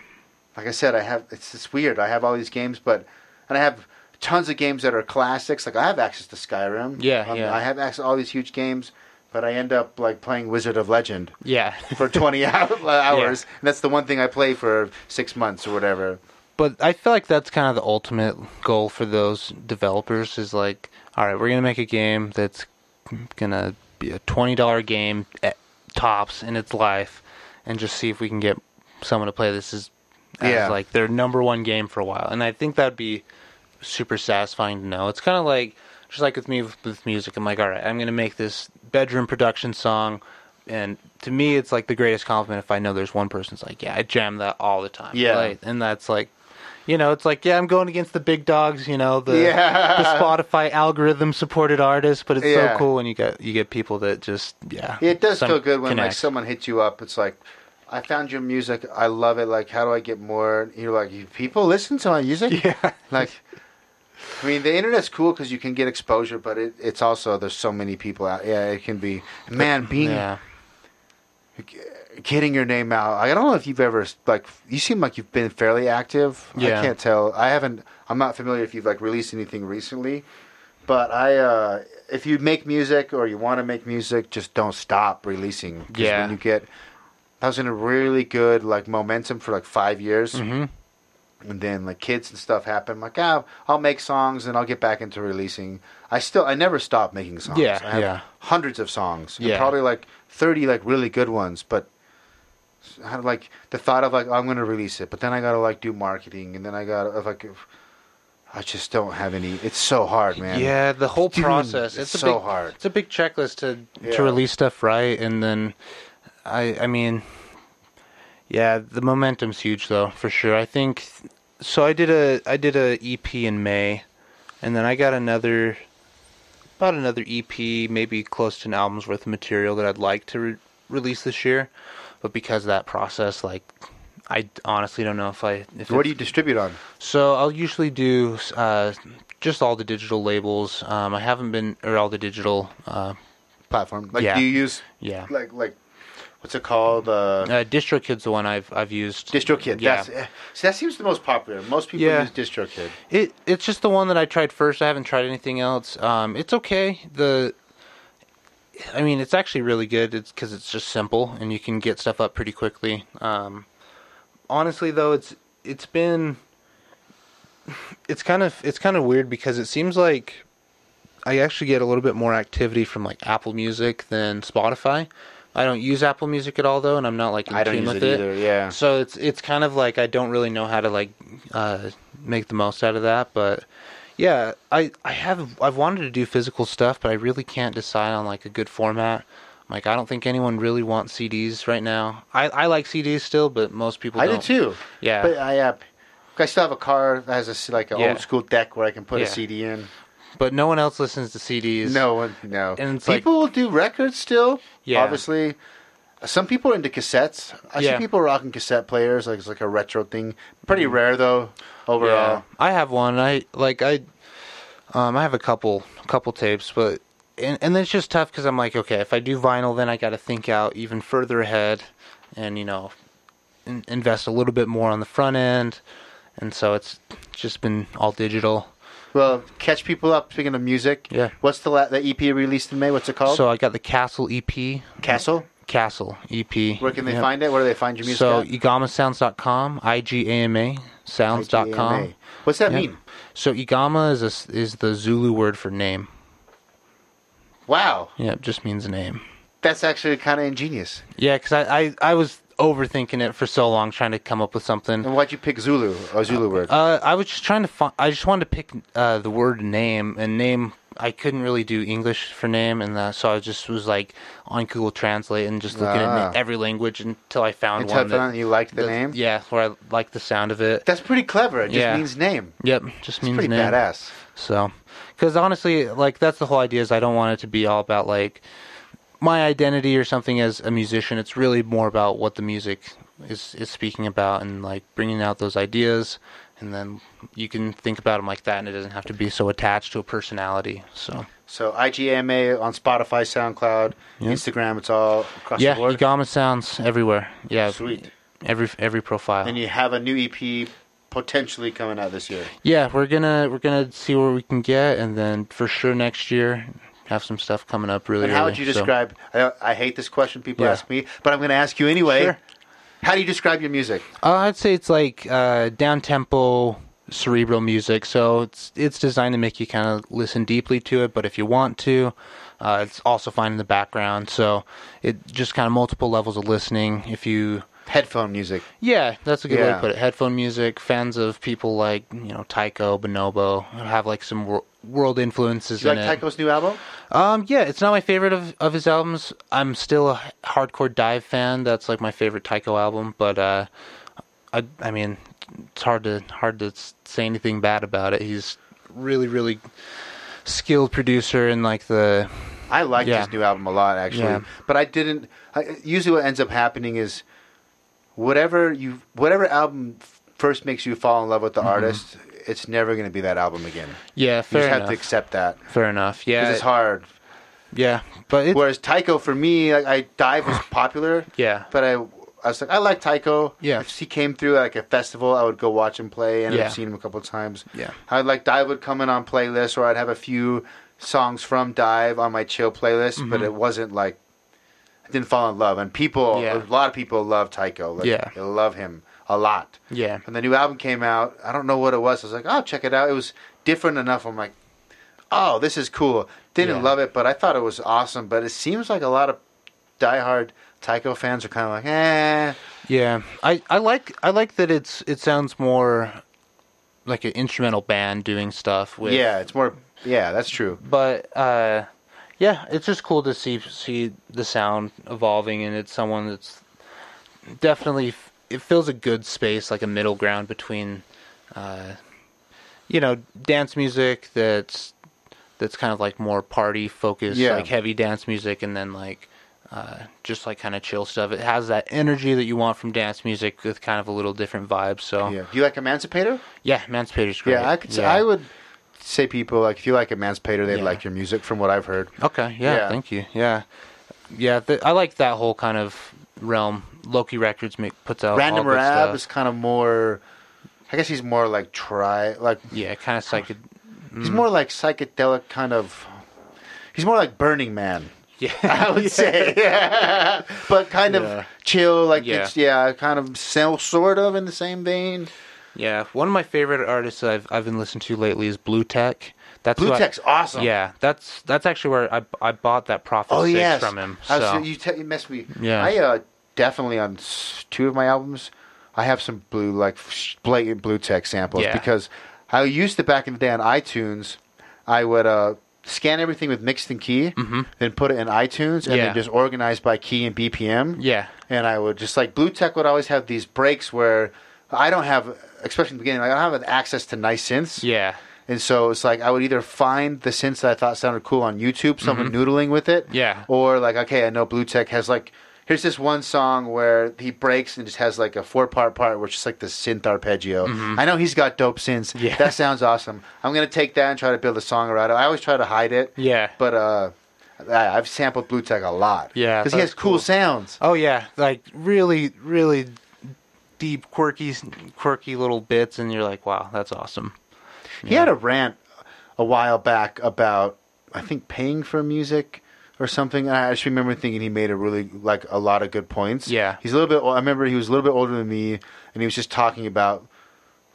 [SPEAKER 1] like I said, I have it's it's weird. I have all these games, but and I have tons of games that are classics. Like I have access to Skyrim.
[SPEAKER 2] Yeah,
[SPEAKER 1] Um,
[SPEAKER 2] yeah.
[SPEAKER 1] I have access to all these huge games, but I end up like playing Wizard of Legend
[SPEAKER 2] yeah.
[SPEAKER 1] for twenty hou- hours, and that's the one thing I play for six months or whatever.
[SPEAKER 2] But I feel like that's kind of the ultimate goal for those developers is like, all right, we're gonna make a game that's gonna be a twenty dollar game at tops in its life, and just see if we can get someone to play this as, as
[SPEAKER 1] Yeah.
[SPEAKER 2] like their number one game for a while. And I think that'd be super satisfying to know. It's kind of like just like with me with, with music. I'm like, all right, I'm gonna make this bedroom production song. And to me, it's like the greatest compliment if I know there's one person's like, yeah, I jam that all the time.
[SPEAKER 1] Yeah.
[SPEAKER 2] Like, and that's like, you know, it's like, yeah, I'm going against the big dogs, you know, the,
[SPEAKER 1] Yeah.
[SPEAKER 2] the Spotify algorithm supported artists, but it's so
[SPEAKER 1] Yeah.
[SPEAKER 2] cool when you get you get people that just yeah.
[SPEAKER 1] It does
[SPEAKER 2] some
[SPEAKER 1] feel good when like
[SPEAKER 2] connect.
[SPEAKER 1] someone hits you up. It's like. I found your music. I love it. Like, how do I get more? And you're like, you people listen to my music.
[SPEAKER 2] Yeah.
[SPEAKER 1] Like, I mean, the internet's cool because you can get exposure, but it, it's also there's so many people out. Yeah, it can be. Man, being
[SPEAKER 2] Yeah.
[SPEAKER 1] getting your name out. I don't know if you've ever like you seem like you've been fairly active.
[SPEAKER 2] Yeah.
[SPEAKER 1] I can't tell. I haven't. I'm not familiar if you've like released anything recently, but I uh, if you make music or you want to make music, just don't stop releasing. 'Cause
[SPEAKER 2] Yeah.
[SPEAKER 1] when you get I was in a really good like momentum for like five years.
[SPEAKER 2] Mm-hmm.
[SPEAKER 1] And then like kids and stuff happened. I'm like, ah, I'll make songs and I'll get back into releasing. I still, I never stop making songs.
[SPEAKER 2] Yeah,
[SPEAKER 1] I have
[SPEAKER 2] yeah.
[SPEAKER 1] hundreds of songs. and
[SPEAKER 2] Yeah.
[SPEAKER 1] probably like thirty like really good ones. But I had like the thought of like "Oh, I'm gonna release it, but then I gotta like do marketing, and then I gotta like, I just don't have any. It's so hard, man.
[SPEAKER 2] Yeah, the whole
[SPEAKER 1] Dude,
[SPEAKER 2] process.
[SPEAKER 1] it's
[SPEAKER 2] It's, a
[SPEAKER 1] so
[SPEAKER 2] big,
[SPEAKER 1] hard.
[SPEAKER 2] It's a big checklist to
[SPEAKER 1] Yeah.
[SPEAKER 2] to release stuff right, and then I I mean, yeah, the momentum's huge though for sure. I think so. I did a I did a EP in May, and then I got another about another EP, maybe close to an album's worth of material that I'd like to re- release this year, but because of that process, like. I honestly don't know if I. If
[SPEAKER 1] What
[SPEAKER 2] it's-
[SPEAKER 1] do you distribute on?
[SPEAKER 2] so I'll usually do uh, just all the digital labels. Um, I haven't been or all the digital. Uh,
[SPEAKER 1] Platform? Like,
[SPEAKER 2] Yeah.
[SPEAKER 1] do you use
[SPEAKER 2] yeah,
[SPEAKER 1] like like what's it called? Uh,
[SPEAKER 2] uh, DistroKid's the one I've I've used.
[SPEAKER 1] DistroKid.
[SPEAKER 2] Yeah.
[SPEAKER 1] That's, eh, see, that seems the most popular. Most people
[SPEAKER 2] Yeah.
[SPEAKER 1] use DistroKid.
[SPEAKER 2] It it's just the one that I tried first. I haven't tried anything else. Um, it's okay. The I mean, it's actually really good. It's because it's just simple and you can get stuff up pretty quickly. Um, honestly, though, it's it's been it's kind of it's kind of weird because it seems like I actually get a little bit more activity from like Apple Music than Spotify. I don't use Apple Music at all though, and I'm not like in
[SPEAKER 1] I don't
[SPEAKER 2] tune
[SPEAKER 1] use
[SPEAKER 2] with
[SPEAKER 1] it either. Yeah.
[SPEAKER 2] so it's it's kind of like I don't really know how to like uh, make the most out of that, but yeah, I I have I've wanted to do physical stuff, but I really can't decide on like a good format. Like I don't think anyone really wants CDs right now. I, I like CDs still, but most people
[SPEAKER 1] I do
[SPEAKER 2] don't.
[SPEAKER 1] too.
[SPEAKER 2] Yeah.
[SPEAKER 1] But I uh, I still have a car that has a s like an
[SPEAKER 2] Yeah.
[SPEAKER 1] old school deck where I can put a
[SPEAKER 2] Yeah.
[SPEAKER 1] CD in.
[SPEAKER 2] But no one else listens to CDs.
[SPEAKER 1] No one, no.
[SPEAKER 2] And it's like-
[SPEAKER 1] people will do records still.
[SPEAKER 2] Yeah.
[SPEAKER 1] Obviously, some people are into cassettes. I
[SPEAKER 2] Yeah. Mm.
[SPEAKER 1] see people rocking cassette players. Like it's like a retro thing. Pretty rare though. Overall,
[SPEAKER 2] Yeah, I have one. I like I, um, I have a couple couple tapes, but and and it's just tough because I'm like, okay, if I do vinyl, then I got to think out even further ahead, and you know, in, invest a little bit more on the front end, and so it's just been all digital.
[SPEAKER 1] well, catch people up. Speaking of music,
[SPEAKER 2] Yeah.
[SPEAKER 1] What's the la- the EP released in May? What's it called?
[SPEAKER 2] So I got the Castle EP,
[SPEAKER 1] Castle.
[SPEAKER 2] Castle EP.
[SPEAKER 1] Where can they
[SPEAKER 2] Yep.
[SPEAKER 1] find it? Where do they find your music?
[SPEAKER 2] So E
[SPEAKER 1] at?
[SPEAKER 2] igamasounds.com, I G A M A sounds.com.
[SPEAKER 1] IGAMA. E What's that
[SPEAKER 2] Yep.
[SPEAKER 1] mean?
[SPEAKER 2] So igama is a s is the Zulu word for name.
[SPEAKER 1] Wow,
[SPEAKER 2] Yeah, it just means name.
[SPEAKER 1] that's actually kind of ingenious.
[SPEAKER 2] Yeah, because I, I, I was overthinking it for so long trying to come up with something.
[SPEAKER 1] And why'd you pick Zulu? A Zulu word.
[SPEAKER 2] Uh, I was just trying to find. I just wanted to pick uh, the word name and name. I couldn't really do English for name, and uh, so I just was like on Google Translate and just looking
[SPEAKER 1] Ah.
[SPEAKER 2] at every language until I found
[SPEAKER 1] Until I
[SPEAKER 2] one. that-
[SPEAKER 1] found you liked the
[SPEAKER 2] that-
[SPEAKER 1] name?
[SPEAKER 2] Yeah, where I liked the sound of it.
[SPEAKER 1] That's pretty clever. It just
[SPEAKER 2] Yeah.
[SPEAKER 1] means name.
[SPEAKER 2] Yep, just means
[SPEAKER 1] Pretty
[SPEAKER 2] name.
[SPEAKER 1] badass.
[SPEAKER 2] So, because honestly, like that's the whole idea is I don't want it to be all about like my identity or something as a musician. It's really more about what the music is is speaking about and like bringing out those ideas, and then you can think about them like that, and it doesn't have to be so attached to a personality. So
[SPEAKER 1] So IGMA on Spotify, SoundCloud, Instagram. It's all across
[SPEAKER 2] yeah,
[SPEAKER 1] the board.
[SPEAKER 2] Igama sounds everywhere. Yeah,
[SPEAKER 1] Sweet.
[SPEAKER 2] Every every profile.
[SPEAKER 1] and you have a new EP potentially coming out this year.
[SPEAKER 2] yeah, we're gonna we're gonna see where we can get, and then for sure next year have some stuff coming up really.
[SPEAKER 1] And how
[SPEAKER 2] early,
[SPEAKER 1] would you
[SPEAKER 2] so.
[SPEAKER 1] describe? I, I hate this question people
[SPEAKER 2] Yeah.
[SPEAKER 1] ask me, but I'm going to ask you anyway.
[SPEAKER 2] Sure.
[SPEAKER 1] How do you describe your music?
[SPEAKER 2] Uh, I'd say it's like uh, down tempo cerebral music. So it's it's designed to make you kind of listen deeply to it, but if you want to, uh, it's also fine in the background. So it just kind of multiple levels of listening. If you
[SPEAKER 1] Headphone music.
[SPEAKER 2] yeah, that's a good way
[SPEAKER 1] Yeah.
[SPEAKER 2] to put it. Headphone music. Fans of people like you know Tycho, Bonobo have like some wor- world influences
[SPEAKER 1] Do you
[SPEAKER 2] in
[SPEAKER 1] like
[SPEAKER 2] it.
[SPEAKER 1] Tycho's new album?
[SPEAKER 2] Um, yeah, it's not my favorite of, of his albums. I'm still a hardcore dive fan. That's like my favorite Tycho album, but uh, I I mean, it's hard to hard to s- say anything bad about it. He's really really skilled producer and like the
[SPEAKER 1] I liked
[SPEAKER 2] Yeah.
[SPEAKER 1] his new album a lot, actually.
[SPEAKER 2] Yeah.
[SPEAKER 1] But I didn't. I, usually, what ends up happening is whatever you, whatever album f- first makes you fall in love with the artist, it's never going to be that album again.
[SPEAKER 2] yeah
[SPEAKER 1] You
[SPEAKER 2] Mm-hmm. fair
[SPEAKER 1] just
[SPEAKER 2] enough
[SPEAKER 1] have to accept that
[SPEAKER 2] fair enough yeah
[SPEAKER 1] because it's hard.
[SPEAKER 2] yeah, but it,
[SPEAKER 1] Whereas Tycho, for me, like I dive was popular.
[SPEAKER 2] Yeah.
[SPEAKER 1] But I, I was like, I like Tycho.
[SPEAKER 2] Yeah.
[SPEAKER 1] If he came through like a festival, I would go watch him play, and
[SPEAKER 2] Yeah.
[SPEAKER 1] I've seen him a couple times.
[SPEAKER 2] Yeah.
[SPEAKER 1] I like dive would come in on playlists, or I'd have a few songs from dive on my chill playlist,
[SPEAKER 2] Mm-hmm.
[SPEAKER 1] but it wasn't like I didn't fall in love. And people, a
[SPEAKER 2] Yeah.
[SPEAKER 1] lot of people love Tycho. Like,
[SPEAKER 2] Yeah.
[SPEAKER 1] They love him a lot.
[SPEAKER 2] yeah,
[SPEAKER 1] When the new album came out, I don't know what it was. I was like, oh, check it out. It was different enough. I'm like, oh, this is cool. Didn't
[SPEAKER 2] Yeah.
[SPEAKER 1] love it, but I thought it was awesome. But it seems like a lot of diehard Tycho fans are kind of like, eh.
[SPEAKER 2] yeah. I, I like I like that it's it sounds more like an instrumental band doing stuff with
[SPEAKER 1] Yeah, it's more. Yeah, that's true.
[SPEAKER 2] but uh, yeah, it's just cool to see see the sound evolving, and it's someone that's definitely it fills a good space, like a middle ground between, uh, you know, dance music that's that's kind of like more party focused,
[SPEAKER 1] Yeah.
[SPEAKER 2] like heavy dance music, and then like. Uh, just like kind of chill stuff. It has that energy that you want from dance music with kind of a little different vibe. So yeah,
[SPEAKER 1] Yeah. Do you like Emancipator?
[SPEAKER 2] yeah Emancipator's Oh. great.
[SPEAKER 1] Yeah, I could. Say, I would say people like if you like Emancipator, they'd
[SPEAKER 2] Yeah.
[SPEAKER 1] like your music from what I've heard.
[SPEAKER 2] Okay. Yeah.
[SPEAKER 1] Yeah.
[SPEAKER 2] Thank you. Yeah. Yeah. Th- I like that whole kind of realm. Loki Records make, puts out all
[SPEAKER 1] Random
[SPEAKER 2] good
[SPEAKER 1] Rab
[SPEAKER 2] stuff.
[SPEAKER 1] is kind of more. I guess he's more like try like
[SPEAKER 2] Yeah, kind of psyched. Mm.
[SPEAKER 1] he's more like psychedelic kind of. He's more like Burning Man.
[SPEAKER 2] Yeah.
[SPEAKER 1] I would say, yeah. but kind of
[SPEAKER 2] Yeah.
[SPEAKER 1] chill, like
[SPEAKER 2] Yeah.
[SPEAKER 1] it's yeah, kind of sell sort of in the same vein.
[SPEAKER 2] Yeah. One of my favorite artists that I've I've been listening to lately is Blue Tech. That's who
[SPEAKER 1] Blue
[SPEAKER 2] I-
[SPEAKER 1] Tech's awesome.
[SPEAKER 2] Yeah, that's that's actually where I I bought that Prophet
[SPEAKER 1] Oh
[SPEAKER 2] Six
[SPEAKER 1] yes,
[SPEAKER 2] from him.
[SPEAKER 1] I was-
[SPEAKER 2] So
[SPEAKER 1] you, te- you messed me.
[SPEAKER 2] Yeah.
[SPEAKER 1] I uh, definitely on s- two of my albums, I have some blue like sh- blatant Blue Tech samples
[SPEAKER 2] Yeah.
[SPEAKER 1] because I used to back in the day on iTunes, I would uh, scan everything with mixed and key, then put it in iTunes and
[SPEAKER 2] Mm-hmm. Yeah.
[SPEAKER 1] then just organize by key and BPM.
[SPEAKER 2] yeah,
[SPEAKER 1] and I would just like Blue Tech would always have these breaks where I don't have, especially in the beginning, I don't have access to nice synths.
[SPEAKER 2] yeah,
[SPEAKER 1] And so it's like I would either find the synths that I thought sounded cool on YouTube, someone noodling with it.
[SPEAKER 2] Mm-hmm. Yeah.
[SPEAKER 1] Or like, okay, I know Blue Tech has like, here's this one song where he breaks and just has like a four part part where it's just like the synth arpeggio. I know he's got dope synths.
[SPEAKER 2] Mm-hmm. Yeah.
[SPEAKER 1] That sounds awesome. I'm going to take that and try to build a song around it. I always try to hide it.
[SPEAKER 2] Yeah.
[SPEAKER 1] But, uh, I- I've sampled Blue Tech a lot.
[SPEAKER 2] Yeah,
[SPEAKER 1] Because he
[SPEAKER 2] that's
[SPEAKER 1] has cool,
[SPEAKER 2] cool.
[SPEAKER 1] sounds.
[SPEAKER 2] Oh yeah, like really, really deep, quirky, quirky little bits, and you're like, wow, that's awesome.
[SPEAKER 1] He had a rant a while back about I think paying for music or something. And I just remember thinking he made a really like a lot of good points.
[SPEAKER 2] Yeah.
[SPEAKER 1] he's a little bit. I remember he was a little bit older than me, and he was just talking about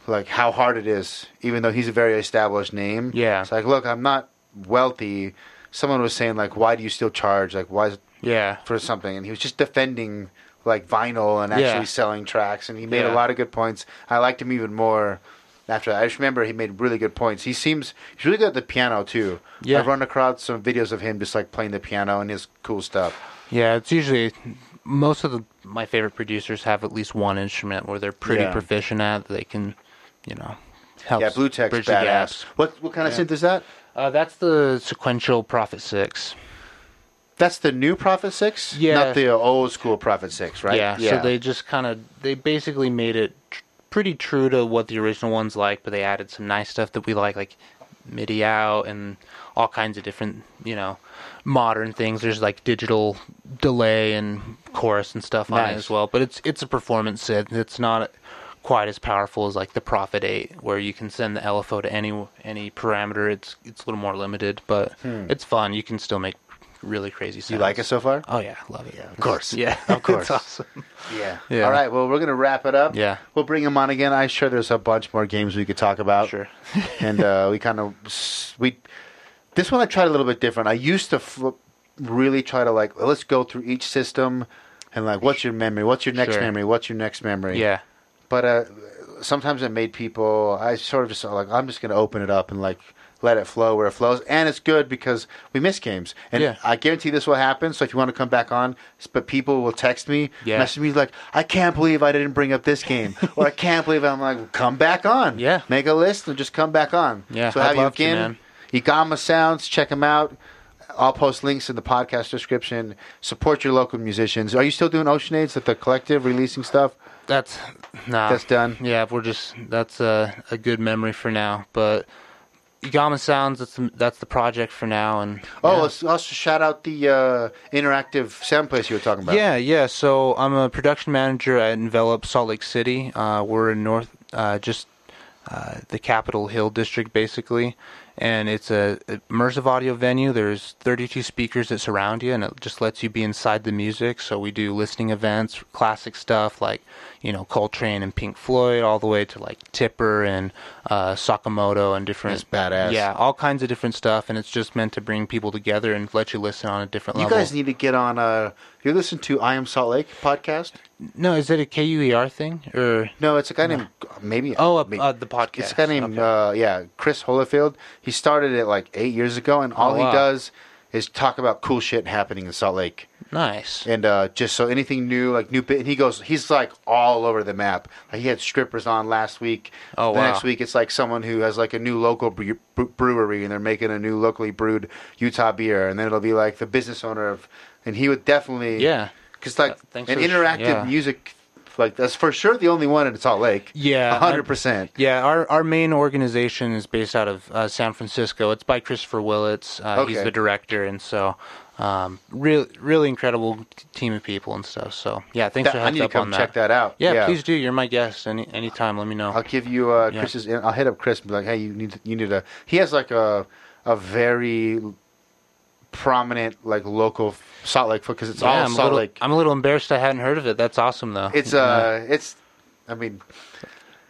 [SPEAKER 1] like how hard it is, even though he's a very established name.
[SPEAKER 2] Yeah.
[SPEAKER 1] it's like look, I'm not wealthy. Someone was saying like, why do you still charge? Like, why? Is,
[SPEAKER 2] Yeah,
[SPEAKER 1] for something, and he was just defending like vinyl and actually
[SPEAKER 2] Yeah.
[SPEAKER 1] selling tracks, and he made
[SPEAKER 2] Yeah.
[SPEAKER 1] a lot of good points. I liked him even more after that. I just remember he made really good points. He seems he's really good at the piano too.
[SPEAKER 2] Yeah.
[SPEAKER 1] I've run across some videos of him just like playing the piano and his cool stuff.
[SPEAKER 2] Yeah, it's usually most of the, my favorite producers have at least one instrument where they're pretty
[SPEAKER 1] Yeah.
[SPEAKER 2] proficient at. They can, you know, help.
[SPEAKER 1] Yeah, Blue Tech's
[SPEAKER 2] bridge the
[SPEAKER 1] badass.
[SPEAKER 2] gaps.
[SPEAKER 1] What what kind of synth is that?
[SPEAKER 2] Uh, that's the sequential Prophet Six.
[SPEAKER 1] That's the new Prophet Six,
[SPEAKER 2] Yeah.
[SPEAKER 1] not the old school Prophet Six, right?
[SPEAKER 2] Yeah, So they just kind of they basically made it tr- pretty true to what the original one's like, but they added some nice stuff that we like, like MIDI out and all kinds of different, you know, modern things. There's like digital delay and chorus and stuff on it
[SPEAKER 1] Nice.
[SPEAKER 2] as well. But it's it's a performance synth. It's not quite as powerful as like the Prophet Eight, where you can send the LFO to any any parameter. It's it's a little more limited, but it's fun. You can still make really crazy sounds.
[SPEAKER 1] Hmm. you like it so far?
[SPEAKER 2] Oh yeah, love it. Yeah, of
[SPEAKER 1] course.
[SPEAKER 2] Yeah,
[SPEAKER 1] Of course.
[SPEAKER 2] it's awesome.
[SPEAKER 1] Yeah.
[SPEAKER 2] Yeah.
[SPEAKER 1] All right. Well, we're gonna wrap it up.
[SPEAKER 2] Yeah.
[SPEAKER 1] We'll bring him on again. I'm sure there's a bunch more games we could talk about.
[SPEAKER 2] Sure.
[SPEAKER 1] and uh, we kind of s- we this one I tried a little bit different. I used to flip, really try to like well, let's go through each system and like what's your memory, what's your next
[SPEAKER 2] Sure.
[SPEAKER 1] memory, what's your next memory.
[SPEAKER 2] Yeah,
[SPEAKER 1] But uh, sometimes it made people. I sort of just like I'm just gonna open it up and like. Let it flow where it flows, and it's good because we miss games, and
[SPEAKER 2] Yeah.
[SPEAKER 1] I guarantee this will happen. So if you want to come back on, s- but people will text me,
[SPEAKER 2] Yeah.
[SPEAKER 1] message me like, "I can't believe I didn't bring up this game," or "I can't believe I'm like, come back on,
[SPEAKER 2] Yeah.
[SPEAKER 1] make a list and just come back on."
[SPEAKER 2] Yeah,
[SPEAKER 1] so
[SPEAKER 2] I'd
[SPEAKER 1] have you
[SPEAKER 2] love to,
[SPEAKER 1] again.
[SPEAKER 2] man.
[SPEAKER 1] Igama Sounds, check them out. I'll post links in the podcast description. Support your local musicians. Are you still doing Oceanades at the collective releasing stuff?
[SPEAKER 2] that's nah.
[SPEAKER 1] That's done.
[SPEAKER 2] Yeah, we're just that's a a good memory for now. But Yama Sounds. That's the, that's the project for now. And
[SPEAKER 1] Oh,
[SPEAKER 2] yeah.
[SPEAKER 1] let's also shout out the uh, interactive sound place you were talking about.
[SPEAKER 2] Yeah, yeah. So I'm a production manager at Envelop Salt Lake City. Uh, we're in North, uh, just uh, the Capitol Hill district, basically, and it's a immersive audio venue. There's 32 speakers that surround you, and it just lets you be inside the music. So we do listening events, classic stuff like you know Coltrane and Pink Floyd, all the way to like Tipper and uh, Sakamoto and different.
[SPEAKER 1] That's badass.
[SPEAKER 2] Yeah, all kinds of different stuff, and it's just meant to bring people together and let you listen on a different
[SPEAKER 1] You
[SPEAKER 2] level.
[SPEAKER 1] guys need to get on. Uh, you listen to I Am Salt Lake podcast?
[SPEAKER 2] No, is it a KUER thing or?
[SPEAKER 1] No, it's a guy named maybe.
[SPEAKER 2] Oh, uh,
[SPEAKER 1] maybe-
[SPEAKER 2] uh, the podcast.
[SPEAKER 1] It's a guy named uh, yeah Chris Holofield. He started it like eight years ago, and all
[SPEAKER 2] Oh,
[SPEAKER 1] he
[SPEAKER 2] wow.
[SPEAKER 1] does is talk about cool shit happening in Salt Lake,
[SPEAKER 2] Nice.
[SPEAKER 1] and uh, just so anything new, like new bit. And he goes, he's like all over the map. Like, he had strippers on last week.
[SPEAKER 2] Oh,
[SPEAKER 1] the
[SPEAKER 2] wow.
[SPEAKER 1] next week it's like someone who has like a new local bre- bre- brewery, and they're making a new locally brewed Utah beer, and then it'll be like the business owner of, and he would definitely
[SPEAKER 2] Yeah. Uh,
[SPEAKER 1] because like
[SPEAKER 2] Thanks
[SPEAKER 1] an
[SPEAKER 2] for sh-
[SPEAKER 1] interactive
[SPEAKER 2] yeah.
[SPEAKER 1] music. Like that's for sure the only one in Salt Lake.
[SPEAKER 2] Yeah, I-
[SPEAKER 1] hundred percent.
[SPEAKER 2] Yeah, our our main organization is based out of uh, San Francisco. It's by Christopher Willits. Uh, He's
[SPEAKER 1] Okay.
[SPEAKER 2] the director, and so um, really really incredible t- team of people and stuff. So yeah, thanks
[SPEAKER 1] That-
[SPEAKER 2] for
[SPEAKER 1] I
[SPEAKER 2] heads
[SPEAKER 1] need to
[SPEAKER 2] up
[SPEAKER 1] come
[SPEAKER 2] on
[SPEAKER 1] check that out.
[SPEAKER 2] Yeah,
[SPEAKER 1] Yeah.
[SPEAKER 2] please do. You're my guest. Any anytime, let me know.
[SPEAKER 1] I'll give you uh,
[SPEAKER 2] Yeah.
[SPEAKER 1] Chris's. I'll hit up Chris and be like, "Hey, you need you need a." He has like a a very prominent like local Salt Lake foot because it's all
[SPEAKER 2] yeah, I'm a
[SPEAKER 1] Salt
[SPEAKER 2] little,
[SPEAKER 1] Lake.
[SPEAKER 2] I'm a little embarrassed. I hadn't heard of it. That's awesome though.
[SPEAKER 1] it's uh, it's. I mean,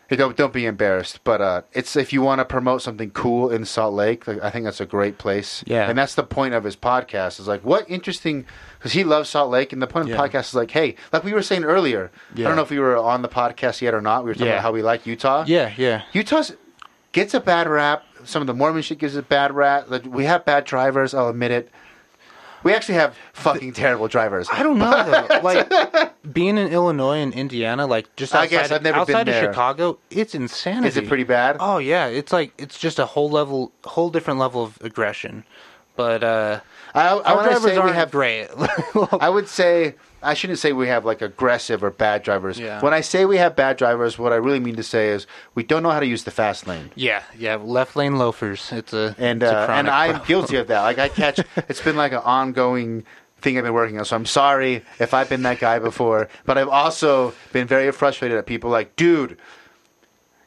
[SPEAKER 1] hey, don't don't be embarrassed, but uh, it's if you want to promote something cool in Salt Lake, like, I think that's a great place.
[SPEAKER 2] Yeah.
[SPEAKER 1] and that's the point of his podcast. Is like what interesting because he loves Salt Lake, and the point of the
[SPEAKER 2] Yeah.
[SPEAKER 1] podcast is like, hey, like we were saying earlier. I
[SPEAKER 2] Yeah.
[SPEAKER 1] don't know if we were on the podcast yet or not. We were talking
[SPEAKER 2] Yeah.
[SPEAKER 1] about how we like Utah.
[SPEAKER 2] yeah, yeah.
[SPEAKER 1] Utah's gets a bad rap. Some of the Mormon shit gives it a bad rap. Like, we have bad drivers. I'll admit it. We actually have fucking terrible drivers.
[SPEAKER 2] I don't know though. like being in Illinois and Indiana, like just outside,
[SPEAKER 1] I guess I've never been
[SPEAKER 2] outside of
[SPEAKER 1] there.
[SPEAKER 2] Chicago, it's insanity.
[SPEAKER 1] Is it pretty bad?
[SPEAKER 2] Oh yeah, it's like it's just a whole level, whole different level of aggression. But uh,
[SPEAKER 1] I, I
[SPEAKER 2] our
[SPEAKER 1] would
[SPEAKER 2] drivers
[SPEAKER 1] say we
[SPEAKER 2] aren't
[SPEAKER 1] have.
[SPEAKER 2] great.
[SPEAKER 1] I would say I shouldn't say we have like aggressive or bad drivers.
[SPEAKER 2] Yeah.
[SPEAKER 1] When I say we have bad drivers, what I really mean to say is we don't know how to use the fast lane.
[SPEAKER 2] yeah, yeah, left lane loafers. It's a
[SPEAKER 1] and
[SPEAKER 2] it's a
[SPEAKER 1] uh, and
[SPEAKER 2] chronic
[SPEAKER 1] I'm
[SPEAKER 2] problem.
[SPEAKER 1] guilty of that. Like I catch, it's been like an ongoing thing I've been working on. So I'm sorry if I've been that guy before, but I've also been very frustrated at people like, dude.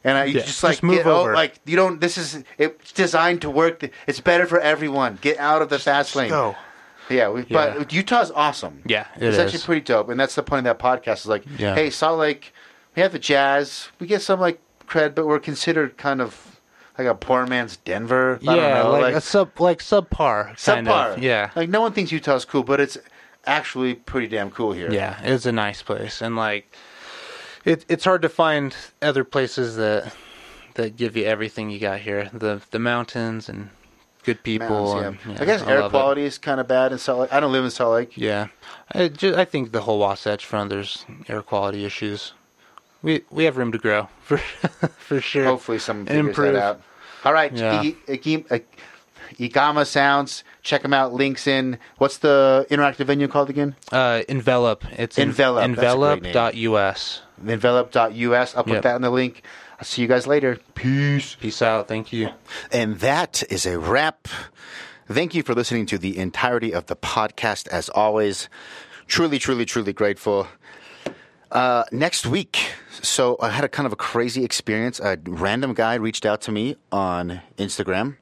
[SPEAKER 1] And I you
[SPEAKER 2] Yeah,
[SPEAKER 1] just like
[SPEAKER 2] just move
[SPEAKER 1] get o-
[SPEAKER 2] over.
[SPEAKER 1] like you don't. This is it's designed to work. th- It's better for everyone. Get out of the fast lane.
[SPEAKER 2] go.
[SPEAKER 1] Yeah, we,
[SPEAKER 2] Yeah.
[SPEAKER 1] but Utah's awesome.
[SPEAKER 2] Yeah, it
[SPEAKER 1] it's
[SPEAKER 2] is.
[SPEAKER 1] actually pretty dope, and that's the point of that podcast. Is like,
[SPEAKER 2] Yeah.
[SPEAKER 1] hey, Salt Lake, we have the jazz, we get some like cred, but we're considered kind of like a poor man's Denver. I
[SPEAKER 2] yeah,
[SPEAKER 1] don't know,
[SPEAKER 2] like,
[SPEAKER 1] like,
[SPEAKER 2] a sub, like subpar, kind
[SPEAKER 1] subpar.
[SPEAKER 2] of. Yeah,
[SPEAKER 1] like no one thinks Utah's cool, but it's actually pretty damn cool here.
[SPEAKER 2] Yeah, it's a nice place, and like, it it's hard to find other places that that give you everything you got here. The the mountains and good people.
[SPEAKER 1] Mountains, yeah.
[SPEAKER 2] and-
[SPEAKER 1] I guess
[SPEAKER 2] yeah,
[SPEAKER 1] air
[SPEAKER 2] love it.
[SPEAKER 1] quality is kind of bad in Salt Lake. I don't live in Salt Lake.
[SPEAKER 2] Yeah, I, ju- I think the whole Wasatch Front there's air quality issues. We we have room to grow for for sure.
[SPEAKER 1] Hopefully, someone figures
[SPEAKER 2] Improve.
[SPEAKER 1] that out. All right, E-,
[SPEAKER 2] Yeah.
[SPEAKER 1] I- I- I- E-, Igama Sounds. Check them out. Links in. What's the interactive venue called again?
[SPEAKER 2] Uh, envelop. It's en-
[SPEAKER 1] Envelop, that's a great
[SPEAKER 2] envelop
[SPEAKER 1] name.
[SPEAKER 2] dot us.
[SPEAKER 1] envelop.us. I'll put
[SPEAKER 2] Yep.
[SPEAKER 1] that in the link. I'll see you guys later. Peace.
[SPEAKER 2] Peace out. Thank you.
[SPEAKER 3] And that is a wrap. Thank you for listening to the entirety of the podcast as always. Truly, truly, truly grateful. Uh, next week, so I had a kind of a crazy experience. A random guy reached out to me on Instagram.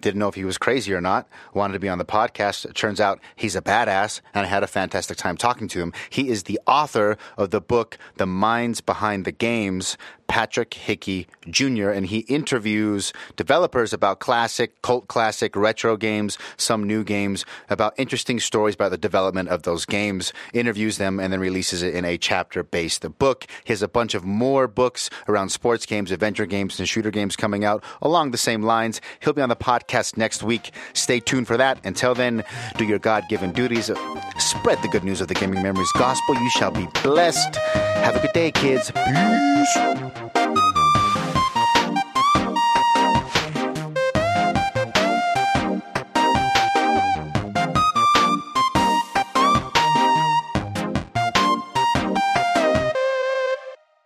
[SPEAKER 3] Didn't know if he was crazy or not. Wanted to be on the podcast. It turns out he's a badass, and I had a fantastic time talking to him. He is the author of the book, The Minds Behind the Games, Patrick Hickey Jr., and he interviews developers about classic, cult classic, retro games, some new games, about interesting stories about the development of those games, interviews them, and then releases it in a chapter based book. He has a bunch of more books around sports games, adventure games, and shooter games coming out along the same lines. He'll be on the podcast next week. Stay tuned for that. Until then, do your God given duties, spread the good news of the Gaming Memories Gospel. You shall be blessed. Have a good day, kids. Peace.